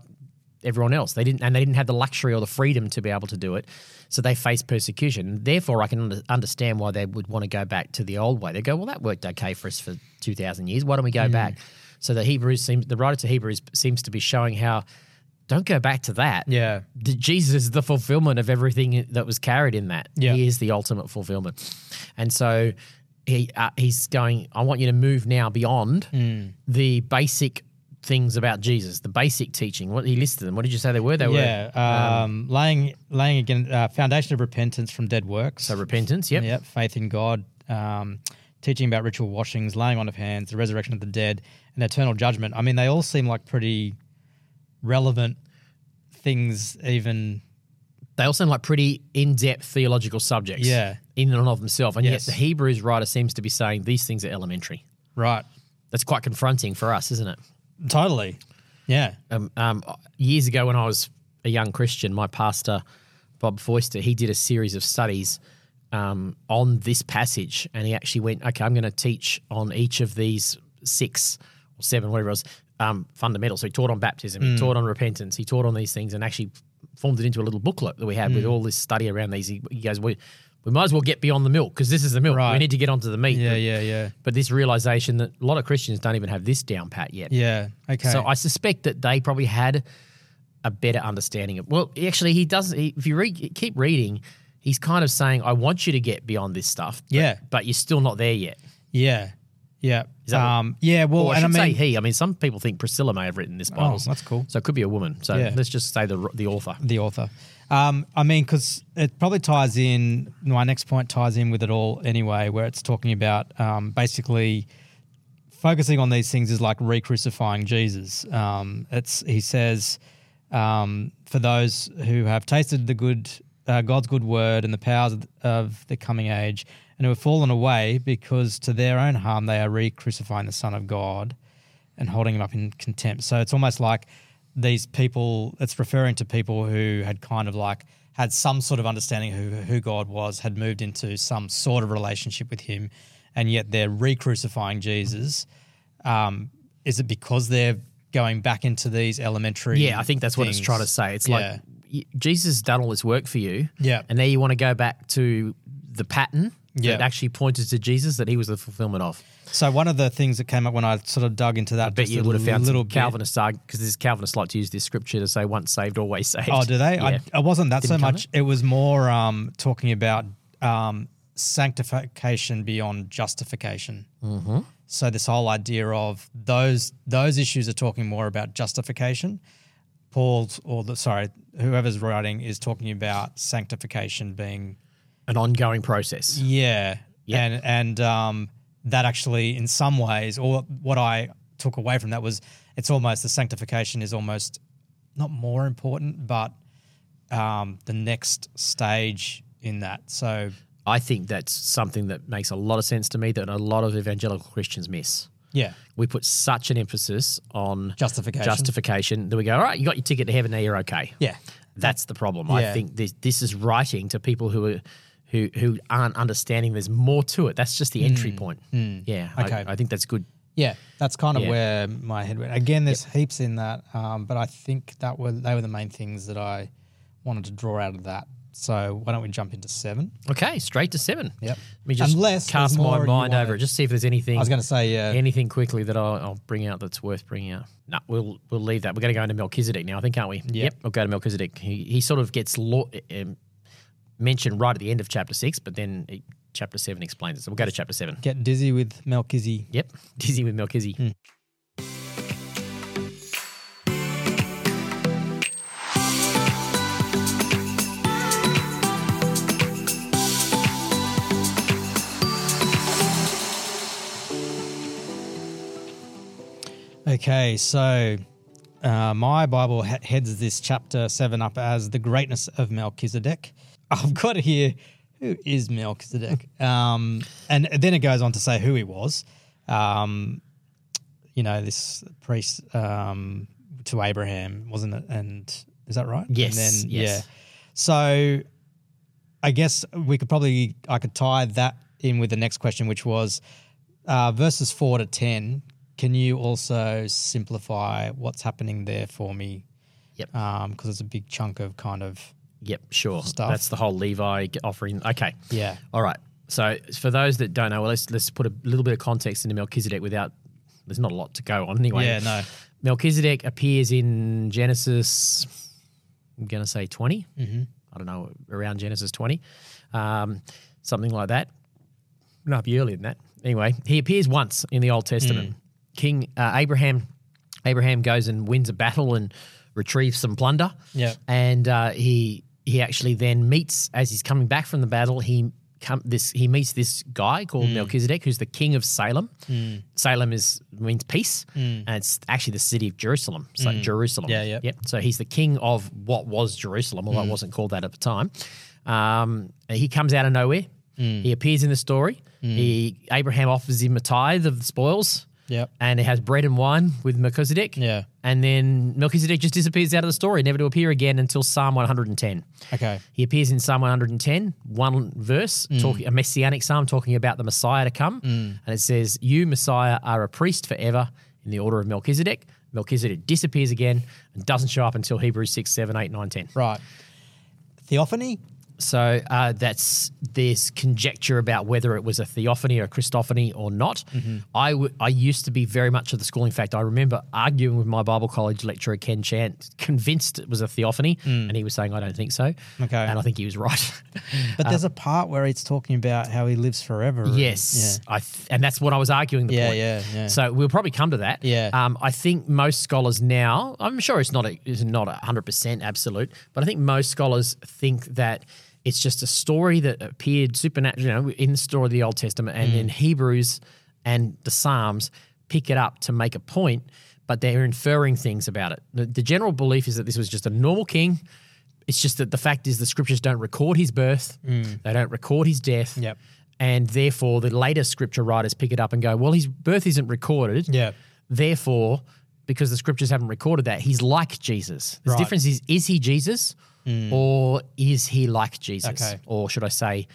Speaker 2: everyone else. They didn't, and they didn't have the luxury or the freedom to be able to do it. So they faced persecution. Therefore, I can under, understand why they would want to go back to the old way. They go, well, that worked okay for us for two thousand years. Why don't we go back? So the Hebrews seems, the writer to Hebrews seems to be showing how don't go back to that.
Speaker 3: Yeah.
Speaker 2: The- Jesus is the fulfillment of everything that was carried in that.
Speaker 3: Yeah.
Speaker 2: He is the ultimate fulfillment. And so he uh, he's going, I want you to move now beyond
Speaker 3: Hmm.
Speaker 2: the basic things about Jesus, the basic teaching. What he listed them. What did you say they were? They were
Speaker 3: Yeah. Um, laying laying again uh, foundation of repentance from dead works.
Speaker 2: so repentance. Yep.
Speaker 3: Yep, faith in God, um, teaching about ritual washings, laying on of hands, the resurrection of the dead, and eternal judgment. I mean, they all seem like pretty relevant things, even.
Speaker 2: They all sound like pretty in-depth theological subjects.
Speaker 3: Yeah.
Speaker 2: In and of themselves. And
Speaker 3: Yes.
Speaker 2: yet the Hebrews writer seems to be saying these things are elementary.
Speaker 3: Right.
Speaker 2: That's quite confronting for us, isn't it?
Speaker 3: Totally. Yeah.
Speaker 2: um, um, years ago when I was a young Christian, my pastor, Bob Foister, he did a series of studies um, on this passage. And he actually went, okay, I'm going to teach on each of these six or seven, whatever it was, um, fundamentals. So he taught on baptism,
Speaker 3: Mm.
Speaker 2: he taught on repentance, he taught on these things, and actually formed it into a little booklet that we had
Speaker 3: Mm.
Speaker 2: with all this study around these. He, he goes, we, we might as well get beyond the milk because this is the milk. We
Speaker 3: Right.
Speaker 2: need to get onto the meat.
Speaker 3: Yeah. Yeah. Yeah.
Speaker 2: But this realization that a lot of Christians don't even have this down pat yet.
Speaker 3: Yeah. Okay.
Speaker 2: So I suspect that they probably had a better understanding of. Well, actually, he doesn't. He, if you read, keep reading, he's kind of saying, "I want you to get beyond this stuff." but-
Speaker 3: Yeah.
Speaker 2: but you're still not there yet.
Speaker 3: yeah. Yeah.
Speaker 2: that what-
Speaker 3: um, yeah. Well,
Speaker 2: Or I
Speaker 3: and I
Speaker 2: should
Speaker 3: mean, Oh,
Speaker 2: say he. I mean, some people think Priscilla may have written this Bible.
Speaker 3: that's cool.
Speaker 2: So it could be a woman. So
Speaker 3: Yeah.
Speaker 2: let's just say the the author.
Speaker 3: the author. Um, I mean, because it probably ties in. My next point ties in with it all anyway, where it's talking about um, basically focusing on these things is like re-crucifying Jesus. Um, it's he says um, for those who have tasted the good uh, God's good word and the powers of- of the coming age, and who have fallen away because to their own harm they are re-crucifying the Son of God and holding him up in contempt. So it's almost like these people. It's referring to people who had kind of like had some sort of understanding of who, who God was, had moved into some sort of relationship with Him, and yet they're re-crucifying Jesus. Um, is it because they're going back into these elementary?
Speaker 2: Yeah, I think that's what it's
Speaker 3: things?
Speaker 2: trying to say. It's
Speaker 3: Yeah.
Speaker 2: like y- Jesus has done all this work for you.
Speaker 3: Yeah.
Speaker 2: and now you want to go back to the pattern
Speaker 3: Yeah.
Speaker 2: that actually pointed to Jesus that he was the fulfillment of.
Speaker 3: So one of the things that came up when I sort of dug into that, I
Speaker 2: bet you would have found
Speaker 3: little
Speaker 2: little
Speaker 3: bit-
Speaker 2: Calvinist because there's Calvinists like to use this scripture to say once saved, always saved.
Speaker 3: Oh, do they?
Speaker 2: Yeah.
Speaker 3: I, I wasn't that so
Speaker 2: Didn't cover
Speaker 3: much. It was more um, talking about um, sanctification beyond justification. Mm-hmm. So this whole idea of those those issues are talking more about justification. Paul's or the sorry, whoever's writing is talking about sanctification being
Speaker 2: An ongoing process.
Speaker 3: yeah. And and um, that actually, in some ways, or what I took away from that was, it's almost the sanctification is almost not more important, but um, the next stage in that. So
Speaker 2: I think that's something that makes a lot of sense to me that a lot of evangelical Christians miss.
Speaker 3: yeah,
Speaker 2: We put such an emphasis on
Speaker 3: Justification.
Speaker 2: Justification. That we go, all right, you got your ticket to heaven. Now you're okay.
Speaker 3: yeah,
Speaker 2: That's the problem. I
Speaker 3: Yeah.
Speaker 2: think this this is writing to people who are who who aren't understanding there's more to it. That's just the entry point. Yeah.
Speaker 3: Hmm. Okay.
Speaker 2: I, I think that's good.
Speaker 3: yeah. That's kind of
Speaker 2: Yeah.
Speaker 3: where my head went. Again, there's heaps in that, um, but I think that were they were the main things that I wanted to draw out of that. So why don't we jump into seven?
Speaker 2: Okay, straight to seven.
Speaker 3: Yep.
Speaker 2: Let me just
Speaker 3: Unless
Speaker 2: cast
Speaker 3: there's
Speaker 2: my
Speaker 3: more you
Speaker 2: mind over
Speaker 3: wanna-
Speaker 2: it. Just see if there's anything
Speaker 3: I was going to say uh, yeah.
Speaker 2: anything quickly that I'll, I'll bring out that's worth bringing out. No, we'll we'll leave that. We're going to go into Melchizedek now, I think, aren't we? Yep. We'll go to Melchizedek. He, he sort of gets law, um, mentioned right at the end of chapter six, but then it, chapter seven explains it. So we'll go to chapter seven.
Speaker 3: Get dizzy with Melchizedek.
Speaker 2: Yep. Dizzy with Melchizedek.
Speaker 3: Hmm. Okay, so uh, my Bible he- heads this chapter seven up as the greatness of Melchizedek. I've got here who is Melchizedek, um, and then it goes on to say who he was. Um, you know, this priest um, to Abraham, wasn't it? And is that right?
Speaker 2: Yes,
Speaker 3: And then,
Speaker 2: yes.
Speaker 3: Yeah. So I guess we could probably I could tie that in with the next question, which was uh, verses four to ten. Can you also simplify what's happening there for me?
Speaker 2: Yep.
Speaker 3: Because it's a big chunk of kind of
Speaker 2: Yep, sure.
Speaker 3: stuff.
Speaker 2: That's the whole Levi g- offering. Okay.
Speaker 3: yeah.
Speaker 2: All right. So for those that don't know, well, let's let's put a little bit of context into Melchizedek without. There's not a lot to go on anyway.
Speaker 3: Yeah, no.
Speaker 2: Melchizedek appears in Genesis. I'm gonna say 20. Mm-hmm. I don't know around Genesis 20, um, something like that. No, be earlier than that. Anyway, he appears once in the Old Testament.
Speaker 3: Mm.
Speaker 2: King uh, Abraham, Abraham goes and wins a battle and retrieves some plunder.
Speaker 3: Yeah.
Speaker 2: and uh, he he actually then meets as he's coming back from the battle. He come this he meets this guy called
Speaker 3: Mm.
Speaker 2: Melchizedek, who's the king of Salem. Salem is means peace, and it's actually the city of Jerusalem. So Jerusalem.
Speaker 3: Mm. Yeah, yeah.
Speaker 2: Yep. So he's the king of what was Jerusalem, although it wasn't called that at the time. Um, and he comes out of nowhere. He appears in the story. He Abraham offers him a tithe of the spoils.
Speaker 3: Yep.
Speaker 2: And it has bread and wine with Melchizedek.
Speaker 3: Yeah.
Speaker 2: And then Melchizedek just disappears out of the story, never to appear again until Psalm 110.
Speaker 3: Okay.
Speaker 2: He appears in Psalm 110, one verse, talking, a messianic psalm talking about the Messiah to come. And it says, You, Messiah, are a priest forever in the order of Melchizedek. Melchizedek disappears again and doesn't show up until Hebrews 6, 7, 8, 9, 10.
Speaker 3: Right. Theophany.
Speaker 2: So uh, that's there's conjecture about whether it was a theophany or a Christophany or not. I w- I used to be very much of the school. In fact, I remember arguing with my Bible college lecturer Ken Chant, convinced it was a theophany, and he was saying I don't think so.
Speaker 3: Okay.
Speaker 2: and I think he was right.
Speaker 3: But there's a part where it's talking about how he lives forever. and-
Speaker 2: Yes, I th- and that's what I was arguing the
Speaker 3: Yeah,
Speaker 2: point.
Speaker 3: yeah, yeah.
Speaker 2: So we'll probably come to that.
Speaker 3: Yeah.
Speaker 2: Um, I think most scholars now, I'm sure it's not a, it's not a hundred percent absolute, but I think most scholars think that it's just a story that appeared supernatural, you know, in the story of the Old Testament and
Speaker 3: Mm.
Speaker 2: in Hebrews and the Psalms pick it up to make a point, but they're inferring things about it. The, the general belief is that this was just a normal king. It's just that the fact is the scriptures don't record his birth, they don't record his death
Speaker 3: Mm. Yep.
Speaker 2: and therefore the later scripture writers pick it up and go, well, his birth isn't recorded.
Speaker 3: Yeah.
Speaker 2: Therefore, because the scriptures haven't recorded that, he's like Jesus. The
Speaker 3: Right. Mm.
Speaker 2: difference is, is he Jesus or is he like Jesus?
Speaker 3: Okay.
Speaker 2: Or should I say,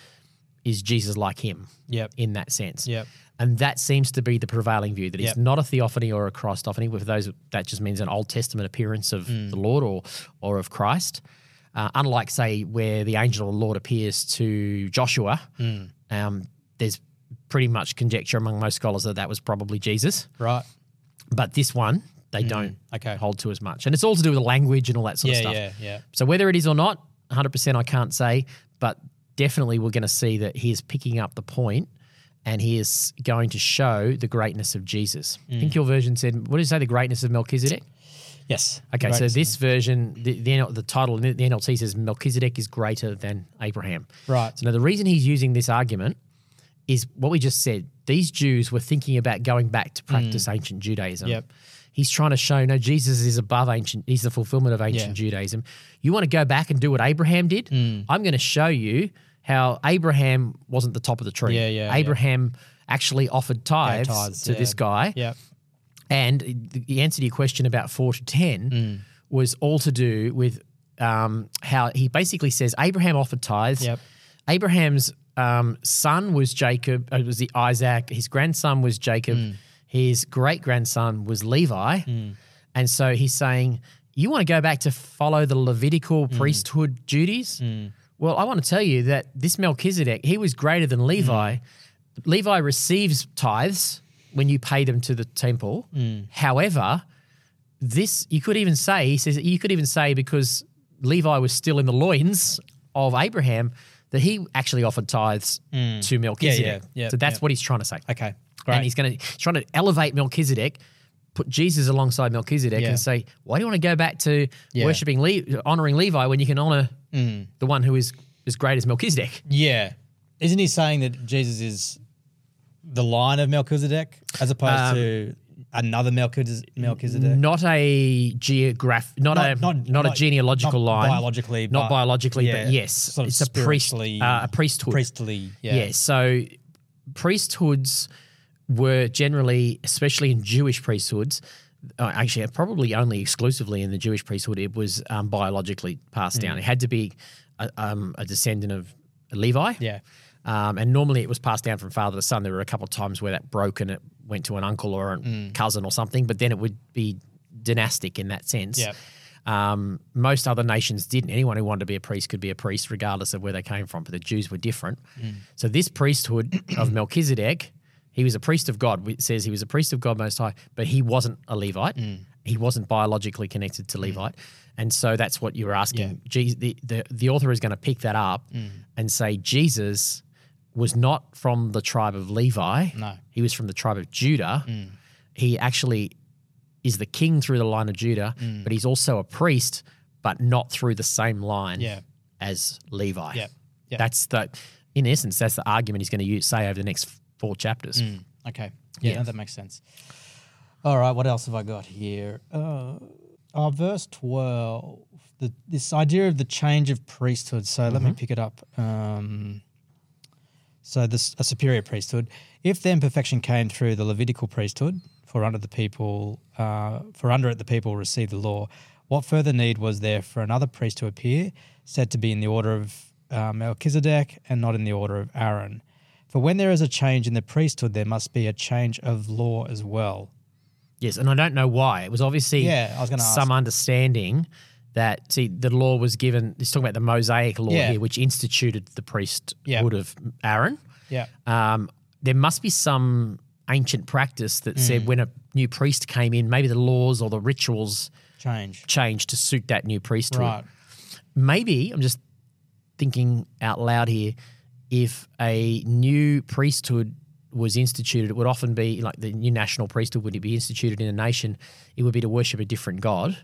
Speaker 2: is Jesus like him
Speaker 3: Yep.
Speaker 2: in that sense?
Speaker 3: Yep.
Speaker 2: And that seems to be the prevailing view that he's
Speaker 3: Yep.
Speaker 2: not a theophany or a Christophany. With those, that just means an Old Testament appearance of
Speaker 3: Hmm.
Speaker 2: the Lord or or of Christ. Uh, unlike, say, where the angel of the Lord appears to Joshua,
Speaker 3: Hmm.
Speaker 2: um, there's pretty much conjecture among most scholars that that was probably Jesus.
Speaker 3: Right.
Speaker 2: But this one, they don't
Speaker 3: Hmm. Okay.
Speaker 2: hold to as much, and it's all to do with the language and all that sort of
Speaker 3: Yeah.
Speaker 2: stuff.
Speaker 3: Yeah. Yeah.
Speaker 2: So whether it is or not, 100% I can't say, but definitely we're going to see that he is picking up the point and he is going to show the greatness of Jesus. I think your version said, what did you say, the greatness of Melchizedek?
Speaker 3: Yes.
Speaker 2: Okay,
Speaker 3: Great.
Speaker 2: so this version, the, the, NL the title, in the the NLT says Melchizedek is greater than Abraham.
Speaker 3: Right.
Speaker 2: So now the reason he's using this argument is what we just said. These Jews were thinking about going back to practice ancient Judaism.
Speaker 3: Mm. Yep.
Speaker 2: He's trying to show no, Jesus is above ancient. He's the fulfillment of ancient
Speaker 3: Yeah. Mm.
Speaker 2: Judaism. You want to go back and do what Abraham did? I'm going to show you how Abraham wasn't the top of the tree.
Speaker 3: Yeah, yeah, yeah.
Speaker 2: Abraham actually offered tithes,
Speaker 3: tithes,
Speaker 2: to
Speaker 3: yeah.
Speaker 2: this guy.
Speaker 3: Yeah.
Speaker 2: And the- the answer to your question about four to 10 was all to do with um, how he basically says Abraham offered tithes.
Speaker 3: Yep.
Speaker 2: Abraham's um, son was Jacob, uh, it was the Isaac. His grandson was Jacob. His great grandson was Levi. And so he's saying, You want to go back to follow the Levitical
Speaker 3: Mm.
Speaker 2: priesthood duties? Well, I want to tell you that this Melchizedek, he was greater than
Speaker 3: Mm.
Speaker 2: Levi. Levi receives tithes when you pay them to the temple.
Speaker 3: Mm.
Speaker 2: However, this you could even say he says you could even say because Levi was still in the loins of Abraham that he actually offered tithes to Melchizedek.
Speaker 3: Mm. yeah,
Speaker 2: so that's
Speaker 3: yeah.
Speaker 2: what he's trying to say.
Speaker 3: Okay.
Speaker 2: And
Speaker 3: Great.
Speaker 2: he's going to he's trying to elevate Melchizedek, put Jesus alongside Melchizedek,
Speaker 3: Yeah.
Speaker 2: and say, why do you want to go back to
Speaker 3: Yeah. Mm.
Speaker 2: worshiping, Le- honoring Levi when you can honor the one who is as great as Melchizedek?
Speaker 3: Yeah. Isn't he saying that Jesus is the line of Melchizedek as opposed to another Melchiz- Melchizedek?
Speaker 2: Not a geograph, not,
Speaker 3: Not-
Speaker 2: a
Speaker 3: not-
Speaker 2: not, a
Speaker 3: not-
Speaker 2: genealogical
Speaker 3: not
Speaker 2: line,
Speaker 3: biologically,
Speaker 2: not
Speaker 3: but-
Speaker 2: biologically,
Speaker 3: yeah,
Speaker 2: but yes,
Speaker 3: sort of
Speaker 2: it's a priest,
Speaker 3: spiritually-
Speaker 2: uh, a priesthood.
Speaker 3: Priestly. Yeah.
Speaker 2: Yeah. So priesthoods were generally, especially in Jewish priesthoods, uh, actually probably only exclusively in the Jewish priesthood, it was um, biologically passed
Speaker 3: Mm.
Speaker 2: down. It had to be a, um, a descendant of Levi.
Speaker 3: Yeah.
Speaker 2: Um, and normally it was passed down from father to son. There were a couple of times where that broke and it went to an uncle or a
Speaker 3: Mm.
Speaker 2: cousin or something, but then it would be dynastic in that sense.
Speaker 3: Yep.
Speaker 2: Um, most other nations didn't. Anyone who wanted to be a priest could be a priest, regardless of where they came from. But the Jews were different. So this priesthood of Melchizedek, he was a priest of God. It says he was a priest of God Most High, but he wasn't a Levite. He wasn't biologically connected to Levite. And so that's what you were asking. Je- the, the, the author is going to pick that up and say Jesus was not from the tribe of Levi.
Speaker 3: No.
Speaker 2: He was from the tribe of Judah. He actually is the king through the line of Judah, but he's also a priest, but not through the same line
Speaker 3: Yeah.
Speaker 2: as Levi.
Speaker 3: Yeah. Yeah.
Speaker 2: That's the, in essence, that's the argument he's going to use, say over the next four chapters.
Speaker 3: Mm. Hmm. Okay. Yeah,
Speaker 2: Yeah.
Speaker 3: no, that makes sense. All right, what else have I got here? Uh, uh, verse 12, the, this idea of the change of priesthood. So let me pick it up. Um, so this a superior priesthood. If then perfection came through the Levitical priesthood, for under the people, uh, for under it the people received the law. What further need was there for another priest to appear, said to be in the order of uh, Melchizedek and not in the order of Aaron? For when there is a change in the priesthood, there must be a change of law as well.
Speaker 2: Yes. And I don't know why. It was obviously
Speaker 3: Yeah, I was going to ask.
Speaker 2: some understanding that, see, the law was given, he's talking about the Mosaic law
Speaker 3: Yeah.
Speaker 2: here, which instituted the priesthood
Speaker 3: Yeah.
Speaker 2: of Aaron.
Speaker 3: yeah.
Speaker 2: um, there must be some ancient practice that said when a new priest came in, maybe the laws or the rituals
Speaker 3: Change.
Speaker 2: changed to suit that new priesthood.
Speaker 3: Right.
Speaker 2: Maybe I'm just thinking out loud here. If a new priesthood was instituted, it would often be like the new national priesthood would be instituted in a nation. It would be to worship a different god.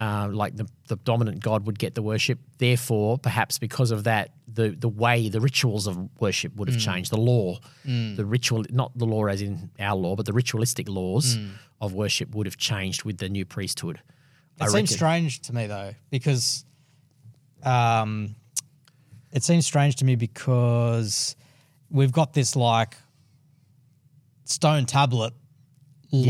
Speaker 2: Uh, like the, the dominant god would get the worship. Therefore, perhaps because of that, the the way the rituals of worship would have changed. The law, the ritual, not the law as in our law, but the ritualistic laws of worship would have changed with the new priesthood.
Speaker 3: It seems strange to me though, because um, it seems strange to me because we've got this like stone tablet law,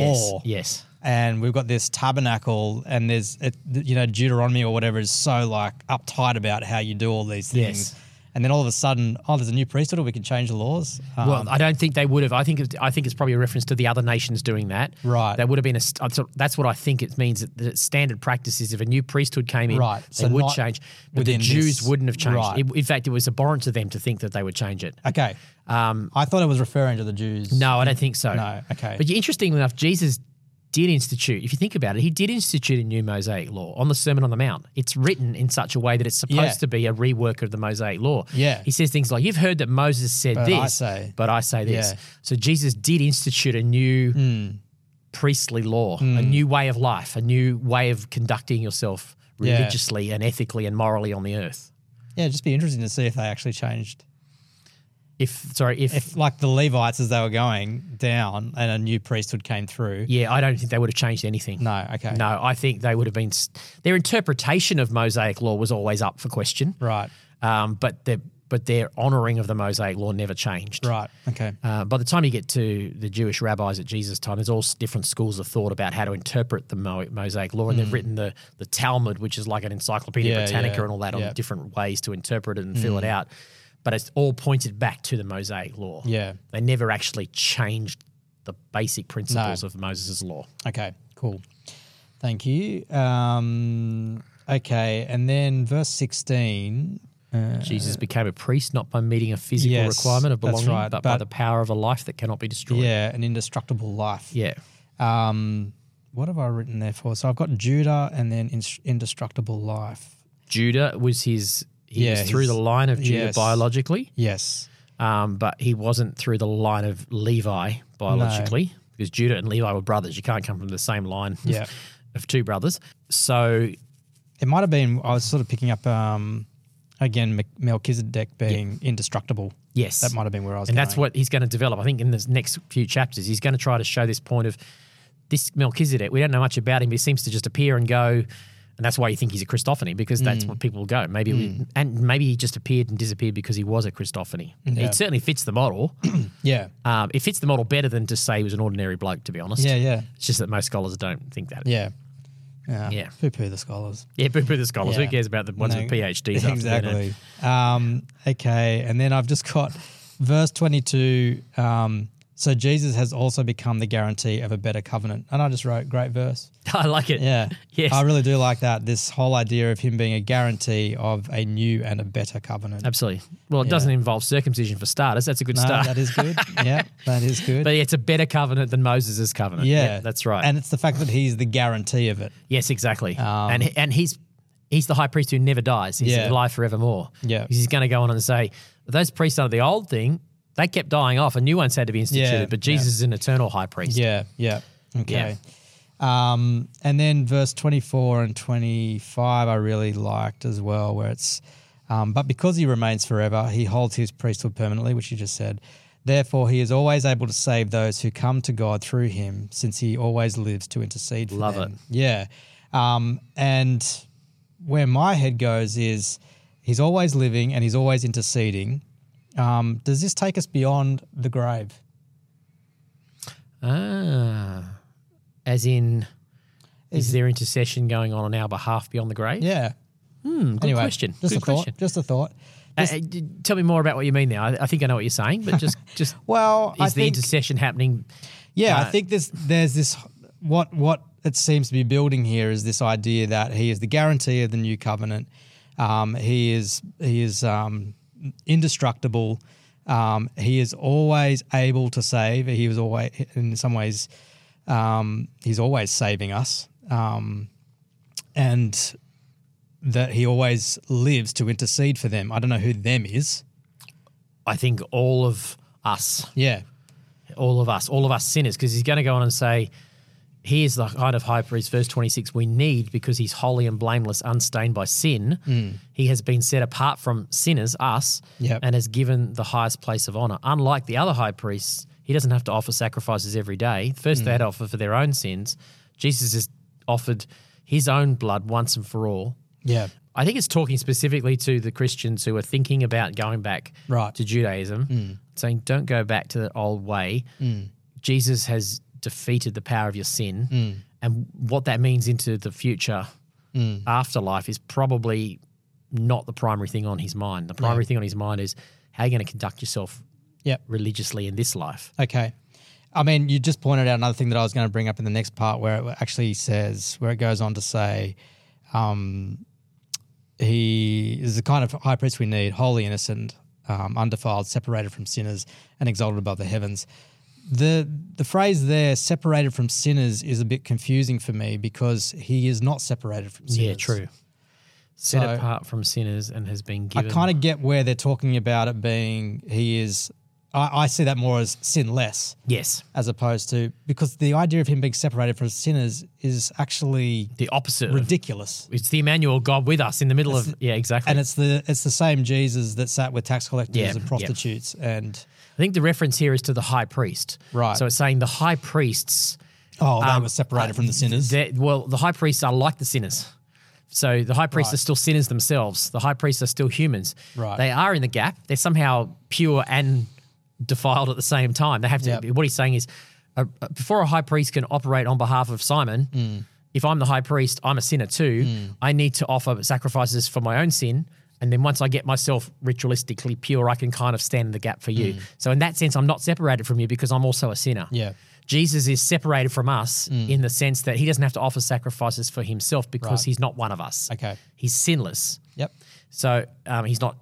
Speaker 2: Yes. Yes.
Speaker 3: and we've got this tabernacle, and there's it, you know Deuteronomy or whatever is so like uptight about how you do all these things.
Speaker 2: Yes.
Speaker 3: And then all of a sudden, oh, there's a new priesthood, or we can change the laws. Um,
Speaker 2: Well, I don't think they would have. I think it, I think it's probably a reference to the other nations doing that.
Speaker 3: Right.
Speaker 2: That would have been a. st- uh, so That's what I think it means. That the standard practice is if a new priesthood came in,
Speaker 3: Right,
Speaker 2: they
Speaker 3: so
Speaker 2: would
Speaker 3: not
Speaker 2: change. But the
Speaker 3: within
Speaker 2: Jews
Speaker 3: this-
Speaker 2: wouldn't have changed.
Speaker 3: right.
Speaker 2: It- in fact, it was abhorrent to them to think that they would change it.
Speaker 3: okay, I thought it was referring to the Jews.
Speaker 2: um, No, I don't think so.
Speaker 3: Mm. No, okay.
Speaker 2: But interestingly enough, Jesus did institute, if you think about it, he did institute a new Mosaic law on the Sermon on the Mount. It's written in such a way that it's supposed
Speaker 3: Yeah.
Speaker 2: to be a rework of the Mosaic law.
Speaker 3: Yeah.
Speaker 2: He says things like, You've heard that Moses said
Speaker 3: But
Speaker 2: this,
Speaker 3: I say."
Speaker 2: but I say this.
Speaker 3: Yeah. Hmm.
Speaker 2: So Jesus did institute a new priestly law, a new way of life, a new way of conducting yourself
Speaker 3: Yeah.
Speaker 2: religiously and ethically and morally on the earth.
Speaker 3: Yeah, it'd just be interesting to see if they actually changed.
Speaker 2: If, sorry, if,
Speaker 3: If like the Levites as they were going down and a new priesthood came through.
Speaker 2: yeah, I don't think they would have changed anything.
Speaker 3: No, okay.
Speaker 2: No, I think they would have been. s- Their interpretation of Mosaic law was always up for question,
Speaker 3: Right.
Speaker 2: um, but their but their honouring of the Mosaic law never changed.
Speaker 3: Right. Okay.
Speaker 2: Uh, by the time you get to the Jewish rabbis at Jesus' time, there's all s- different schools of thought about how to interpret the Mo- Mosaic law, and they've written the the Talmud, which is like an Encyclopedia
Speaker 3: Hmm. Yeah,
Speaker 2: Britannica
Speaker 3: yeah, Hmm.
Speaker 2: and all that,
Speaker 3: yeah.
Speaker 2: on different ways to interpret it and fill it out. But it's all pointed back to the Mosaic law.
Speaker 3: Yeah.
Speaker 2: they never actually changed the basic principles of Moses' law.
Speaker 3: Okay, cool. Thank you. Um, okay, and then verse 16.
Speaker 2: Jesus became a priest not by meeting a physical
Speaker 3: Yes,
Speaker 2: requirement of
Speaker 3: that's
Speaker 2: belonging,
Speaker 3: right,
Speaker 2: but,
Speaker 3: but-
Speaker 2: by the power of a life that cannot be destroyed.
Speaker 3: Yeah, an indestructible life.
Speaker 2: Yeah.
Speaker 3: Um, what have I written there for? So I've got Judah and then in, indestructible life.
Speaker 2: Judah was his. He
Speaker 3: Yeah,
Speaker 2: was through the
Speaker 3: his-
Speaker 2: line of Judah
Speaker 3: yes.
Speaker 2: biologically,
Speaker 3: Yes.
Speaker 2: um, but he wasn't through the line of Levi biologically because Judah and Levi were brothers. You can't come from the same line
Speaker 3: Yeah.
Speaker 2: of two brothers. So
Speaker 3: It might have been, I was sort of picking up, um, again, Mel- Melchizedek being indestructible.
Speaker 2: yes,
Speaker 3: That might have been where I was
Speaker 2: and
Speaker 3: going.
Speaker 2: that's what he's going to develop. I think in the next few chapters, he's going to try to show this point of this Melchizedek. We don't know much about him. He seems to just appear and go, and that's why you think he's a Christophany because
Speaker 3: Mm.
Speaker 2: that's what people go. Maybe we, and maybe he just appeared and disappeared because he was a Christophany.
Speaker 3: Yeah.
Speaker 2: It certainly fits the model.
Speaker 3: Yeah.
Speaker 2: um, it fits the model better than to say he was an ordinary bloke. To be honest,
Speaker 3: Yeah, yeah.
Speaker 2: It's just that most scholars don't think that.
Speaker 3: Yeah. Yeah.
Speaker 2: Yeah.
Speaker 3: Poo poo the scholars.
Speaker 2: yeah, boo boo the scholars.
Speaker 3: Yeah.
Speaker 2: Who cares about the ones with
Speaker 3: No,
Speaker 2: PhDs? after their name?
Speaker 3: Exactly. Um, okay, and then I've just got verse 22. Um, so Jesus has also become the guarantee of a better covenant. And I just wrote, great verse.
Speaker 2: I like it.
Speaker 3: Yeah.
Speaker 2: Yes.
Speaker 3: I really do like that. This whole idea of him being a guarantee of a new and a better covenant.
Speaker 2: Absolutely. Well, it doesn't involve circumcision for starters. That's a good
Speaker 3: No,
Speaker 2: start.
Speaker 3: that is good. yeah, that is good.
Speaker 2: But it's a better covenant than Moses' covenant.
Speaker 3: yeah.
Speaker 2: that's right.
Speaker 3: And it's the fact that he's the guarantee of it.
Speaker 2: yes, exactly. and and he's he's the high priest who never dies. He's
Speaker 3: Yeah.
Speaker 2: alive forevermore.
Speaker 3: Yeah.
Speaker 2: he's going to go on and say those priests under the old thing they kept dying off. A new one's had to be instituted,
Speaker 3: Yeah,
Speaker 2: but Jesus is an eternal high priest.
Speaker 3: Yeah, yeah. Okay. Um, and then verse 24 and 25 I really liked as well, where it's, um, but because he remains forever, he holds his priesthood permanently, which you just said. Therefore, he is always able to save those who come to God through him, since he always lives to intercede for
Speaker 2: Love
Speaker 3: them.
Speaker 2: it.
Speaker 3: Yeah. Um, and where my head goes is he's always living and he's always interceding. Um, does this take us beyond the grave?
Speaker 2: Ah, as in, is, there intercession going on on our behalf beyond the grave?
Speaker 3: Yeah.
Speaker 2: Hmm, Good
Speaker 3: anyway,
Speaker 2: question.
Speaker 3: Just
Speaker 2: good
Speaker 3: a thought.
Speaker 2: question.
Speaker 3: Just a thought.
Speaker 2: Uh, uh, d- tell me more about what you mean there. I, I think I know what you're saying, but just just
Speaker 3: Well,
Speaker 2: is
Speaker 3: I
Speaker 2: the
Speaker 3: think
Speaker 2: intercession happening?
Speaker 3: yeah, I
Speaker 2: uh,
Speaker 3: think this there's this what what it seems to be building here is this idea that he is the guarantee of the new covenant. Um, he is he is um, indestructible. Um, he is always able to save. He was always in some ways um, he's always saving us. Um, and that he always lives to intercede for them. I don't know who them is.
Speaker 2: I think all of us
Speaker 3: Yeah.
Speaker 2: all of us, all of us sinners, because he's going to go on and say, he is the kind of high priest, verse 26, we need because he's holy and blameless, unstained by sin. He has been set apart from sinners, us,
Speaker 3: Yep.
Speaker 2: and has given the highest place of honor. Unlike the other high priests, he doesn't have to offer sacrifices every day. First, they had to offer for their own sins. Jesus has offered his own blood once and for all.
Speaker 3: Yeah.
Speaker 2: I think it's talking specifically to the Christians who are thinking about going back
Speaker 3: Right. Hmm.
Speaker 2: to Judaism, saying, don't go back to the old way. Jesus has defeated the power of your sin.
Speaker 3: Hmm.
Speaker 2: And what that means into the future
Speaker 3: Hmm.
Speaker 2: afterlife is probably not the primary thing on his mind. The primary thing on his mind is how you're going to conduct yourself
Speaker 3: Yep.
Speaker 2: religiously in this life.
Speaker 3: Okay. I mean, you just pointed out another thing that I was going to bring up in the next part where it actually says, where it goes on to say, um, he is the kind of high priest we need, holy, innocent, um, undefiled, separated from sinners, and exalted above the heavens. the the phrase there, separated from sinners, is a bit confusing for me because he is not separated from sinners.
Speaker 2: Yeah, true. Set
Speaker 3: So-
Speaker 2: apart from sinners and has been
Speaker 3: I
Speaker 2: given.
Speaker 3: kind of get where they're talking about it being he is. I, I see that more as sinless
Speaker 2: yes,
Speaker 3: as opposed to because the idea of him being separated from sinners is actually
Speaker 2: the opposite. of-
Speaker 3: ridiculous.
Speaker 2: it's the Emmanuel God with us in the middle of yeah, exactly.
Speaker 3: And it's the it's the same Jesus that sat with tax collectors
Speaker 2: Yeah,
Speaker 3: and
Speaker 2: yeah.
Speaker 3: prostitutes and
Speaker 2: I think the reference here is to the high priest.
Speaker 3: Right.
Speaker 2: So it's saying the high priests.
Speaker 3: oh they
Speaker 2: um,
Speaker 3: were separated
Speaker 2: uh,
Speaker 3: from the sinners.
Speaker 2: they- well, the high priests are like the sinners. So the high priests
Speaker 3: Right.
Speaker 2: are still sinners themselves. The high priests are still humans.
Speaker 3: Right.
Speaker 2: They are in the gap. They're somehow pure and defiled at the same time. They have to.
Speaker 3: Yep.
Speaker 2: What he's saying is, uh, uh, before a high priest can operate on behalf of Simon,
Speaker 3: Mm.
Speaker 2: if I'm the high priest, I'm a sinner too. I need to offer sacrifices for my own sin. And then once I get myself ritualistically pure, I can kind of stand in the gap for you. So in that sense, I'm not separated from you because I'm also a sinner.
Speaker 3: Mm. Yeah.
Speaker 2: Jesus is separated from us in the sense that he doesn't have to offer sacrifices for himself because
Speaker 3: Mm. Right.
Speaker 2: he's not one of us.
Speaker 3: Okay.
Speaker 2: He's sinless.
Speaker 3: Yep.
Speaker 2: So um, he's not,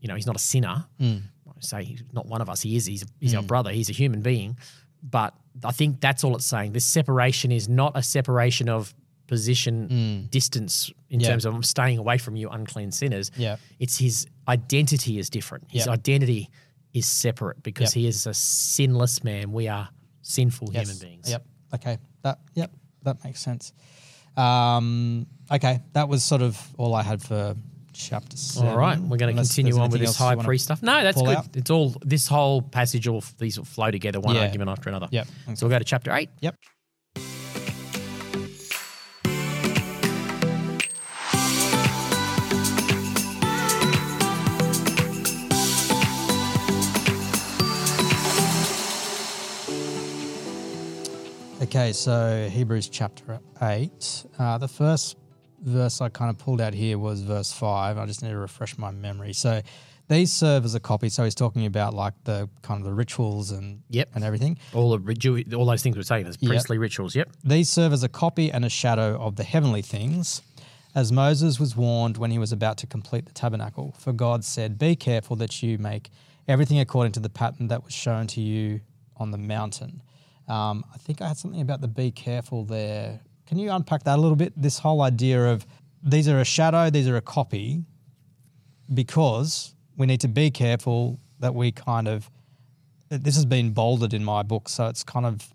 Speaker 2: you know, he's not a sinner.
Speaker 3: Mm.
Speaker 2: I say he's not one of us. He is. He's, he's our brother. He's a human being. But I think that's all it's saying. This separation is not a separation of position, distance in
Speaker 3: Mm. Yeah.
Speaker 2: terms of I'm staying away from you, unclean sinners.
Speaker 3: Yeah.
Speaker 2: It's his identity is different. His
Speaker 3: Yeah.
Speaker 2: identity is separate because
Speaker 3: Yep.
Speaker 2: he is a sinless man. We are sinful
Speaker 3: Yes.
Speaker 2: human beings.
Speaker 3: Yep. Okay. That yep. That makes sense. Um, okay. That was sort of all I had for chapter seven.
Speaker 2: All right, we're going to
Speaker 3: um, Unless
Speaker 2: continue
Speaker 3: there's
Speaker 2: on with
Speaker 3: anything
Speaker 2: this
Speaker 3: else you
Speaker 2: high
Speaker 3: wanna-
Speaker 2: priest stuff. No, that's
Speaker 3: pull
Speaker 2: good.
Speaker 3: out?
Speaker 2: It's all this whole passage. All these will flow together, one
Speaker 3: Yeah.
Speaker 2: argument after another.
Speaker 3: Yep.
Speaker 2: So we'll go to chapter eight.
Speaker 3: Yep. Okay, so Hebrews chapter 8. Uh, the first verse I kind of pulled out here was verse 5. I just need to refresh my memory. So these serve as a copy. So he's talking about like the kind of the rituals and
Speaker 2: Yep.
Speaker 3: and everything.
Speaker 2: All the Jew, all those things we're saying. There's
Speaker 3: Yep.
Speaker 2: priestly rituals. Yep.
Speaker 3: These serve as a copy and a shadow of the heavenly things, as Moses was warned when he was about to complete the tabernacle. For God said, Be careful that you make everything according to the pattern that was shown to you on the mountain. Um, I think I had something about the be careful there. Can you unpack that a little bit? This whole idea of these are a shadow, these are a copy, because we need to be careful that we kind of. This has been bolded in my book, so it's kind of.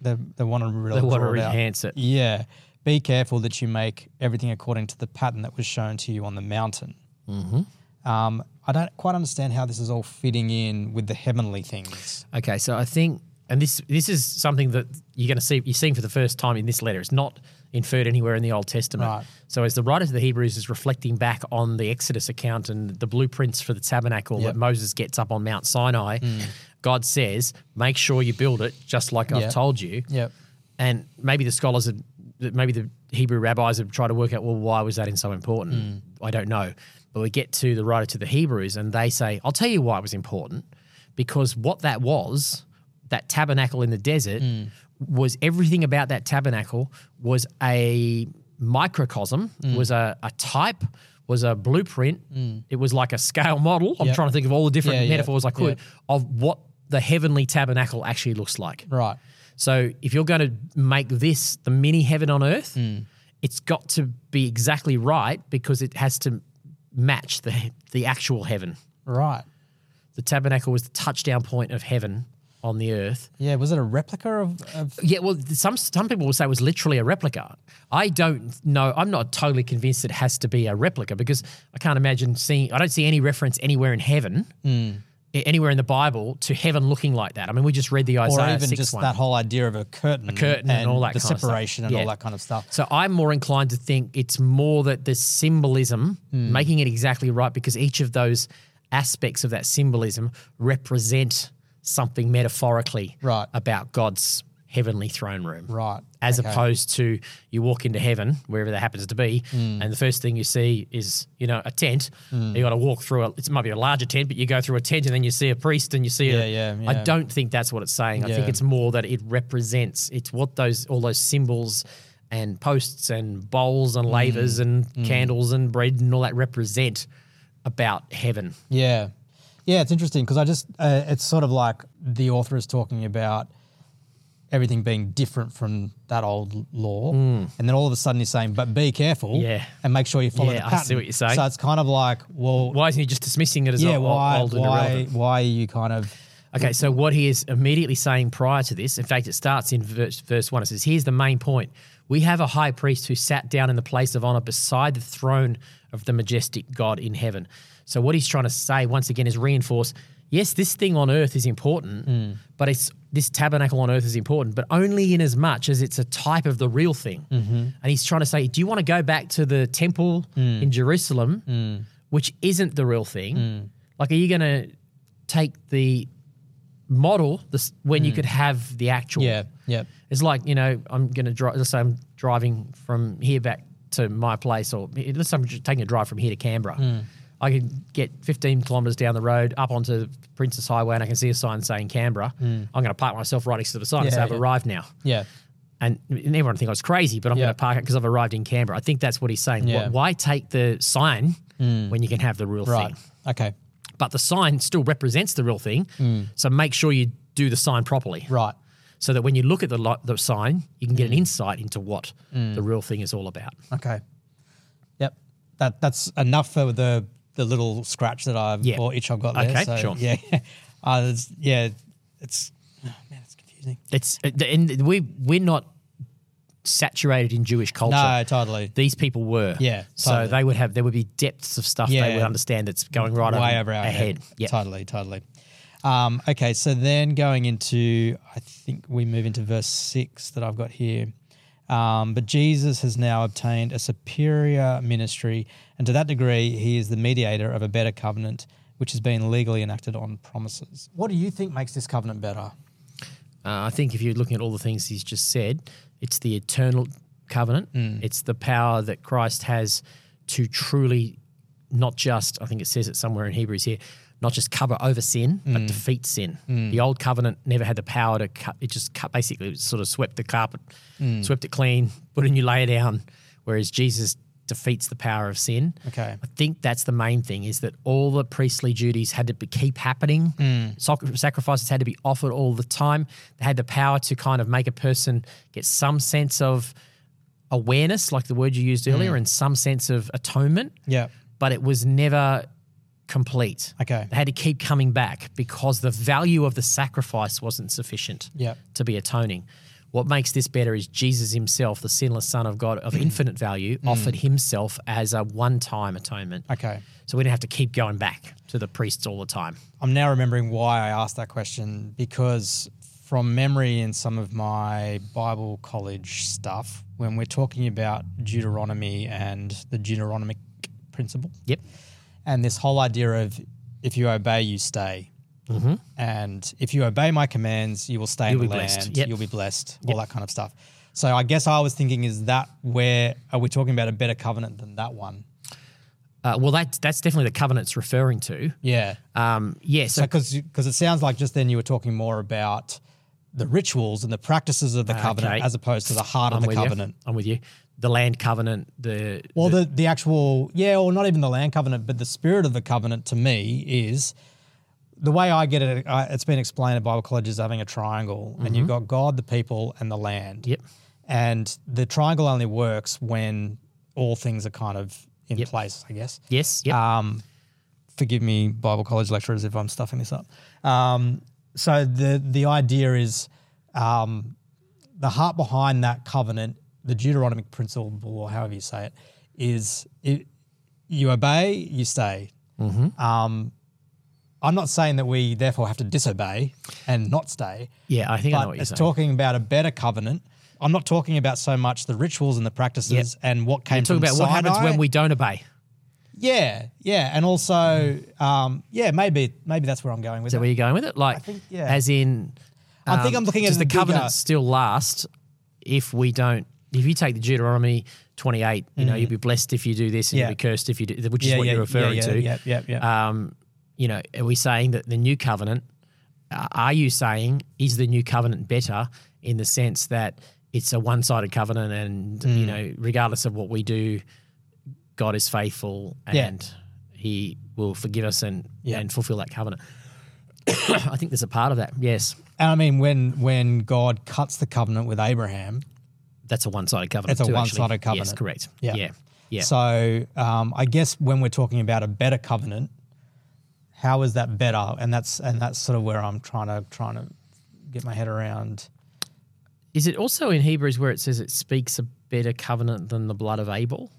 Speaker 3: They, they want to really
Speaker 2: They want
Speaker 3: draw
Speaker 2: to
Speaker 3: it out.
Speaker 2: enhance it.
Speaker 3: Yeah. Be careful that you make everything according to the pattern that was shown to you on the mountain. Mm-hmm. Um, I don't quite understand how this is all fitting in with the heavenly things.
Speaker 2: Okay, so I think, and this this is something that you're going to see, you're seeing for the first time in this letter. It's not inferred anywhere in the Old Testament.
Speaker 3: Right.
Speaker 2: So as the writer to the Hebrews is reflecting back on the Exodus account and the blueprints for the tabernacle
Speaker 3: Yep. Mm.
Speaker 2: that Moses gets up on Mount Sinai, God says, "Make sure you build it just like
Speaker 3: Yep.
Speaker 2: I've told you."
Speaker 3: Yep.
Speaker 2: And maybe the scholars, had, that maybe the Hebrew rabbis have tried to work out, well, why was that in so important?
Speaker 3: Mm.
Speaker 2: I don't know. But we get to the writer to the Hebrews and they say, I'll tell you why it was important. Because what that was, that tabernacle in the desert,
Speaker 3: Mm.
Speaker 2: was everything about that tabernacle was a microcosm,
Speaker 3: Mm.
Speaker 2: was a, a type, was a blueprint. It was like a scale model. I'm
Speaker 3: Yep.
Speaker 2: trying to think of all the different
Speaker 3: Yeah, yeah,
Speaker 2: metaphors I could
Speaker 3: yeah.
Speaker 2: of what the heavenly tabernacle actually looks like.
Speaker 3: Right.
Speaker 2: So if you're going to make this the mini heaven on earth,
Speaker 3: Hmm.
Speaker 2: it's got to be exactly right because it has to match the the actual heaven.
Speaker 3: Right.
Speaker 2: The tabernacle was the touchdown point of heaven on the earth.
Speaker 3: Yeah. Was it a replica of? of
Speaker 2: Yeah, well, th- some some people will say it was literally a replica. I don't know. I'm not totally convinced it has to be a replica because I can't imagine seeing. I don't see any reference anywhere in heaven,
Speaker 3: Hmm.
Speaker 2: a- anywhere in the Bible, to heaven looking like that. I mean, we just read the
Speaker 3: or
Speaker 2: Isaiah
Speaker 3: even
Speaker 2: six
Speaker 3: just
Speaker 2: one.
Speaker 3: that whole idea of a curtain, a
Speaker 2: curtain and all that
Speaker 3: the
Speaker 2: kind of stuff.
Speaker 3: separation and
Speaker 2: Yeah.
Speaker 3: all that kind of stuff.
Speaker 2: So I'm more inclined to think it's more that the symbolism, making it exactly right, because each of those aspects of that symbolism represent something metaphorically
Speaker 3: Right.
Speaker 2: about God's heavenly throne room.
Speaker 3: Right.
Speaker 2: As
Speaker 3: Okay.
Speaker 2: opposed to you walk into heaven, wherever that happens to be,
Speaker 3: Hmm.
Speaker 2: and the first thing you see is, you know, a tent. You got to walk through it. It might be a larger tent, but you go through a tent and then you see a priest and you see a.
Speaker 3: Yeah, yeah,
Speaker 2: I
Speaker 3: yeah.
Speaker 2: don't think that's what it's saying. I
Speaker 3: Yeah.
Speaker 2: think it's more that it represents it's what those all those symbols and posts and bowls
Speaker 3: Hmm.
Speaker 2: and lavers and candles and bread and all that represent about heaven.
Speaker 3: Yeah. Yeah, it's interesting because I just, uh, it's sort of like the author is talking about everything being different from that old law. And then all of a sudden you're saying, but be careful
Speaker 2: Mm. Yeah.
Speaker 3: and make sure you follow
Speaker 2: Yeah,
Speaker 3: the
Speaker 2: I see
Speaker 3: pattern.
Speaker 2: what you're saying.
Speaker 3: So it's kind of like, well,
Speaker 2: Why isn't he just dismissing it as
Speaker 3: yeah,
Speaker 2: old,
Speaker 3: why,
Speaker 2: old and
Speaker 3: why,
Speaker 2: irrelevant?
Speaker 3: why are you kind of,
Speaker 2: Okay, so what he is immediately saying prior to this, in fact, it starts in verse, verse 1. It says, Here's the main point. We have a high priest who sat down in the place of honor beside the throne of the majestic God in heaven. So, what he's trying to say, once again, is reinforce yes, this thing on earth is important, but it's this tabernacle on earth is important, but only in as much as it's a type of the real thing. And he's trying to say, Do you want to go back to the temple in Jerusalem, which isn't the real thing?
Speaker 3: Mm.
Speaker 2: Like, are you going to take the model this when you could have the actual.
Speaker 3: Mm. yeah, yeah.
Speaker 2: It's like, you know, I'm going to drive, let's say I'm driving from here back to my place, or eh, let's say I'm just taking a drive from here to Canberra.
Speaker 3: Mm.
Speaker 2: I can get 15 kilometres down the road up onto Princess Highway and I can see a sign saying Canberra. I'm going to park myself right next to the sign and
Speaker 3: Mm. Yeah,
Speaker 2: say I've
Speaker 3: yeah.
Speaker 2: arrived now.
Speaker 3: Yeah.
Speaker 2: And and everyone think I was crazy, but I'm
Speaker 3: Yeah.
Speaker 2: going to park it because I've arrived in Canberra. I think that's what he's saying. Wh-
Speaker 3: Yeah. Mm.
Speaker 2: Why take the sign when you can have the real
Speaker 3: Right.
Speaker 2: thing?
Speaker 3: Okay.
Speaker 2: But the sign still represents the real thing. So make sure you do the sign properly
Speaker 3: Mm. Right. Mm.
Speaker 2: so that when you look at the, lo- the sign, you can get an insight into what the real thing is all about.
Speaker 3: Okay. Yep. That that's enough for the the little scratch that I've
Speaker 2: Yeah.
Speaker 3: or itch I've got there.
Speaker 2: Okay,
Speaker 3: so,
Speaker 2: sure.
Speaker 3: Yeah. Uh, it's, yeah. It's oh, man, it's confusing.
Speaker 2: It's uh, and we we're not saturated in Jewish culture.
Speaker 3: No, totally.
Speaker 2: These people were.
Speaker 3: Yeah,
Speaker 2: So
Speaker 3: totally.
Speaker 2: they would have there would be depths of stuff they
Speaker 3: Yeah.
Speaker 2: would understand that's going right
Speaker 3: Way
Speaker 2: over,
Speaker 3: over our
Speaker 2: ahead.
Speaker 3: head.
Speaker 2: Yeah.
Speaker 3: Totally. Totally. Um, okay. So then going into, I think we move into verse six that I've got here. Um, but Jesus has now obtained a superior ministry, and to that degree, he is the mediator of a better covenant, which has been legally enacted on promises. What do you think makes this covenant better?
Speaker 2: Uh, I think if you're looking at all the things he's just said, it's the eternal covenant. It's the power that Christ has to truly, not just, I think it says it somewhere in Hebrews here, not just cover over sin, but defeat sin. The old covenant never had the power to cut, it just cut, basically sort of swept the carpet, swept it clean, put a new layer down, whereas Jesus defeats the power of sin.
Speaker 3: Okay.
Speaker 2: I think that's the main thing is that all the priestly duties had to be, keep happening.
Speaker 3: Mm.
Speaker 2: Sac- sacrifices had to be offered all the time. They had the power to kind of make a person get some sense of awareness, like the word you used
Speaker 3: Mm.
Speaker 2: earlier, and some sense of atonement.
Speaker 3: Yeah.
Speaker 2: But it was never complete.
Speaker 3: Okay.
Speaker 2: They had to keep coming back because the value of the sacrifice wasn't sufficient
Speaker 3: Yeah.
Speaker 2: to be atoning. What makes this better is Jesus himself, the sinless Son of God of infinite value, offered himself as a one time atonement.
Speaker 3: Okay.
Speaker 2: So we don't have to keep going back to the priests all the time.
Speaker 3: I'm now remembering why I asked that question because from memory in some of my Bible college stuff, when we're talking about Deuteronomy and the Deuteronomic principle,
Speaker 2: Yep.
Speaker 3: and this whole idea of if you obey, you stay. And if you obey my commands, you will stay
Speaker 2: Mm-hmm. You'll be
Speaker 3: in the
Speaker 2: blessed.
Speaker 3: land.
Speaker 2: Yep.
Speaker 3: You'll be blessed. All that kind of stuff. So I guess I was thinking, is that where are we talking about a better covenant than that one?
Speaker 2: Uh, well, that's, that's definitely the covenant's referring to.
Speaker 3: Yeah.
Speaker 2: Um, yeah. So,
Speaker 3: because because it sounds like just then you were talking more about the rituals and the practices of the covenant
Speaker 2: Ah, okay.
Speaker 3: as opposed to the heart
Speaker 2: I'm
Speaker 3: of the
Speaker 2: with
Speaker 3: covenant.
Speaker 2: you. I'm with you. The land covenant, the.
Speaker 3: Well, the, the actual, yeah, or not even the land covenant, but the spirit of the covenant to me is the way I get it, I, it's been explained at Bible college is having a triangle, and you've got God, the people, and the land.
Speaker 2: Mm-hmm. Yep.
Speaker 3: And the triangle only works when all things are kind of in place, I guess.
Speaker 2: yes. Yep.
Speaker 3: Um, forgive me, Bible college lecturers, if I'm stuffing this up. Um, so the the idea is um, the heart behind that covenant, the Deuteronomic principle, or however you say it, is it, you obey, you stay.
Speaker 2: Mm-hmm.
Speaker 3: Um, I'm not saying that we therefore have to disobey and not stay
Speaker 2: yeah. I think I know what
Speaker 3: but
Speaker 2: you're
Speaker 3: it's
Speaker 2: saying.
Speaker 3: talking about a better covenant. I'm not talking about so much the rituals and the practices and what came
Speaker 2: Talk
Speaker 3: from
Speaker 2: about what happens
Speaker 3: Sinai.
Speaker 2: when we don't obey.
Speaker 3: Yeah, yeah, and also,
Speaker 2: Mm.
Speaker 3: um, yeah, maybe maybe that's where I'm going with
Speaker 2: Is that
Speaker 3: it.
Speaker 2: where you're going with it? Like,
Speaker 3: think- yeah.
Speaker 2: as in,
Speaker 3: I think I'm looking at
Speaker 2: does
Speaker 3: it
Speaker 2: um, the
Speaker 3: in a bigger-
Speaker 2: covenant still last if we don't? If you take the Deuteronomy 28, you know, you'll be blessed if you do this, and
Speaker 3: Mm. Yeah.
Speaker 2: you'll be cursed if you do, which
Speaker 3: yeah,
Speaker 2: is what
Speaker 3: yeah,
Speaker 2: you're referring
Speaker 3: yeah, yeah,
Speaker 2: to.
Speaker 3: Yeah, yeah, yeah.
Speaker 2: Um, you know, are we saying that the new covenant? uh, Are you saying is the new covenant better in the sense that it's a one-sided covenant, and
Speaker 3: Mm.
Speaker 2: you know, regardless of what we do, God is faithful
Speaker 3: Yeah.
Speaker 2: and He will forgive us and
Speaker 3: Yeah.
Speaker 2: and fulfill that covenant. I think there's a part of that. Yes.
Speaker 3: And I mean, when when God cuts the covenant with Abraham,
Speaker 2: That's a one-sided covenant.
Speaker 3: It's a
Speaker 2: too, actually.
Speaker 3: one-sided
Speaker 2: Yes,
Speaker 3: covenant.
Speaker 2: correct.
Speaker 3: Yeah.
Speaker 2: yeah, yeah.
Speaker 3: So um, I guess when we're talking about a better covenant, how is that better? And that's and that's sort of where I'm trying to trying to get my head around.
Speaker 2: Is it also in Hebrews where it says it speaks a better covenant than the blood of Abel?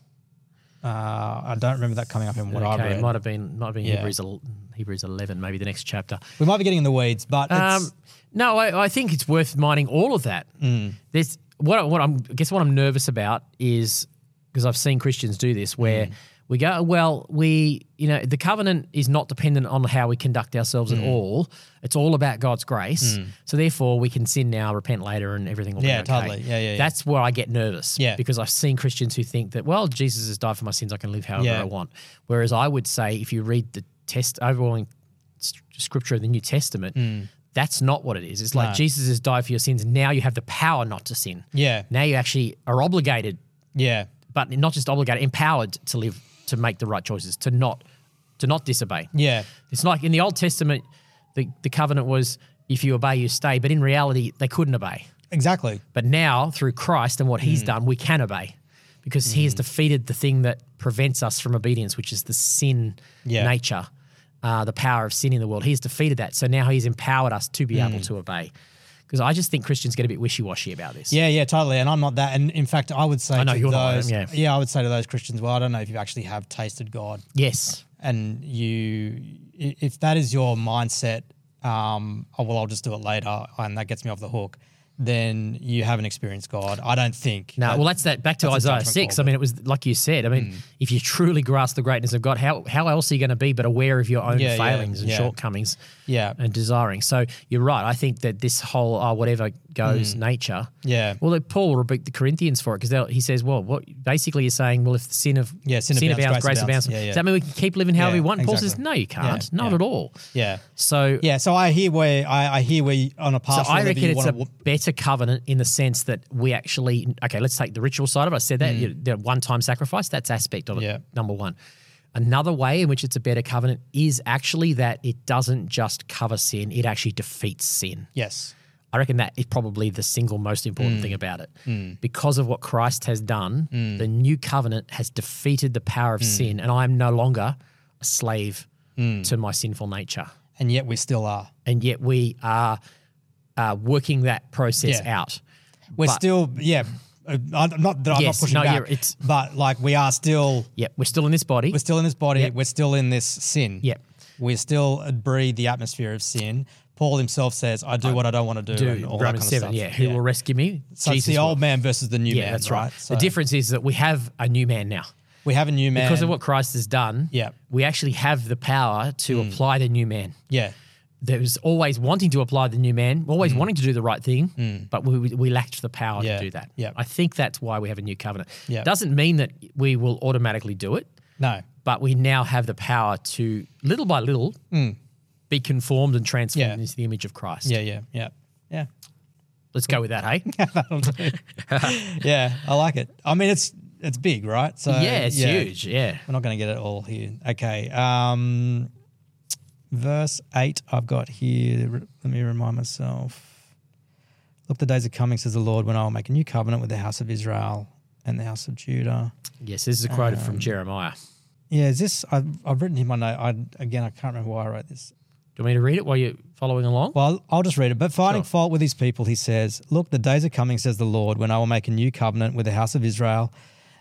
Speaker 3: Uh, I don't remember that coming up in what I
Speaker 2: okay,
Speaker 3: read.
Speaker 2: it might have been might have been
Speaker 3: Yeah.
Speaker 2: Hebrews el- Hebrews eleven, maybe the next chapter.
Speaker 3: we might be getting in the weeds, but
Speaker 2: Um,
Speaker 3: it's,
Speaker 2: no, I, I think it's worth mining all of that.
Speaker 3: Mm.
Speaker 2: There's what I- what I'm I guess what I'm nervous about is because I've seen Christians do this where
Speaker 3: Mm.
Speaker 2: we go, well, we you know the covenant is not dependent on how we conduct ourselves
Speaker 3: Mm.
Speaker 2: at all. It's all about God's grace. So therefore, we can sin now, repent later, and everything will
Speaker 3: Yeah,
Speaker 2: be okay.
Speaker 3: totally. Yeah, yeah, yeah.
Speaker 2: That's where I get nervous.
Speaker 3: Yeah.
Speaker 2: because I've seen Christians who think that well, Jesus has died for my sins, I can live however
Speaker 3: Yeah.
Speaker 2: I want. Whereas I would say if you read the test overwhelming s- scripture of the New Testament, that's not what it is. It's like
Speaker 3: Hmm. No.
Speaker 2: Jesus has died for your sins. Now you have the power not to sin.
Speaker 3: yeah,
Speaker 2: Now you actually are obligated,
Speaker 3: yeah,
Speaker 2: but not just obligated, empowered to live, to make the right choices, to not, to not disobey.
Speaker 3: yeah,
Speaker 2: It's like in the Old Testament, the, the covenant was if you obey, you stay. But in reality, they couldn't obey.
Speaker 3: exactly.
Speaker 2: But now, through Christ and what he's
Speaker 3: Mm.
Speaker 2: done, we can obey because he has defeated the thing that prevents us from obedience, which is the sin
Speaker 3: Yeah.
Speaker 2: nature, uh, the power of sin in the world. He's defeated that. So now he's empowered us to be able
Speaker 3: Mm.
Speaker 2: to obey. Because I just think Christians get a bit wishy washy about this.
Speaker 3: Yeah, yeah, totally. And I'm not that. And in fact, I would say
Speaker 2: I know
Speaker 3: to
Speaker 2: you're not,
Speaker 3: those,
Speaker 2: yeah.
Speaker 3: I would say to those Christians, well, I don't know if you actually have tasted God,
Speaker 2: Yes.
Speaker 3: and you, i- if that is your mindset, um, oh well, I'll just do it later, and that gets me off the hook. Then you haven't experienced God. I don't think.
Speaker 2: No,
Speaker 3: That-
Speaker 2: well, that's that. Back to
Speaker 3: that's a
Speaker 2: Isaiah
Speaker 3: judgment
Speaker 2: six.
Speaker 3: call,
Speaker 2: I
Speaker 3: Mm.
Speaker 2: mean, it was like you said. I mean, if you truly grasp the greatness of God, how how else are you going to be but aware of your own
Speaker 3: Yeah, yeah,
Speaker 2: failings and
Speaker 3: yeah.
Speaker 2: shortcomings?
Speaker 3: yeah,
Speaker 2: and desiring. So you're right. I think that this whole oh, whatever
Speaker 3: Mm.
Speaker 2: goes nature.
Speaker 3: Yeah.
Speaker 2: Well, like Paul rebuked the Corinthians for it because he says, well, what basically you're saying, well, if the sin of
Speaker 3: Yeah, sin abounds, grace abounds. Yeah, yeah.
Speaker 2: Does that mean we can keep living however
Speaker 3: Yeah,
Speaker 2: we want? Paul
Speaker 3: exactly.
Speaker 2: says, no, you can't.
Speaker 3: Yeah,
Speaker 2: Not
Speaker 3: yeah.
Speaker 2: at all.
Speaker 3: yeah,
Speaker 2: So.
Speaker 3: yeah. So I hear where I, I hear where you, on a
Speaker 2: So
Speaker 3: path.
Speaker 2: I reckon
Speaker 3: you
Speaker 2: it's
Speaker 3: wanna
Speaker 2: a
Speaker 3: w-
Speaker 2: better covenant in the sense that we actually okay. Let's take the ritual side of it. I said that you- the one-time sacrifice. That's aspect of it.
Speaker 3: Mm. Yeah.
Speaker 2: Number one. Another way in which it's a better covenant is actually that it doesn't just cover sin; it actually defeats sin.
Speaker 3: yes,
Speaker 2: I reckon that is probably the single most important
Speaker 3: Mm.
Speaker 2: thing about it. Because of what Christ has done, the new covenant has defeated the power of
Speaker 3: Mm.
Speaker 2: sin, and I am no longer a slave to my sinful nature.
Speaker 3: and yet we still are.
Speaker 2: And yet we are uh, working that process
Speaker 3: Yeah.
Speaker 2: out.
Speaker 3: We're
Speaker 2: But-
Speaker 3: still yeah. Uh, I'm not that I'm
Speaker 2: Yes,
Speaker 3: not pushing
Speaker 2: no,
Speaker 3: back,
Speaker 2: you're- it's-
Speaker 3: but like we are still
Speaker 2: Yep, we're still in this body.
Speaker 3: we're still in this body. We're still in this sin.
Speaker 2: Yep.
Speaker 3: We're still breathe the atmosphere of sin. Paul himself says, "I do what I don't want to do." and
Speaker 2: Dude,
Speaker 3: all
Speaker 2: Romans
Speaker 3: that kind
Speaker 2: seven,
Speaker 3: of
Speaker 2: yeah.
Speaker 3: stuff.
Speaker 2: Who will rescue me?
Speaker 3: so it's the
Speaker 2: will.
Speaker 3: old man versus the new
Speaker 2: Yeah,
Speaker 3: man.
Speaker 2: that's right.
Speaker 3: So
Speaker 2: the difference is that we have a new man now.
Speaker 3: we have a new man
Speaker 2: Because of what Christ has done,
Speaker 3: Yeah.
Speaker 2: we actually have the power to
Speaker 3: Mm.
Speaker 2: apply the new man.
Speaker 3: Yeah,
Speaker 2: there was always wanting to apply the new man, always wanting to do the right thing, but we, we lacked the power
Speaker 3: Mm. Yeah,
Speaker 2: to do that.
Speaker 3: yeah.
Speaker 2: I think that's why we have a new covenant.
Speaker 3: Yeah.
Speaker 2: Doesn't mean that we will automatically do it,
Speaker 3: no,
Speaker 2: but we now have the power to, little by little, be conformed and transformed
Speaker 3: Mm. Yeah.
Speaker 2: into the image of Christ.
Speaker 3: yeah, Uh, yeah, yeah, yeah,
Speaker 2: Let's go with that, hey?
Speaker 3: yeah. I like it. I mean, it's it's big, right? So
Speaker 2: yeah, it's huge. Yeah.
Speaker 3: We're not going to get it all here. Okay. Um, verse 8, I've got here. re- Let me remind myself. Look, the days are coming, says the Lord, when I will make a new covenant with the house of Israel and the house of Judah.
Speaker 2: Yes, this is a quote
Speaker 3: Um.
Speaker 2: from Jeremiah.
Speaker 3: Yeah, is this? I've, I've written him my note. I, again, I can't remember why I wrote this.
Speaker 2: Do you want me to read it while you're following along?
Speaker 3: Well, I'll just read it. But finding
Speaker 2: Sure.
Speaker 3: fault with his people, he says, Look, the days are coming, says the Lord, when I will make a new covenant with the house of Israel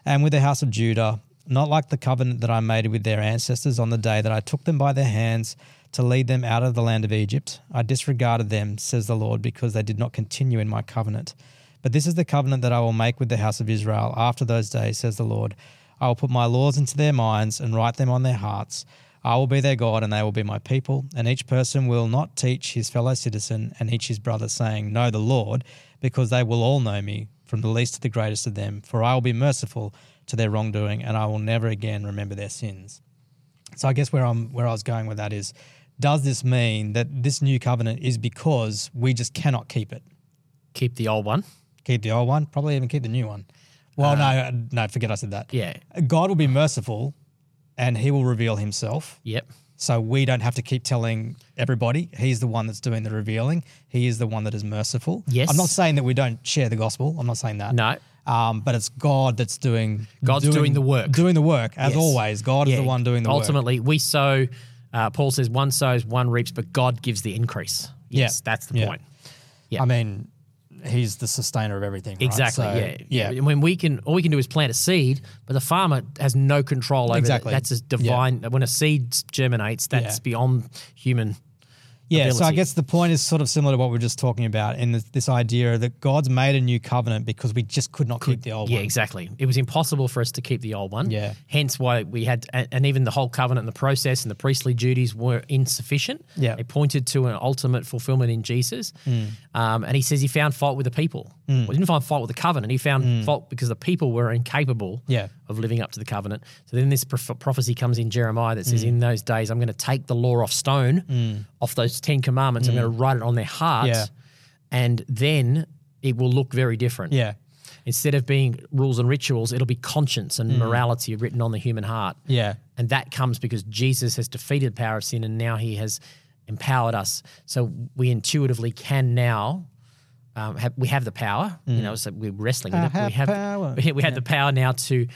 Speaker 3: and with the house of Judah, not like the covenant that I made with their ancestors on the day that I took them by their hands to lead them out of the land of Egypt. I disregarded them, says the Lord, because they did not continue in my covenant. But this is the covenant that I will make with the house of Israel after those days, says the Lord. I will put my laws into their minds and write them on their hearts. I will be their God, and they will be my people. And each person will not teach his fellow citizen and each his brother, saying, Know the Lord, because they will all know me, from the least to the greatest of them. For I will be merciful to their wrongdoing, and I will never again remember their sins. So I guess where I'm where I was going with that is, does this mean that this new covenant is because we just cannot keep it?
Speaker 2: Keep the old one.
Speaker 3: Keep the old one, probably even keep the new one. Well, no, no, forget I said that.
Speaker 2: Yeah.
Speaker 3: God will be merciful, and He will reveal Himself
Speaker 2: Yep.
Speaker 3: So we don't have to keep telling everybody. He's the one that's doing the revealing. He is the one that is merciful.
Speaker 2: Yes.
Speaker 3: I'm not saying that we don't share the gospel. I'm not saying that.
Speaker 2: No.
Speaker 3: Um, but it's God that's doing
Speaker 2: God's doing the work.
Speaker 3: Doing the work as
Speaker 2: Yes.
Speaker 3: always. God is the one doing the work.
Speaker 2: Ultimately, we sow. Uh, Paul says, "One sows, one reaps, but God gives the increase."
Speaker 3: Yeah.
Speaker 2: Yes, that's the
Speaker 3: Yeah.
Speaker 2: point. yeah.
Speaker 3: I mean, he's the sustainer of everything. right?
Speaker 2: Exactly.
Speaker 3: So,
Speaker 2: yeah.
Speaker 3: Yeah.
Speaker 2: And When we can, all we can do is plant a seed, but the farmer has no control over
Speaker 3: Exactly.
Speaker 2: that. That's a divine. When a seed germinates, that's
Speaker 3: Yeah.
Speaker 2: beyond human.
Speaker 3: Yeah, so I
Speaker 2: ability.
Speaker 3: guess the point is sort of similar to what we were just talking about, and this, this idea that God's made a new covenant because we just could not keep the old
Speaker 2: yeah,
Speaker 3: one.
Speaker 2: exactly. It was impossible for us to keep the old one.
Speaker 3: Yeah.
Speaker 2: Hence why we had, and and even the whole covenant and the process and the priestly duties were insufficient.
Speaker 3: Yeah. Mm.
Speaker 2: They pointed to an ultimate fulfillment in Jesus. Um, and he says he found fault with the people. Well, he didn't find fault with the covenant. He found fault because the people were incapable
Speaker 3: Mm. Yeah.
Speaker 2: of living up to the covenant. So then this proph- prophecy comes in Jeremiah that
Speaker 3: Mm.
Speaker 2: says, In those days, I'm going to take the law off stone, off those 10 commandments. I'm going to write it on their hearts.
Speaker 3: Mm. Yeah.
Speaker 2: And then it will look very different.
Speaker 3: Yeah,
Speaker 2: Instead of being rules and rituals, it'll be conscience
Speaker 3: Hmm.
Speaker 2: and morality written on the human heart.
Speaker 3: yeah,
Speaker 2: And that comes because Jesus has defeated the power of sin and now he has empowered us. So we intuitively can now. Um, have, we have the power, you know. So we're wrestling. with
Speaker 3: Hmm.
Speaker 2: it, but
Speaker 3: I have
Speaker 2: we have
Speaker 3: power.
Speaker 2: We, have the power now to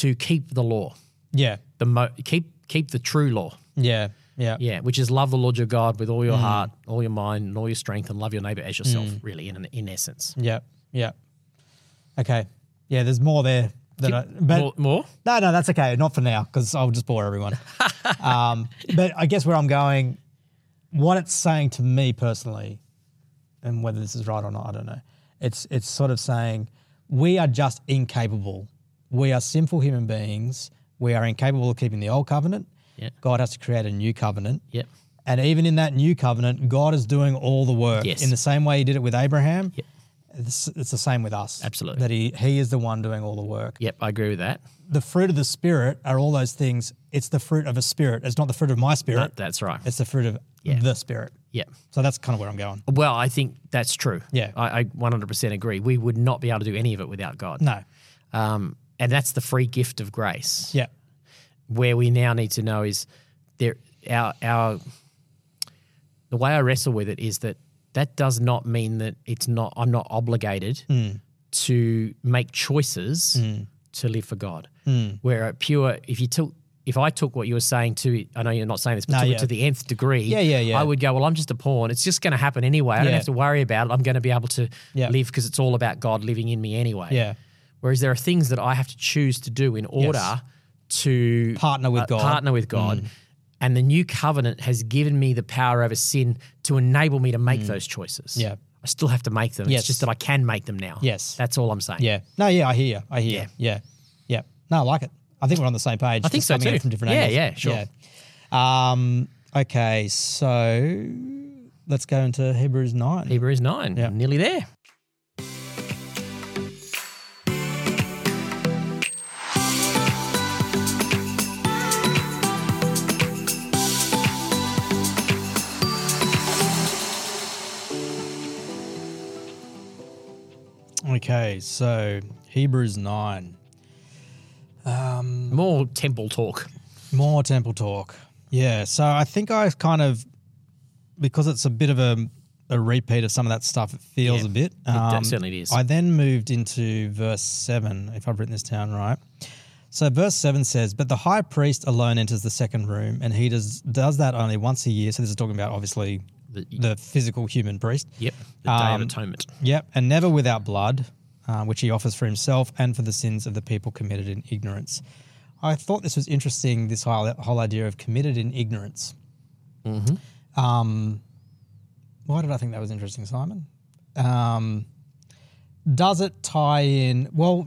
Speaker 2: to keep the law,
Speaker 3: yeah,
Speaker 2: the mo- keep keep the true law.
Speaker 3: yeah, yeah,
Speaker 2: Yeah, which is love the Lord your God with
Speaker 3: Hmm.
Speaker 2: all your heart, all your mind, and all your strength, and love your neighbor as yourself. Really, in in essence.
Speaker 3: yeah, yeah. Okay, yeah. There's more there that I, but
Speaker 2: More, more?
Speaker 3: No, no, that's okay. Not for now, because I'll just bore everyone. um, but I guess where I'm going, what it's saying to me personally, and whether this is right or not, I don't know. It's it's sort of saying we are just incapable. We are sinful human beings. We are incapable of keeping the old covenant.
Speaker 2: Yeah.
Speaker 3: God has to create a new covenant.
Speaker 2: Yep.
Speaker 3: And even in that new covenant, God is doing all the work
Speaker 2: Yes.
Speaker 3: in the same way He did it with Abraham. It's, it's the same with us.
Speaker 2: Absolutely.
Speaker 3: That he, he is the one doing all the work
Speaker 2: Yep, I agree with that.
Speaker 3: the fruit of the spirit are all those things. It's the fruit of a spirit. It's not the fruit of my
Speaker 2: No,
Speaker 3: spirit.
Speaker 2: that's right.
Speaker 3: It's the fruit of
Speaker 2: Yeah.
Speaker 3: the spirit.
Speaker 2: Yeah.
Speaker 3: So that's kind of where I'm going.
Speaker 2: Well, I think that's true.
Speaker 3: Yeah.
Speaker 2: I, I 100% agree. We would not be able to do any of it without God.
Speaker 3: No.
Speaker 2: Um, and that's the free gift of grace.
Speaker 3: Yeah.
Speaker 2: Where we now need to know is there our our the way I wrestle with it is that that does not mean that it's not I'm not obligated
Speaker 3: Mm.
Speaker 2: to make choices to live for God.
Speaker 3: Mm.
Speaker 2: Where a pure if you took if I took what you were saying to I know you're not saying this, but
Speaker 3: No,
Speaker 2: took
Speaker 3: yeah.
Speaker 2: it to the nth degree,
Speaker 3: Yeah, yeah, yeah.
Speaker 2: I would go, well, I'm just a pawn. It's just going to happen anyway. I don't
Speaker 3: Yeah.
Speaker 2: have to worry about it. I'm going to be able to
Speaker 3: Yeah.
Speaker 2: live because it's all about God living in me anyway.
Speaker 3: Yeah.
Speaker 2: Whereas there are things that I have to choose to do in order to
Speaker 3: Partner with God.
Speaker 2: Uh,
Speaker 3: Mm.
Speaker 2: Partner with God. And the new covenant has given me the power over sin to enable me to make those choices.
Speaker 3: Mm. Yeah.
Speaker 2: I still have to make them.
Speaker 3: Yes.
Speaker 2: It's just that I can make them now.
Speaker 3: Yes.
Speaker 2: That's all I'm saying.
Speaker 3: Yeah. No, yeah, I hear you. I hear you. Yeah. Yeah. No, I like it. I think we're on the same page. I
Speaker 2: think so
Speaker 3: coming at it
Speaker 2: too.
Speaker 3: From different
Speaker 2: Yeah,
Speaker 3: angles.
Speaker 2: yeah, sure.
Speaker 3: Yeah. Um, okay, so let's go into Hebrews 9.
Speaker 2: Hebrews 9.
Speaker 3: Yeah.
Speaker 2: Nearly there.
Speaker 3: Okay, so Hebrews 9.
Speaker 2: More temple talk.
Speaker 3: More temple talk. Yeah. So I think I kind of, because it's a bit of a, a repeat of some of that stuff, it feels
Speaker 2: Yeah,
Speaker 3: a bit. um,
Speaker 2: d- certainly is.
Speaker 3: I then moved into verse 7, if I've written this down right. So verse 7 says, But the high priest alone enters the second room, and he does, does that only once a year. So this is talking about obviously
Speaker 2: The-
Speaker 3: the physical human priest.
Speaker 2: Yep. The Day of
Speaker 3: Um,
Speaker 2: Atonement.
Speaker 3: Yep, and never without blood, uh, which he offers for himself and for the sins of the people committed in ignorance. I thought this was interesting. This whole, whole idea of committed in ignorance.
Speaker 2: Mm-hmm.
Speaker 3: Um, why did I think that was interesting, Simon? Um, does it tie in? Well,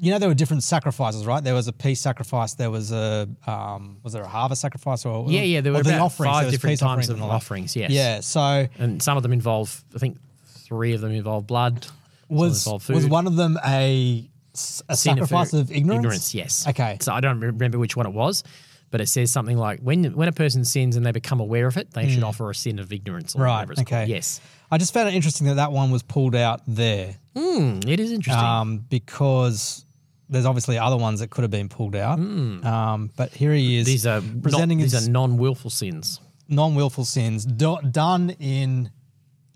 Speaker 3: you know there were different sacrifices, right? There was a peace sacrifice. There was a um, was there a harvest sacrifice or
Speaker 2: Yeah, yeah. There were
Speaker 3: or the
Speaker 2: about
Speaker 3: offerings, there
Speaker 2: five
Speaker 3: was
Speaker 2: different
Speaker 3: peace
Speaker 2: times
Speaker 3: offerings
Speaker 2: of
Speaker 3: and all that.
Speaker 2: offerings. Yes.
Speaker 3: Yeah, so
Speaker 2: And some of them involve, I think, three of them involve blood. some
Speaker 3: was
Speaker 2: involve
Speaker 3: was
Speaker 2: food.
Speaker 3: one of them a, s- a
Speaker 2: sin
Speaker 3: sacrifice
Speaker 2: ir-
Speaker 3: of ignorance?
Speaker 2: yes.
Speaker 3: Okay.
Speaker 2: So I don't remember which one it was, but it says something like when when a person sins and they become aware of it, they should offer a sin of ignorance or
Speaker 3: Mm. Right,
Speaker 2: whatever it's
Speaker 3: okay.
Speaker 2: called. Yes.
Speaker 3: I just
Speaker 2: Hmm,
Speaker 3: found it interesting that that one was pulled out there
Speaker 2: Mm, it is interesting.
Speaker 3: um, because there's obviously other ones that could have been pulled out. Um, but here he is
Speaker 2: Hmm. These are
Speaker 3: presenting
Speaker 2: not, these
Speaker 3: his
Speaker 2: are non-willful sins.
Speaker 3: non willful sins do- done in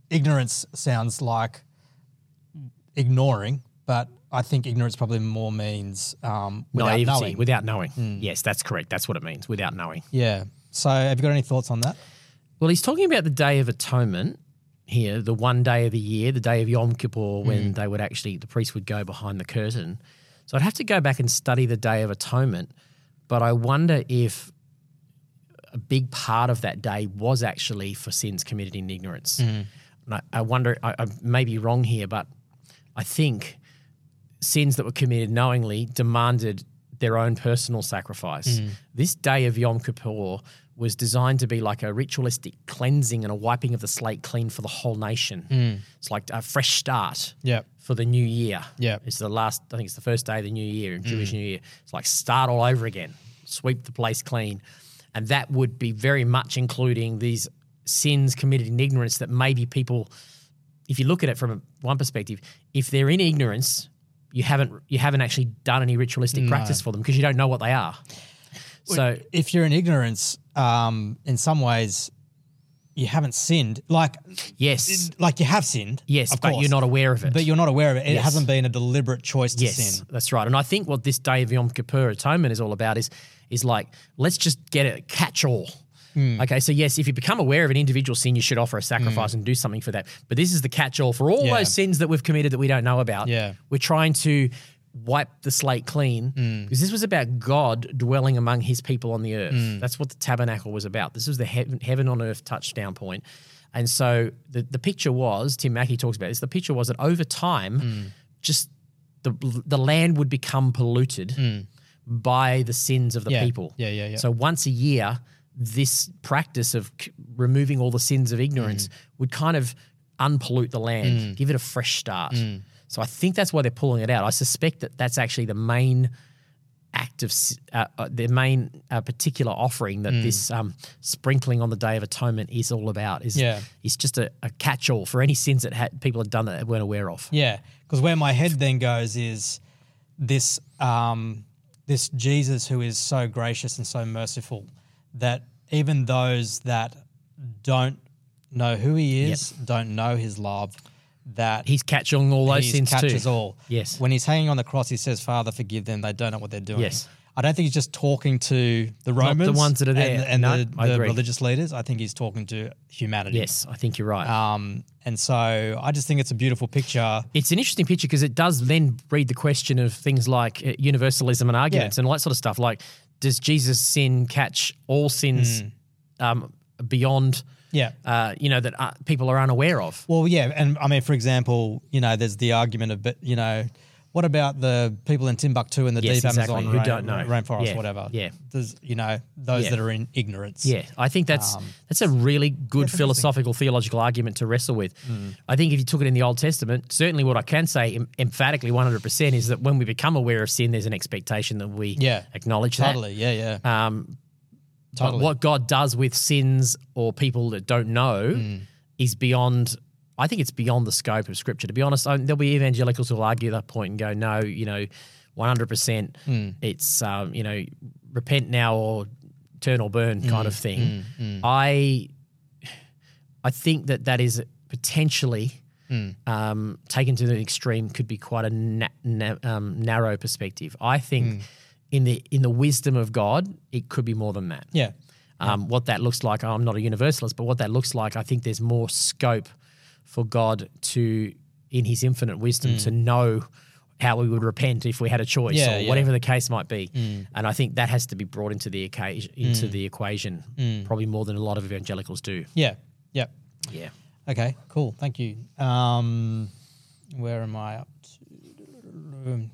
Speaker 3: ignorance sounds like ignoring, but I think ignorance probably more means um, without
Speaker 2: Naivety,
Speaker 3: knowing. Hmm.
Speaker 2: without knowing. Yes, that's correct. That's what it means, without knowing.
Speaker 3: yeah. So have you got any thoughts on that?
Speaker 2: Well, he's talking about the Day of Atonement here, the one day of the year, the day of Yom Kippur, when they would actually, the priest would go behind the curtain. So I'd have to go back and study the Day of Atonement, but I wonder if a big part of that day was actually for sins committed in ignorance. And I, I wonder, I, I may be wrong here, but I think sins that were committed knowingly demanded their own personal sacrifice. This day of Yom Kippur was designed to be like a ritualistic cleansing and a wiping of the slate clean for the whole nation. It's like a fresh start
Speaker 3: Yeah.
Speaker 2: for the new year.
Speaker 3: Yeah. Mm.
Speaker 2: It's the last, I think it's the first day of the new year, Jewish New Year. It's like start all over again, sweep the place clean. And that would be very much including these sins committed in ignorance that maybe people, if you look at it from a, one perspective, if they're in ignorance, you haven't you haven't actually done any ritualistic practice for them because you don't know what they are. So
Speaker 3: If you're in ignorance, um, in some ways, you haven't sinned. Like,
Speaker 2: yes,
Speaker 3: like you have sinned.
Speaker 2: yes,
Speaker 3: of
Speaker 2: but
Speaker 3: course,
Speaker 2: you're not aware of it.
Speaker 3: But you're not aware of it. It hasn't been a deliberate choice to
Speaker 2: Yes,
Speaker 3: sin.
Speaker 2: that's right. And I think what this day of Yom Kippur atonement is all about is is like let's just get a catch all.
Speaker 3: Hmm.
Speaker 2: Okay, so yes, if you become aware of an individual sin, you should offer a sacrifice and do something for that. But this is the catch all for all
Speaker 3: Yeah.
Speaker 2: those sins that we've committed that we don't know about.
Speaker 3: Yeah.
Speaker 2: We're trying to wipe the slate clean
Speaker 3: Hmm.
Speaker 2: because this was about God dwelling among his people on the earth.
Speaker 3: Hmm.
Speaker 2: That's what the tabernacle was about. This was the heaven, heaven on earth touchdown point. And so the, the picture was, Tim Mackey talks about this, the picture was that over time,
Speaker 3: Hmm.
Speaker 2: just the, the land would become polluted by the sins of the
Speaker 3: Mm. Yeah.
Speaker 2: people.
Speaker 3: Yeah, yeah, yeah.
Speaker 2: So once a year, this practice of c- removing all the sins of ignorance
Speaker 3: Mm.
Speaker 2: would kind of unpollute the land, give it a fresh start.
Speaker 3: Mm.
Speaker 2: So I think that's why they're pulling it out. I suspect that that's actually the main act of s- uh, uh, their main uh, particular offering
Speaker 3: Mm.
Speaker 2: that this um, sprinkling on the Day of Atonement is all about. Is
Speaker 3: Yeah.
Speaker 2: it's just a, a catch-all for any sins that had, people had done that they weren't aware of.
Speaker 3: Yeah, because where my head then goes is this um, this Jesus who is so gracious and so merciful that even those that don't know who he is, don't know his love, that
Speaker 2: He's catching all those
Speaker 3: he
Speaker 2: sins too.
Speaker 3: catches all.
Speaker 2: Yes.
Speaker 3: When he's hanging on the cross, he says, "Father, forgive them; they don't know what they're doing."
Speaker 2: Yes.
Speaker 3: I don't think he's just talking to
Speaker 2: the
Speaker 3: the Romans,
Speaker 2: ones that are there.
Speaker 3: and, and
Speaker 2: No, I
Speaker 3: the, the
Speaker 2: agree.
Speaker 3: religious leaders. I think he's talking to humanity.
Speaker 2: Yes, I think you're right.
Speaker 3: Um, and so I just think it's a beautiful picture.
Speaker 2: It's an interesting picture because it does then breed the question of things like uh, universalism and arguments and all that sort of stuff. Like, does Jesus' sin catch all
Speaker 3: Hmm.
Speaker 2: sins um, beyond,
Speaker 3: Yeah.
Speaker 2: uh, you know, that uh, people are unaware of?
Speaker 3: Well, yeah, and I mean, for example, you know, there's the argument of, but you know, what about the people in Timbuktu and the
Speaker 2: Yes,
Speaker 3: deep
Speaker 2: exactly,
Speaker 3: Amazon
Speaker 2: who
Speaker 3: rain-
Speaker 2: don't know.
Speaker 3: rainforest,
Speaker 2: Yeah,
Speaker 3: whatever?
Speaker 2: yeah.
Speaker 3: there's you know those
Speaker 2: Yeah.
Speaker 3: that are in ignorance.
Speaker 2: Yeah, I think that's
Speaker 3: Um,
Speaker 2: that's a really good philosophical theological argument to wrestle with.
Speaker 3: Hmm.
Speaker 2: I think if you took it in the Old Testament, certainly what I can say em- emphatically 100% is that when we become aware of sin, there's an expectation that we
Speaker 3: Yeah.
Speaker 2: acknowledge that.
Speaker 3: totally. Yeah, yeah.
Speaker 2: Um, but
Speaker 3: Totally.
Speaker 2: what God does with sins or people that don't know is beyond. I think it's beyond the scope of Scripture. To be honest, I, there'll be evangelicals who'll argue that point and go, "No, you know, one hundred percent, it's um, you know, repent now or turn or burn kind of thing." I, I think that that is potentially um, taken to the extreme could be quite a na- na- um, narrow perspective. I think in the in the wisdom of God, it could be more than that.
Speaker 3: yeah,
Speaker 2: Um, what that looks like, I'm not a universalist, but what that looks like, I think there's more scope for God to, in His infinite wisdom, to know how we would repent if we had a choice
Speaker 3: Mm. Yeah,
Speaker 2: or
Speaker 3: yeah. Mm.
Speaker 2: whatever the case might be. And I think that has to be brought into the occasion, into the equation,
Speaker 3: Mm.
Speaker 2: probably more than a lot of evangelicals do.
Speaker 3: yeah, yeah.
Speaker 2: Yeah.
Speaker 3: Okay, cool. Thank you. Um, where am I up to?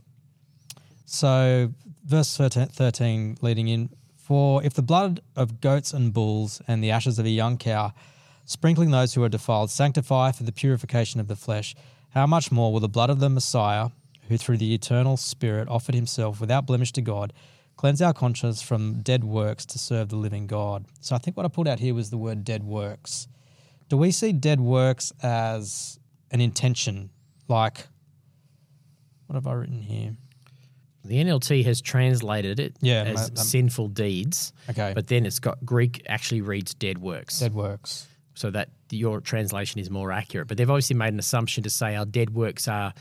Speaker 3: So, verse 13, 13 leading in For if the blood of goats and bulls and the ashes of a young cow, sprinkling those who are defiled, sanctify for the purification of the flesh, how much more will the blood of the Messiah, who through the eternal Spirit offered himself without blemish to God, cleanse our conscience from dead works to serve the living God? So, I think what I pulled out here was the word dead works do we see dead works as an intention? Like, what have I written here?
Speaker 2: the NLT has translated it
Speaker 3: Yeah,
Speaker 2: as
Speaker 3: ma- um,
Speaker 2: sinful deeds.
Speaker 3: Okay.
Speaker 2: But then it's got Greek actually reads dead works.
Speaker 3: Dead works.
Speaker 2: so that your translation is more accurate. But they've obviously made an assumption to say our dead works are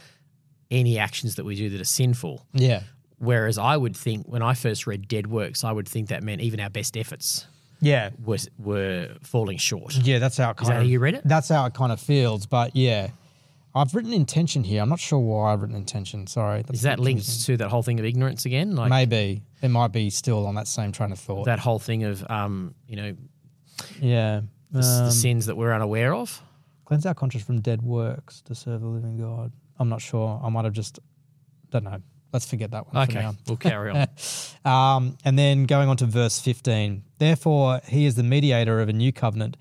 Speaker 2: any actions that we do that are sinful.
Speaker 3: Yeah.
Speaker 2: Whereas I would think when I first read dead works, I would think that meant even our best efforts
Speaker 3: Yeah.
Speaker 2: were were falling short.
Speaker 3: Yeah, that's how it kind
Speaker 2: that
Speaker 3: of
Speaker 2: how you read it?
Speaker 3: That's how it kind of feels. But yeah. I've written intention here. I'm not sure why I've written intention. Sorry.
Speaker 2: Is that linked to that whole thing of ignorance again? Like
Speaker 3: Maybe. It might be still on that same train of thought.
Speaker 2: that whole thing of um, you know,
Speaker 3: yeah.
Speaker 2: the, s-
Speaker 3: Um,
Speaker 2: the sins that we're unaware of?
Speaker 3: Cleanse our conscience from dead works to serve the living God. I'm not sure. I might have just, don't know. Let's forget that one for
Speaker 2: Okay.
Speaker 3: now.
Speaker 2: We'll carry on.
Speaker 3: Um, and then going on to verse 15. Therefore, he is the mediator of a new covenant,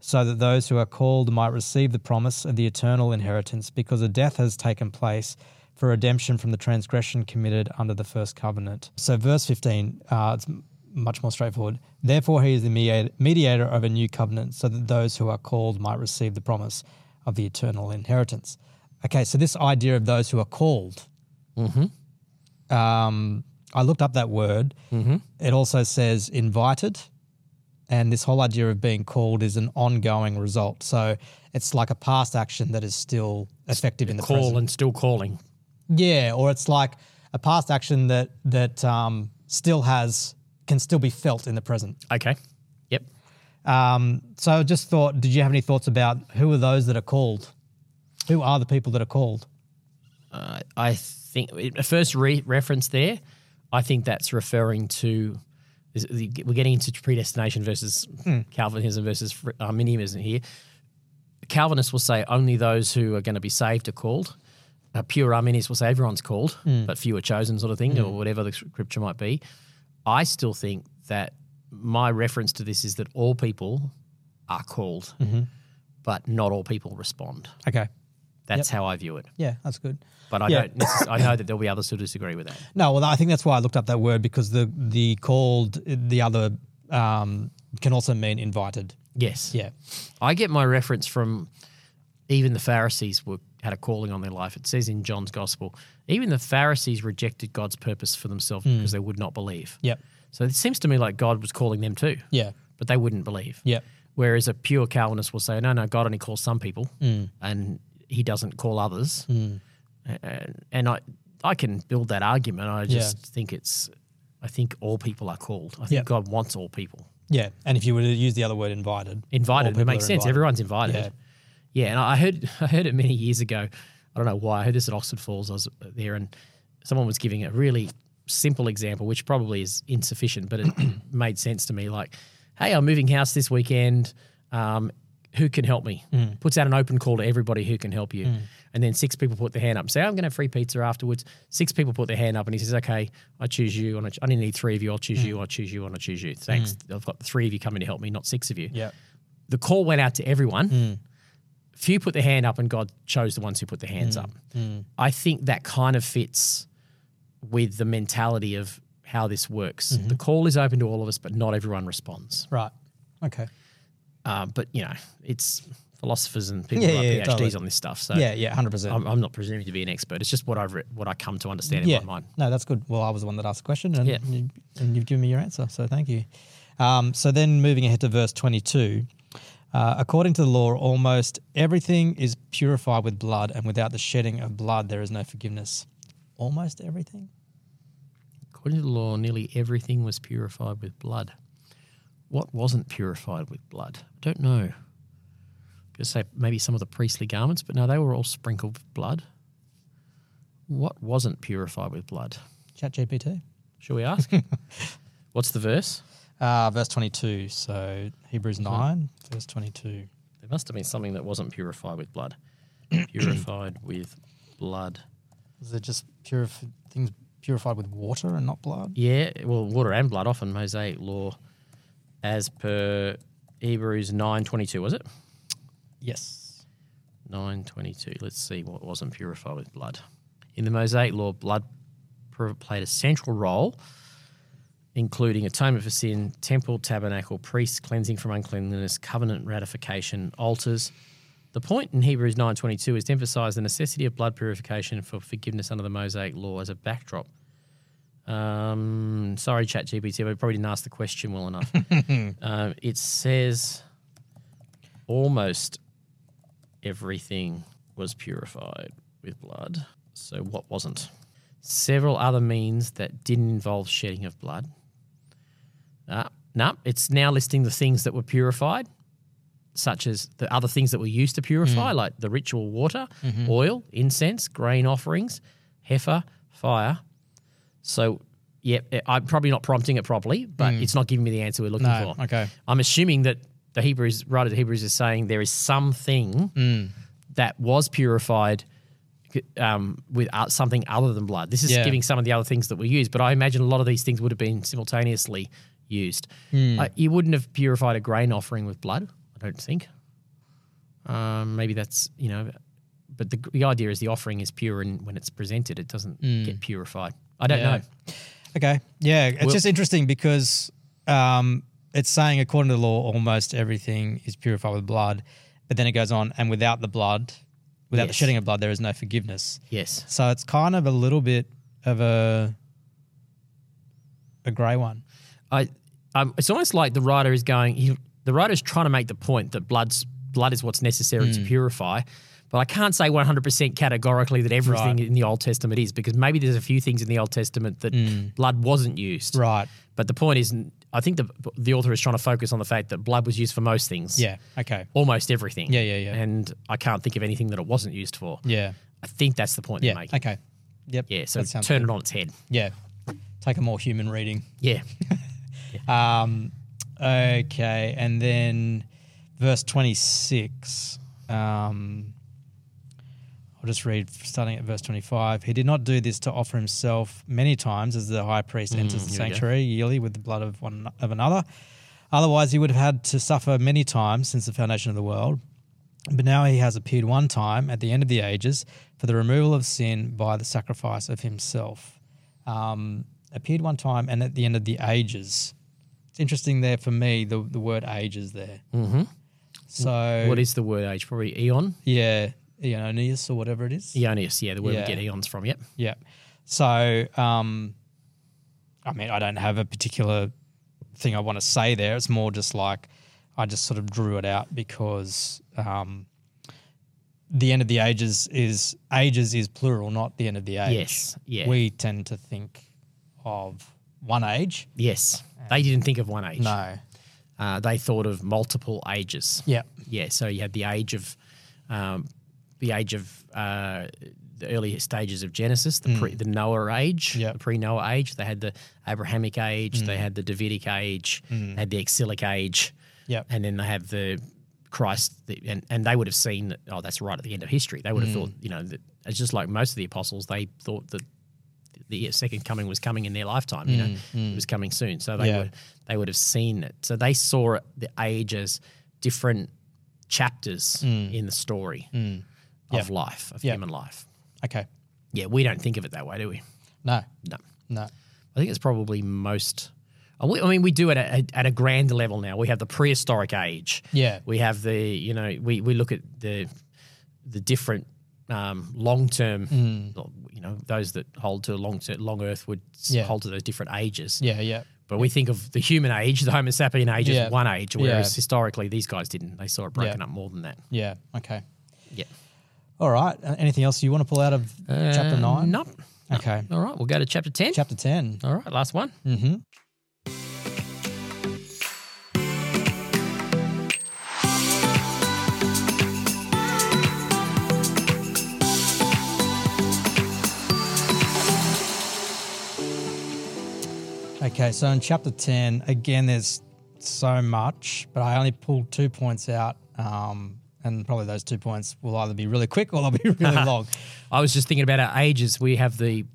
Speaker 3: so that those who are called might receive the promise of the eternal inheritance, because a death has taken place for redemption from the transgression committed under the first covenant. So, verse 15, uh, it's m- much more straightforward. Therefore, he is the media- mediator of a new covenant, so that those who are called might receive the promise of the eternal inheritance. Okay, so this idea of those who are called um, I looked up that word. It also says invited, and this whole idea of being called is an ongoing result. So it's like a past action that is still effective in the
Speaker 2: Call
Speaker 3: present.
Speaker 2: and still calling.
Speaker 3: Yeah, or it's like a past action that that um, still has can still be felt in the present.
Speaker 2: Okay. Yep.
Speaker 3: Um, so I just thought, did you have any thoughts about who are those that are called? Who are the people that are called?
Speaker 2: Uh, I think a first re- reference there. I think that's referring to is- we're getting into predestination versus Calvinism versus fr- Arminianism here. Calvinists will say only those who are going to be saved are called. Uh, pure Arminians will say everyone's called, but few are chosen, sort of thing, or whatever the scripture might be. I still think that my reference to this is that all people are called, but not all people respond.
Speaker 3: Okay,
Speaker 2: That's how I view it
Speaker 3: yeah, that's good.
Speaker 2: but I
Speaker 3: Yeah.
Speaker 2: don't. Necess- I know that there'll be others who disagree with that.
Speaker 3: No, well, I think that's why I looked up that word because the the called the other um, can also mean invited.
Speaker 2: Yes.
Speaker 3: Yeah,
Speaker 2: I get my reference from even the Pharisees were had a calling on their life. It says in John's Gospel, even the Pharisees rejected God's purpose for themselves
Speaker 3: Hmm.
Speaker 2: because they would not believe.
Speaker 3: Yep.
Speaker 2: So it seems to me like God was calling them too.
Speaker 3: yeah,
Speaker 2: But they wouldn't believe.
Speaker 3: yeah,
Speaker 2: Whereas a pure Calvinist will say, no, no, God only calls some people,
Speaker 3: Hmm.
Speaker 2: and He doesn't call others. And, and I, I can build that argument. I just think it's, I think all people are called. I think
Speaker 3: Yeah.
Speaker 2: God wants all people.
Speaker 3: yeah. And if you were to use the other word invited, all
Speaker 2: invited.
Speaker 3: people
Speaker 2: It makes
Speaker 3: are
Speaker 2: sense.
Speaker 3: invited.
Speaker 2: Everyone's invited.
Speaker 3: Yeah.
Speaker 2: Yeah. and I heard I heard it many years ago. I don't know why. I heard this at Oxford Falls. I was there, and someone was giving a really simple example, which probably is insufficient, but it made sense to me. Like, hey, I'm moving house this weekend. Um, who can help me?
Speaker 3: Hmm.
Speaker 2: Puts out an open call to everybody who can help you. And then six people put their hand up and say, I'm going to have free pizza afterwards. Six people put their hand up and he says, Okay, I choose you. And I, ch- I only need three of you. I'll choose
Speaker 3: Hmm.
Speaker 2: you. I'll choose you. And I'll choose you. Thanks. I've got three of you coming to help me, not six of you
Speaker 3: Yeah,
Speaker 2: the call went out to everyone.
Speaker 3: Hmm.
Speaker 2: Few put their hand up, and God chose the ones who put their
Speaker 3: Hmm.
Speaker 2: hands up. I think that kind of fits with the mentality of how this works.
Speaker 3: Mm-hmm.
Speaker 2: The call is open to all of us, but not everyone responds.
Speaker 3: right. Okay.
Speaker 2: Uh, but you know, it's philosophers and people
Speaker 3: Yeah,
Speaker 2: who
Speaker 3: yeah,
Speaker 2: have PhDs
Speaker 3: totally.
Speaker 2: on this stuff. So
Speaker 3: Yeah, yeah, hundred percent.
Speaker 2: I'm, I'm not presuming to be an expert. It's just what I've re- what I come to understand in
Speaker 3: Yeah,
Speaker 2: my mind.
Speaker 3: no, that's good. Well, I was the one that asked the question, and,
Speaker 2: Yeah.
Speaker 3: you, and you've given me your answer, so thank you. Um, so then, moving ahead to verse twenty-two. Uh, according to the law, almost everything is purified with blood, and without the shedding of blood, there is no forgiveness. Almost everything.
Speaker 2: According to the law, nearly everything was purified with blood. What wasn't purified with blood? I don't know. I'm going to say maybe some of the priestly garments, but no, they were all sprinkled with blood. What wasn't purified with blood?
Speaker 3: Chat GPT.
Speaker 2: Shall we ask? What's the verse?
Speaker 3: Uh, verse 22. So Hebrews
Speaker 2: Mm-hmm.
Speaker 3: 9, verse 22.
Speaker 2: There must have been something that wasn't purified with blood. purified with blood.
Speaker 3: Is it just purif- things purified with water and not blood?
Speaker 2: Yeah, well, water and blood, often Mosaic law, as per Hebrews nine twenty two, was it?
Speaker 3: Yes.
Speaker 2: 922. Let's see what wasn't purified with blood. In the Mosaic law, blood pr- played a central role, including atonement for sin, temple, tabernacle, priests, cleansing from uncleanliness, covenant ratification, altars. The point in Hebrews 9:22 is to emphasize the necessity of blood purification for forgiveness under the Mosaic law as a backdrop Um, sorry, ChatGPT, but I probably didn't ask the question well enough. um, it says almost everything was purified with blood. So what wasn't? Several other means that didn't involve shedding of blood. Ah, no, it's now listing the things that were purified, such as the other things that were used to purify,
Speaker 3: Mm.
Speaker 2: like the ritual water,
Speaker 3: Mm-hmm.
Speaker 2: oil, incense, grain offerings, heifer, fire. So, yeah, I'm probably not prompting it properly, but it's not giving me the answer we're looking
Speaker 3: Mm. No,
Speaker 2: for.
Speaker 3: okay.
Speaker 2: I'm assuming that the Hebrews, writer to Hebrews, is saying there is something
Speaker 3: Mm.
Speaker 2: that was purified um, with uh, something other than blood. This is
Speaker 3: Yeah.
Speaker 2: giving some of the other things that were used, but I imagine a lot of these things would have been simultaneously used.
Speaker 3: Hmm.
Speaker 2: Uh, you wouldn't have purified a grain offering with blood, I don't think. Um, maybe that's you know, but the, the idea is the offering is pure, and when it's presented, it doesn't get purified. I don't
Speaker 3: Hmm. Yeah.
Speaker 2: know.
Speaker 3: Okay. Yeah. It's just interesting because um, it's saying, according to the law, almost everything is purified with blood. But then it goes on, and without the blood, without the
Speaker 2: Yes.
Speaker 3: shedding of blood, there is no forgiveness.
Speaker 2: Yes.
Speaker 3: So it's kind of a little bit of a a grey one.
Speaker 2: I, um, it's almost like the writer is going. He, the writer is trying to make the point that blood's blood is what's necessary
Speaker 3: Hmm.
Speaker 2: to purify, but I can't say one hundred percent categorically that everything in the Old Testament is because maybe there's a few things in the Old Testament that blood wasn't used.
Speaker 3: Hmm. Right.
Speaker 2: But the point is, I think the the author is trying to focus on the fact that blood was used for most things.
Speaker 3: Yeah. Okay.
Speaker 2: Almost everything.
Speaker 3: Yeah, yeah, yeah.
Speaker 2: And I can't think of anything that it wasn't used for.
Speaker 3: Yeah.
Speaker 2: I think that's the point
Speaker 3: Yeah.
Speaker 2: they're making.
Speaker 3: Okay. Yep.
Speaker 2: Yeah. So
Speaker 3: That sounds
Speaker 2: turn
Speaker 3: good.
Speaker 2: it on its head.
Speaker 3: Yeah. Take a more human reading.
Speaker 2: Yeah.
Speaker 3: Um, okay, and then verse 26. Um, I'll just read starting at verse 25. He did not do this to offer himself many times as the high priest enters
Speaker 2: Mm, here
Speaker 3: the
Speaker 2: we go.
Speaker 3: sanctuary yearly with the blood of one of another. Otherwise, he would have had to suffer many times since the foundation of the world. But now he has appeared one time at the end of the ages for the removal of sin by the sacrifice of himself. Um, appeared one time and at the end of the ages. It's interesting there for me, the, the word ages there. Mm-hmm. So,
Speaker 2: what is the word age? Probably eon.
Speaker 3: yeah, Ionius or whatever it is.
Speaker 2: Eonius. Yeah. The word
Speaker 3: Yeah.
Speaker 2: we get eons from. Yep.
Speaker 3: Yeah. So, um, I mean, I don't have a particular thing I want to say there. It's more just like I just sort of drew it out because um, the end of the ages is ages is plural, not the end of the age.
Speaker 2: Yes, yeah.
Speaker 3: We tend to think of one age.
Speaker 2: Yes. They didn't think of one age.
Speaker 3: No.
Speaker 2: Uh, they thought of multiple ages.
Speaker 3: Yeah.
Speaker 2: Yeah. So you had the age of, um, the age of uh, the earlier stages of Genesis, the pre, the Noah age,
Speaker 3: Mm. Yep. Mm.
Speaker 2: the pre Noah age. They had the Abrahamic age. They had the Davidic age. They had the Exilic age.
Speaker 3: Yep.
Speaker 2: And then they have the Christ, the, and and they would have seen that. Oh, that's right at the end of history. They would
Speaker 3: Hmm.
Speaker 2: have thought, you know, that, it's just like most of the apostles. They thought that the second coming was coming in their lifetime. You know, it was coming soon. So they
Speaker 3: Hmm. Yeah.
Speaker 2: would they would have seen it. So they saw it, the age as different chapters in the story of life of
Speaker 3: Hmm. Yeah.
Speaker 2: human life.
Speaker 3: Okay.
Speaker 2: Yeah, we don't think of it that way, do we?
Speaker 3: No.
Speaker 2: No.
Speaker 3: No.
Speaker 2: I think it's probably most. I we- I mean, we do it at a, at a grand level now. We have the prehistoric age.
Speaker 3: Yeah.
Speaker 2: We have the you know we, we look at the the different um, long term
Speaker 3: Mm.
Speaker 2: you know those that hold to long ter- long Earth would s-
Speaker 3: Yeah.
Speaker 2: hold to those different ages.
Speaker 3: Yeah. Yeah.
Speaker 2: But we think of the human age, the Homo sapien age,
Speaker 3: Yeah.
Speaker 2: as one age, whereas
Speaker 3: Yeah.
Speaker 2: historically these guys didn't. They saw it broken
Speaker 3: Yeah.
Speaker 2: up more than that.
Speaker 3: Yeah. Okay.
Speaker 2: Yeah.
Speaker 3: All right. Uh, Anything else you want to pull out of chapter
Speaker 2: Uh,
Speaker 3: nine?
Speaker 2: Nope.
Speaker 3: Okay.
Speaker 2: All right, we'll go to chapter ten.
Speaker 3: Chapter 10.
Speaker 2: All right, last one.
Speaker 3: Mm. Okay, so in chapter 10, again, there's so much, but I only pulled two points out. Um, and probably those two points will either be really quick or they'll be really long.
Speaker 2: I was just thinking about our ages. We have the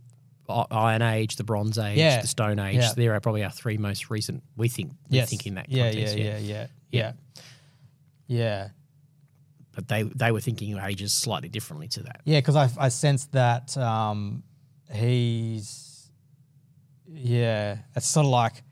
Speaker 2: I- Iron Age, the Bronze Age,
Speaker 3: Yeah.
Speaker 2: the Stone Age.
Speaker 3: Yeah.
Speaker 2: There are probably our three most recent. We think we
Speaker 3: Yes.
Speaker 2: think in that
Speaker 3: yeah,
Speaker 2: context.
Speaker 3: yeah, yeah, yeah, yeah, yeah,
Speaker 2: But they they were thinking of ages slightly differently to that.
Speaker 3: yeah. Because I, I sense that um, he's, yeah, it's sort of like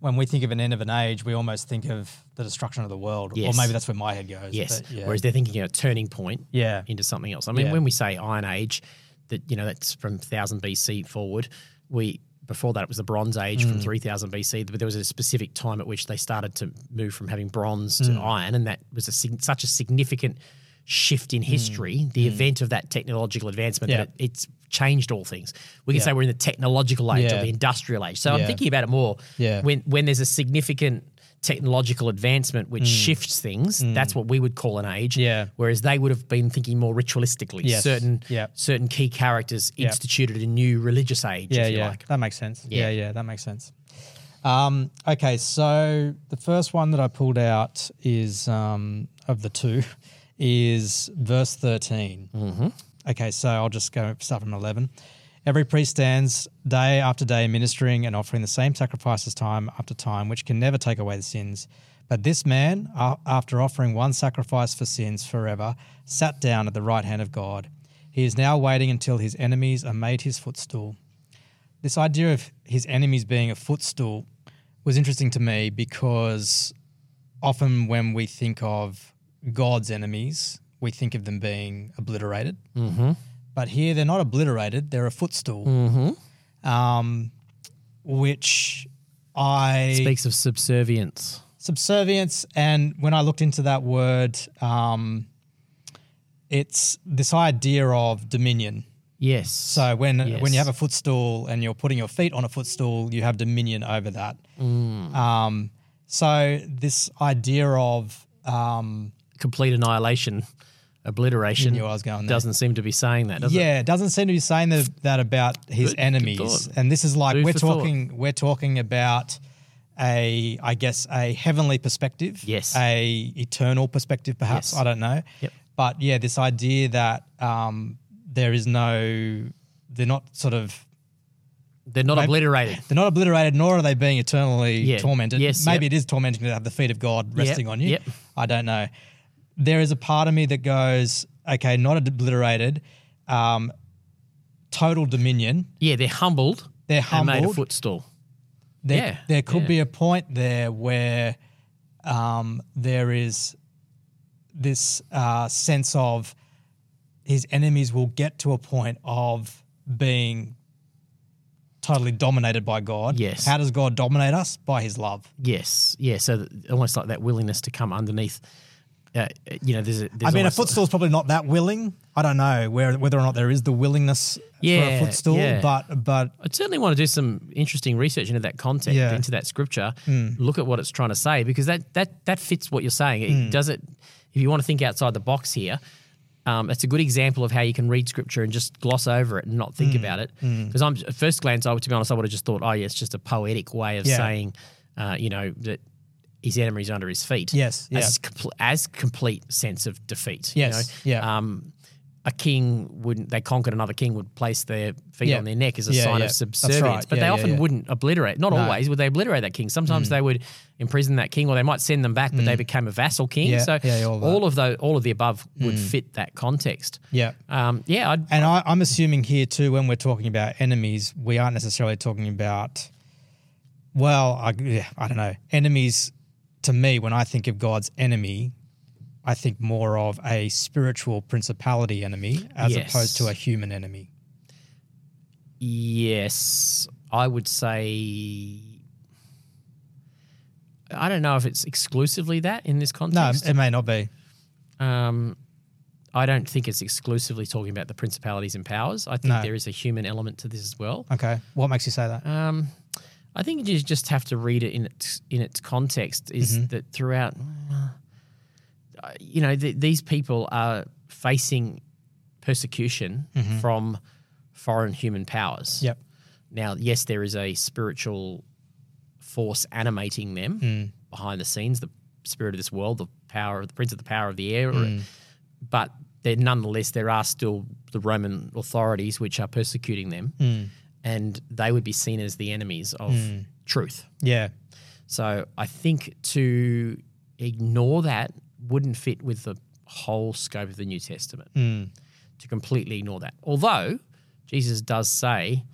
Speaker 3: when we think of an end of an age, we almost think of the destruction of the world,
Speaker 2: Yes.
Speaker 3: or maybe that's where my head goes.
Speaker 2: Yes.
Speaker 3: but yeah.
Speaker 2: Whereas they're thinking of a turning point
Speaker 3: yeah,
Speaker 2: into something else. I mean,
Speaker 3: Yeah.
Speaker 2: when we say Iron Age, that you know that's from 1000 BC forward. We before that it was the Bronze Age
Speaker 3: Mm.
Speaker 2: from 3000 BC, but there was a specific time at which they started to move from having bronze
Speaker 3: Mm.
Speaker 2: to iron, and that was a, sig- such a significant shift in history, the event of that technological advancement that it,
Speaker 3: Mm. Yeah.
Speaker 2: it's changed all things. We can say we're in the technological age or
Speaker 3: Yeah.
Speaker 2: the industrial age. So I'm
Speaker 3: Yeah.
Speaker 2: thinking about it more
Speaker 3: Yeah.
Speaker 2: when when there's a significant technological advancement which
Speaker 3: Mm.
Speaker 2: shifts things that's what we would call an age
Speaker 3: Yeah.
Speaker 2: whereas they would have been thinking more ritualistically
Speaker 3: Yes.
Speaker 2: certain
Speaker 3: Yep.
Speaker 2: certain key characters
Speaker 3: Yep.
Speaker 2: instituted a new religious age
Speaker 3: yeah,
Speaker 2: if you
Speaker 3: yeah.
Speaker 2: like
Speaker 3: That makes sense.
Speaker 2: Yeah.
Speaker 3: Yeah. yeah, that makes sense. Um, okay, so the first one that I pulled out is um, of the two is verse 13. Mm-hmm. Okay, so I'll just go start from 11. Every priest stands day after day ministering and offering the same sacrifices time after time, which can never take away the sins. But this man, a- after offering one sacrifice for sins forever, sat down at the right hand of God. He is now waiting until his enemies are made his footstool this idea of his enemies being a footstool was interesting to me because often when we think of God's enemies, we think of them being obliterated. Mm-hmm. But here they're not obliterated, they're a footstool. Um, which I
Speaker 2: speaks of subservience
Speaker 3: subservience. And when I looked into that word, um, it's this idea of dominion.
Speaker 2: yes
Speaker 3: So when
Speaker 2: Yes.
Speaker 3: when you have a footstool and you're putting your feet on a footstool, you have dominion over that.
Speaker 2: Mm.
Speaker 3: Um, so this idea of um,
Speaker 2: complete annihilation obliteration
Speaker 3: knew I was going there.
Speaker 2: doesn't seem to be saying that does it
Speaker 3: yeah, it doesn't seem to be saying that, that about his enemies.
Speaker 2: thought.
Speaker 3: And this is like
Speaker 2: Food
Speaker 3: we're
Speaker 2: for thought.
Speaker 3: talking we're talking about a I guess a heavenly perspective.
Speaker 2: Yes.
Speaker 3: A eternal perspective, perhaps.
Speaker 2: Yes.
Speaker 3: I don't know.
Speaker 2: Yep.
Speaker 3: But yeah, this idea that um, there is no they're not sort of
Speaker 2: they're not obliterated
Speaker 3: They're not obliterated, nor are they being eternally
Speaker 2: Yeah.
Speaker 3: tormented.
Speaker 2: Yes,
Speaker 3: Maybe
Speaker 2: yep.
Speaker 3: it is tormenting to have the feet of God resting on you.
Speaker 2: yep.
Speaker 3: I don't know. There is a part of me that goes, okay, not obliterated, um, total dominion.
Speaker 2: yeah they're humbled
Speaker 3: They're
Speaker 2: and made a
Speaker 3: humbled.
Speaker 2: footstool
Speaker 3: There,
Speaker 2: Yeah,
Speaker 3: there could
Speaker 2: yeah.
Speaker 3: be a point there where um, there is this uh, sense of his enemies will get to a point of being totally dominated by God.
Speaker 2: Yes.
Speaker 3: How does God dominate us? By his love.
Speaker 2: yes yeah so th- almost like that willingness to come underneath uh, you know there's a there's
Speaker 3: I mean, a
Speaker 2: almost-
Speaker 3: footstool's probably not that willing. I don't know where, whether or not there is the willingness for
Speaker 2: Yeah,
Speaker 3: a footstool,
Speaker 2: yeah.
Speaker 3: but but
Speaker 2: I'd certainly want to do some interesting research into that context,
Speaker 3: Yeah. Mm.
Speaker 2: into that scripture. Look at what it's trying to say because that that that fits what you're saying. It
Speaker 3: Mm.
Speaker 2: does it. If you want to think outside the box here, um, it's a good example of how you can read scripture and just gloss over it and not
Speaker 3: Mm.
Speaker 2: think about it. Because I'm at first glance, I would to be honest, I would have just thought, oh yeah, it's just a poetic way of
Speaker 3: Yeah.
Speaker 2: saying, uh, you know, that his enemies are under his feet.
Speaker 3: Yes, yeah.
Speaker 2: as, compl- as complete sense of defeat. you
Speaker 3: Yes,
Speaker 2: know?
Speaker 3: yeah.
Speaker 2: Um, a king wouldn't they conquered another king would place their feet
Speaker 3: Yeah.
Speaker 2: on their neck as a
Speaker 3: Yeah,
Speaker 2: sign
Speaker 3: yeah.
Speaker 2: of
Speaker 3: That's
Speaker 2: subservience.
Speaker 3: right.
Speaker 2: But
Speaker 3: Yeah,
Speaker 2: they
Speaker 3: yeah, Mm.
Speaker 2: often
Speaker 3: yeah.
Speaker 2: wouldn't obliterate. Not always would they obliterate that king. Sometimes they would imprison that king, or they might send them back, but they became a vassal king.
Speaker 3: Mm. Yeah,
Speaker 2: so
Speaker 3: yeah, all
Speaker 2: all,
Speaker 3: that. Mm.
Speaker 2: of those, all of the above would fit that context.
Speaker 3: yeah.
Speaker 2: Um, yeah, I'd,
Speaker 3: And I, I'm assuming here too, when we're talking about enemies, we aren't necessarily talking about, well, I, yeah, I don't know. Enemies, to me, when I think of God's enemy, I think more of a spiritual principality enemy as
Speaker 2: Yes.
Speaker 3: opposed to a human enemy.
Speaker 2: yes, I would say. I don't know if it's exclusively that in this
Speaker 3: No,
Speaker 2: context.
Speaker 3: it may not be.
Speaker 2: Um, I don't think it's exclusively talking about the principalities and powers. I think
Speaker 3: No.
Speaker 2: there is a human element to this as well.
Speaker 3: Okay. What makes you say that?
Speaker 2: Um, I think you just have to read it in its in its context. Is that throughout, uh, you know, th- these people are facing persecution from foreign human powers.
Speaker 3: Yep.
Speaker 2: Now, yes, there is a spiritual force animating them behind the scenes, the spirit of this world, the power of the prince of the power of the air. or- But there, nonetheless, there are still the Roman authorities which are persecuting them, and they would be seen as the enemies of truth.
Speaker 3: Yeah.
Speaker 2: So I think to ignore that wouldn't fit with the whole scope of the New Testament.
Speaker 3: Hmm.
Speaker 2: To completely ignore that, although Jesus does say,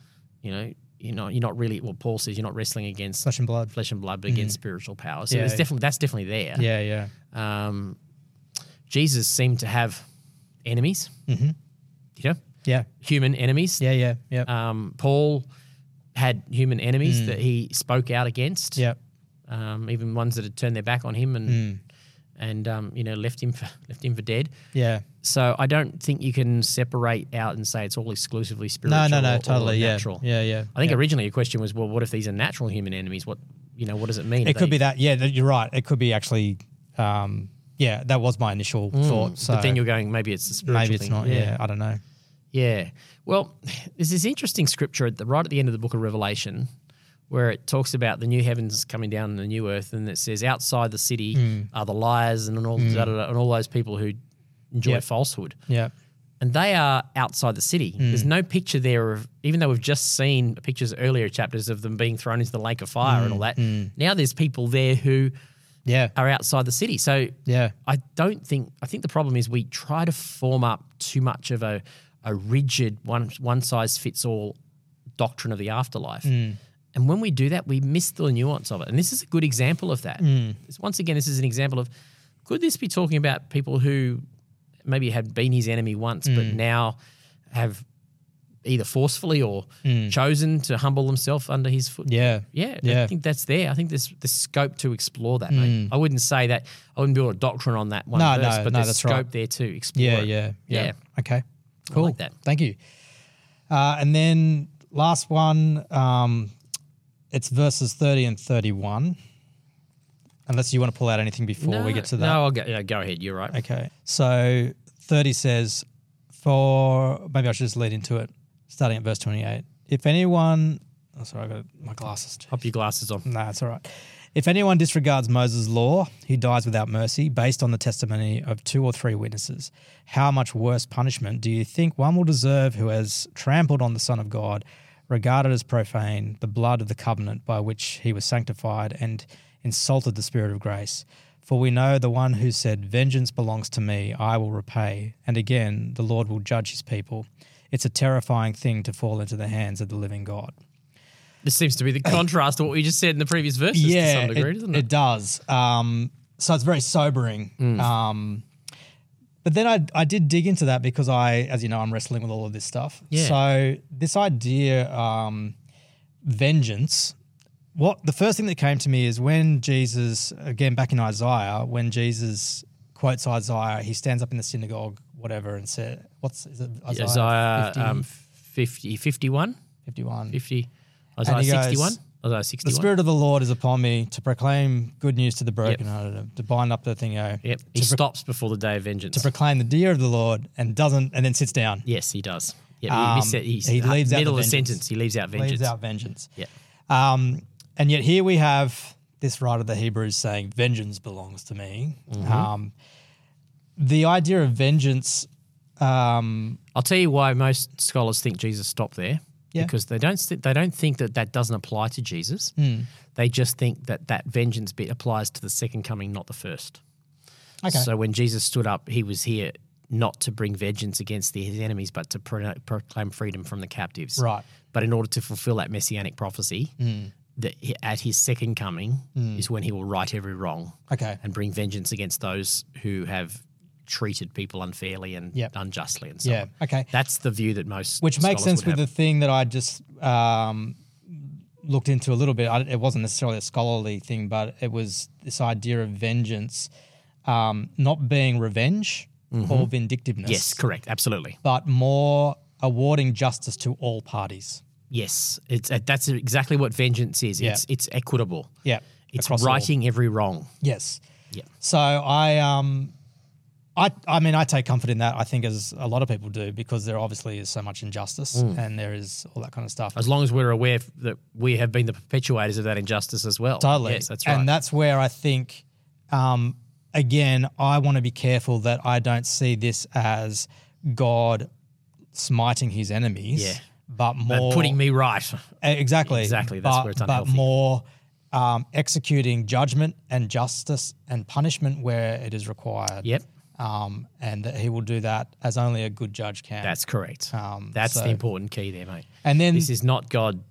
Speaker 2: you know, you're not you're not really well. Paul says you're not wrestling against
Speaker 3: Flesh and blood.
Speaker 2: flesh and blood, but against spiritual power. So
Speaker 3: Hmm. Yeah,
Speaker 2: there's
Speaker 3: yeah.
Speaker 2: definitely that's definitely there.
Speaker 3: Yeah, yeah.
Speaker 2: Um, Jesus seemed to have enemies. Mm-hmm. You know,
Speaker 3: Yeah.
Speaker 2: human enemies. Uh,
Speaker 3: Yeah, yeah, yeah.
Speaker 2: Um, Paul had human enemies
Speaker 3: Hmm.
Speaker 2: that he spoke out against.
Speaker 3: Yep.
Speaker 2: Um, even ones that had turned their back on him and
Speaker 3: Hmm.
Speaker 2: and um, you know left him for, left him for dead.
Speaker 3: Yeah.
Speaker 2: So I don't think you can separate out and say it's all exclusively
Speaker 3: No,
Speaker 2: spiritual.
Speaker 3: no,
Speaker 2: or-
Speaker 3: no.
Speaker 2: or
Speaker 3: Totally. Yeah.
Speaker 2: natural.
Speaker 3: Yeah. Yeah.
Speaker 2: I think
Speaker 3: yeah.
Speaker 2: originally your question was, well, what if these are natural human enemies? What you know, what does it mean?
Speaker 3: it could be that. Yeah, that- you're right. It could be actually. Um, yeah, that was my initial thought. So
Speaker 2: But then Mm, you're going, maybe it's the spiritual
Speaker 3: maybe it's
Speaker 2: thing.
Speaker 3: not. Yeah. I don't know.
Speaker 2: Yeah. Well, there's this interesting scripture at the right at the end of the book of Revelation where it talks about the new heavens coming down and the new earth, and it says outside the city are the liars and all da, da, da, and all those people who enjoy
Speaker 3: Yeah.
Speaker 2: falsehood,
Speaker 3: Yeah.
Speaker 2: and they are outside the city. There's no picture there of even though we've just seen pictures earlier chapters of them being thrown into the lake of fire and all that. Now there's people there who
Speaker 3: Yeah.
Speaker 2: are outside the city, so
Speaker 3: Yeah.
Speaker 2: I don't think I think the problem is we try to form up too much of a a rigid one one size fits all doctrine of the afterlife. And when we do that, we miss the nuance of it. And this is a good example of that. This- Once again, this is an example of could this be talking about people who maybe had been his enemy once, but now have either forcefully or chosen to humble themselves under his foot,
Speaker 3: Yeah.
Speaker 2: yeah, I
Speaker 3: Yeah. Mm.
Speaker 2: think that's there. I think there's the scope to explore that. Mate. I wouldn't say that. I wouldn't build a doctrine on that one
Speaker 3: No,
Speaker 2: verse,
Speaker 3: no,
Speaker 2: but
Speaker 3: no,
Speaker 2: there's
Speaker 3: that's
Speaker 2: scope
Speaker 3: right.
Speaker 2: there to explore.
Speaker 3: Yeah,
Speaker 2: it.
Speaker 3: yeah, yeah.
Speaker 2: yeah.
Speaker 3: Okay, cool.
Speaker 2: that.
Speaker 3: Thank you. Uh, and then last one, um, it's verses thirty and thirty-one. Unless you want to pull out anything before we get to that.
Speaker 2: No, I'll go, yeah, go ahead. You're right.
Speaker 3: Okay. So 30 says, for maybe I should just lead into it, starting at verse 28. If anyone, oh, sorry, I got my glasses.
Speaker 2: Pop your glasses on.
Speaker 3: No, it's all right. If anyone disregards Moses' law, he dies without mercy based on the testimony of two or three witnesses. How much worse punishment do you think one will deserve who has trampled on the Son of God, regarded as profane the blood of the covenant by which he was sanctified, and insulted the Spirit of grace? For we know the one who said, Vengeance belongs to me, I will repay. And again, the Lord will judge his people. It's a terrifying thing to fall into the hands of the living God.
Speaker 2: This seems to be the contrast to what we just said in the previous verses to some degree, doesn't it?
Speaker 3: does. Um, so it's very sobering.
Speaker 2: Mm.
Speaker 3: Um, but then I, I did dig into that because I, as you know, I'm wrestling with all of this stuff.
Speaker 2: Yeah.
Speaker 3: So this idea, um, vengeance, what the first thing that came to me is when Jesus, again, back in Isaiah, when Jesus quotes Isaiah, he stands up in the synagogue, whatever, and said, what's, is it Isaiah,
Speaker 2: Isaiah
Speaker 3: 50,
Speaker 2: um, 50, 51,
Speaker 3: 51?
Speaker 2: 50, Isaiah
Speaker 3: he goes,
Speaker 2: 61, Isaiah
Speaker 3: The
Speaker 2: 61.
Speaker 3: Spirit of the Lord is upon me to proclaim good news to the brokenhearted, to bind up the thing.
Speaker 2: Yep. He
Speaker 3: to, pro-
Speaker 2: stops before the day of vengeance.
Speaker 3: to proclaim the year of the Lord, and doesn't, and then sits down,
Speaker 2: yes, he does. Yeah, he, missed
Speaker 3: Um,
Speaker 2: it. he's
Speaker 3: he leaves out the
Speaker 2: middle of
Speaker 3: vengeance.
Speaker 2: sentence. He leaves out vengeance.
Speaker 3: leaves out vengeance.
Speaker 2: Yeah.
Speaker 3: Um, and yet here we have this writer of the Hebrews saying, "Vengeance belongs to me."
Speaker 2: Mm-hmm.
Speaker 3: Um, the idea of vengeance, um,
Speaker 2: I'll tell you why most scholars think Jesus stopped there.
Speaker 3: Yeah.
Speaker 2: Because they don't th- they don't think that that doesn't apply to Jesus.
Speaker 3: Hmm.
Speaker 2: They just think that that vengeance bit applies to the second coming, not the first.
Speaker 3: Okay.
Speaker 2: So when Jesus stood up, he was here not to bring vengeance against the, his enemies, but to pro- proclaim freedom from the captives.
Speaker 3: Right. Hmm.
Speaker 2: But in order to fulfill that messianic prophecy, that he- at his second coming is when he will right every wrong
Speaker 3: okay,
Speaker 2: and bring vengeance against those who have treated people unfairly and
Speaker 3: Yep.
Speaker 2: unjustly and so
Speaker 3: yeah,
Speaker 2: on.
Speaker 3: okay,
Speaker 2: That's the view that most
Speaker 3: which makes
Speaker 2: scholars
Speaker 3: sense
Speaker 2: would
Speaker 3: with the thing that I just um, looked into a little bit. I, it wasn't necessarily a scholarly thing, but it was this idea of vengeance, um, not being revenge or vindictiveness,
Speaker 2: Mm-hmm. yes, correct, absolutely.
Speaker 3: but more awarding justice to all parties.
Speaker 2: Yes, it's uh, that's exactly what vengeance is. It's it's equitable.
Speaker 3: Yeah,
Speaker 2: It's
Speaker 3: across all.
Speaker 2: righting every wrong.
Speaker 3: Yes.
Speaker 2: Yeah.
Speaker 3: So I um I I mean I take comfort in that I think as a lot of people do because there obviously is so much injustice and there is all that kind of stuff.
Speaker 2: Mm. As long as we're aware f- that we have been the perpetuators of that injustice as well.
Speaker 3: Totally.
Speaker 2: Yes, that's right.
Speaker 3: And that's where I think um again I want to be careful that I don't see this as God smiting his enemies.
Speaker 2: Yeah.
Speaker 3: But more
Speaker 2: But putting me right.
Speaker 3: Eh, Exactly.
Speaker 2: Exactly, that's
Speaker 3: But-
Speaker 2: where it's unhealthy.
Speaker 3: But more um, executing judgment and justice and punishment where it is required.
Speaker 2: Yep.
Speaker 3: Um, and that he will do that as only a good judge can.
Speaker 2: That's correct.
Speaker 3: Um,
Speaker 2: that's
Speaker 3: so-
Speaker 2: the important key there, mate.
Speaker 3: and then
Speaker 2: This is not God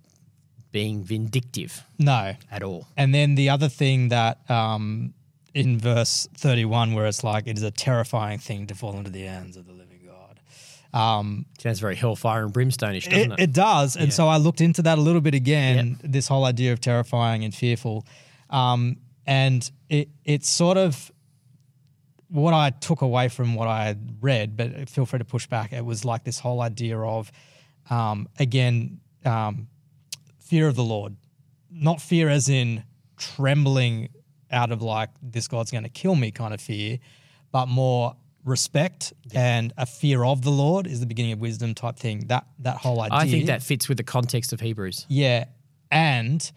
Speaker 2: being vindictive
Speaker 3: no.
Speaker 2: at all.
Speaker 3: And then the other thing that um, in verse 31, where it's like, it is a terrifying thing to fall into the hands of the living God. Um,
Speaker 2: Sounds very hellfire and brimstone-ish, doesn't
Speaker 3: it,
Speaker 2: it?
Speaker 3: it does. And so I looked into that a little bit again, this whole idea of terrifying and fearful. Um, and it, it's sort of what I took away from what I had read, but feel free to push back. It was like this whole idea of, um, again, um, fear of the Lord, not fear as in trembling out of like this God's going to kill me kind of fear, but more respect and a fear of the Lord is the beginning of wisdom type thing. That that whole idea.
Speaker 2: I think that fits with the context of Hebrews.
Speaker 3: Yeah. And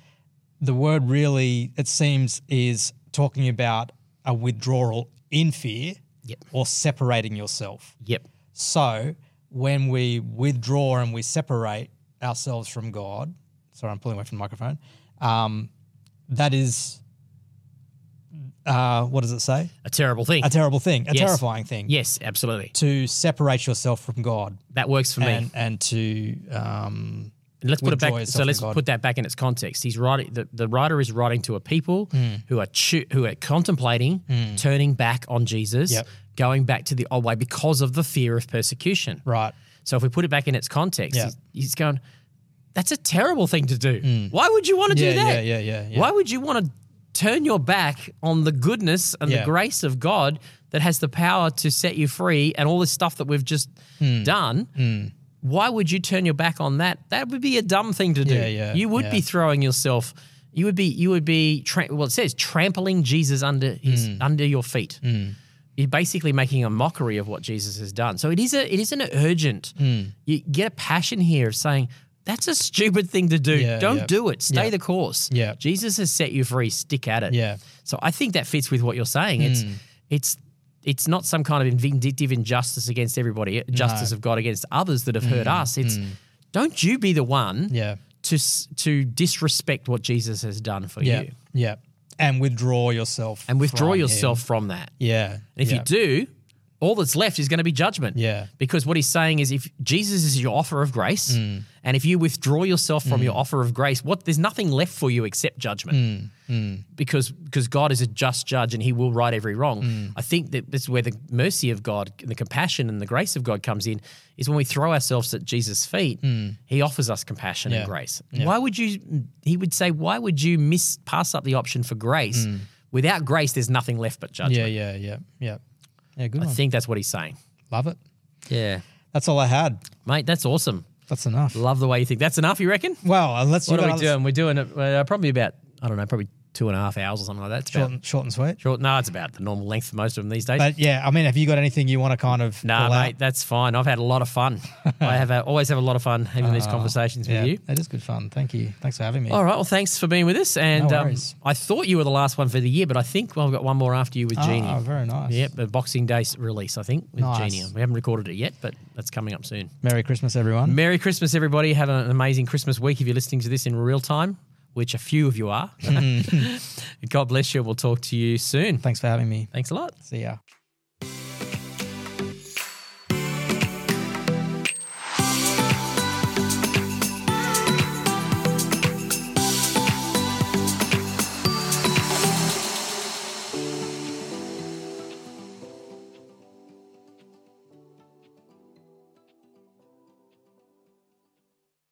Speaker 3: the word really, it seems, is talking about a withdrawal in fear
Speaker 2: Yep.
Speaker 3: or separating yourself.
Speaker 2: Yep.
Speaker 3: So when we withdraw and we separate ourselves from God, sorry, I'm pulling away from the microphone, um, that is, uh, what does it say?
Speaker 2: A terrible thing.
Speaker 3: A terrible thing, a
Speaker 2: Yes.
Speaker 3: terrifying thing.
Speaker 2: yes, absolutely.
Speaker 3: To separate yourself from God
Speaker 2: That works for me.
Speaker 3: and, and to, um,
Speaker 2: And let's put it
Speaker 3: withdraw
Speaker 2: back.
Speaker 3: yourself
Speaker 2: So
Speaker 3: from
Speaker 2: let's
Speaker 3: God.
Speaker 2: put that back in its context. He's writing. The, the writer is writing to a people
Speaker 3: Hmm.
Speaker 2: who are chu who are contemplating turning back on Jesus,
Speaker 3: Yep.
Speaker 2: going back to the old way because of the fear of persecution.
Speaker 3: right.
Speaker 2: So if we put it back in its context,
Speaker 3: Yeah.
Speaker 2: he's, he's going. That's a terrible thing to do. Why would you want to
Speaker 3: Hmm. Yeah,
Speaker 2: do that?
Speaker 3: yeah, yeah, yeah, yeah.
Speaker 2: Why would you want to turn your back on the goodness and the
Speaker 3: Yeah.
Speaker 2: grace of God that has the power to set you free and all this stuff that we've just
Speaker 3: Hmm.
Speaker 2: done? Why would you turn your back on that? That would be a dumb thing to do.
Speaker 3: Yeah, yeah,
Speaker 2: you would be
Speaker 3: yeah.
Speaker 2: throwing yourself. You would be. You would be. Tra- well, it says trampling Jesus under his
Speaker 3: Hmm.
Speaker 2: under your feet. You're basically making a mockery of what Jesus has done. So it is a. It is an urgent.
Speaker 3: Hmm.
Speaker 2: You get a passion here of saying that's a stupid thing to do.
Speaker 3: Yeah,
Speaker 2: Don't
Speaker 3: yeah.
Speaker 2: do it. Stay the course.
Speaker 3: Yeah.
Speaker 2: Jesus has set you free. Stick at it.
Speaker 3: Yeah. Hmm.
Speaker 2: So I think that fits with what you're saying. It's it's it's not some kind of vindictive injustice against everybody, justice of God against others that have hurt us. It's don't you be the one
Speaker 3: Hmm. Yeah.
Speaker 2: to s- to disrespect what Jesus has done for
Speaker 3: Yeah.
Speaker 2: you
Speaker 3: Yeah. And withdraw yourself.
Speaker 2: and withdraw
Speaker 3: from
Speaker 2: yourself
Speaker 3: him.
Speaker 2: from that.
Speaker 3: Yeah.
Speaker 2: And if
Speaker 3: yeah.
Speaker 2: you do, all that's left is going to be judgment.
Speaker 3: Yeah.
Speaker 2: Because what he's saying is if Jesus is your offer of grace,
Speaker 3: Hmm.
Speaker 2: and if you withdraw yourself from your offer of grace, what there's nothing left for you except judgment.
Speaker 3: Hmm.
Speaker 2: Because because God is a just judge and he will right every wrong.
Speaker 3: Hmm.
Speaker 2: I think that this is where the mercy of God, the compassion and the grace of God comes in, is when we throw ourselves at Jesus' feet, he offers us compassion and
Speaker 3: Hmm. Yeah.
Speaker 2: grace. Why would you he would say, why would you miss pass up the option for grace? Without grace, there's nothing left but judgment.
Speaker 3: Hmm. Yeah. Yeah. Yeah. Yeah. Yeah. Good
Speaker 2: I
Speaker 3: one.
Speaker 2: think that's what he's saying.
Speaker 3: Love it.
Speaker 2: Yeah.
Speaker 3: That's all I had.
Speaker 2: Mate, that's awesome.
Speaker 3: That's enough.
Speaker 2: Love the way you think. That's enough, you reckon?
Speaker 3: Well, unless
Speaker 2: What
Speaker 3: you
Speaker 2: are
Speaker 3: got
Speaker 2: we
Speaker 3: others-
Speaker 2: doing? We're doing it uh, probably about, I don't know, probably two and a half hours or something like that. It's
Speaker 3: Short,
Speaker 2: about
Speaker 3: and, short and sweet.
Speaker 2: short. No, it's about the normal length for most of them these days.
Speaker 3: But yeah, I mean, have you got anything you want to kind of?
Speaker 2: nah,
Speaker 3: pull out?
Speaker 2: mate, that's fine. I've had a lot of fun. I have uh, always have a lot of fun having these conversations
Speaker 3: Uh, Yeah,
Speaker 2: with you.
Speaker 3: that is good fun. Thank you. Thanks for having me.
Speaker 2: All right. Well, thanks for being with us. And
Speaker 3: No
Speaker 2: um,
Speaker 3: worries.
Speaker 2: I thought you were the last one for the year, but I think well, I've got one more after you with Genie.
Speaker 3: Oh, very nice.
Speaker 2: Yep, the Boxing Day s- release, I think, with
Speaker 3: Nice.
Speaker 2: Genie. We haven't recorded it yet, but that's coming up soon.
Speaker 3: Merry Christmas, everyone.
Speaker 2: Merry Christmas, everybody. Have an amazing Christmas week if you're listening to this in real time, which a few of you are. God bless you. We'll talk to you soon.
Speaker 3: Thanks for having me.
Speaker 2: Thanks a lot.
Speaker 3: See ya.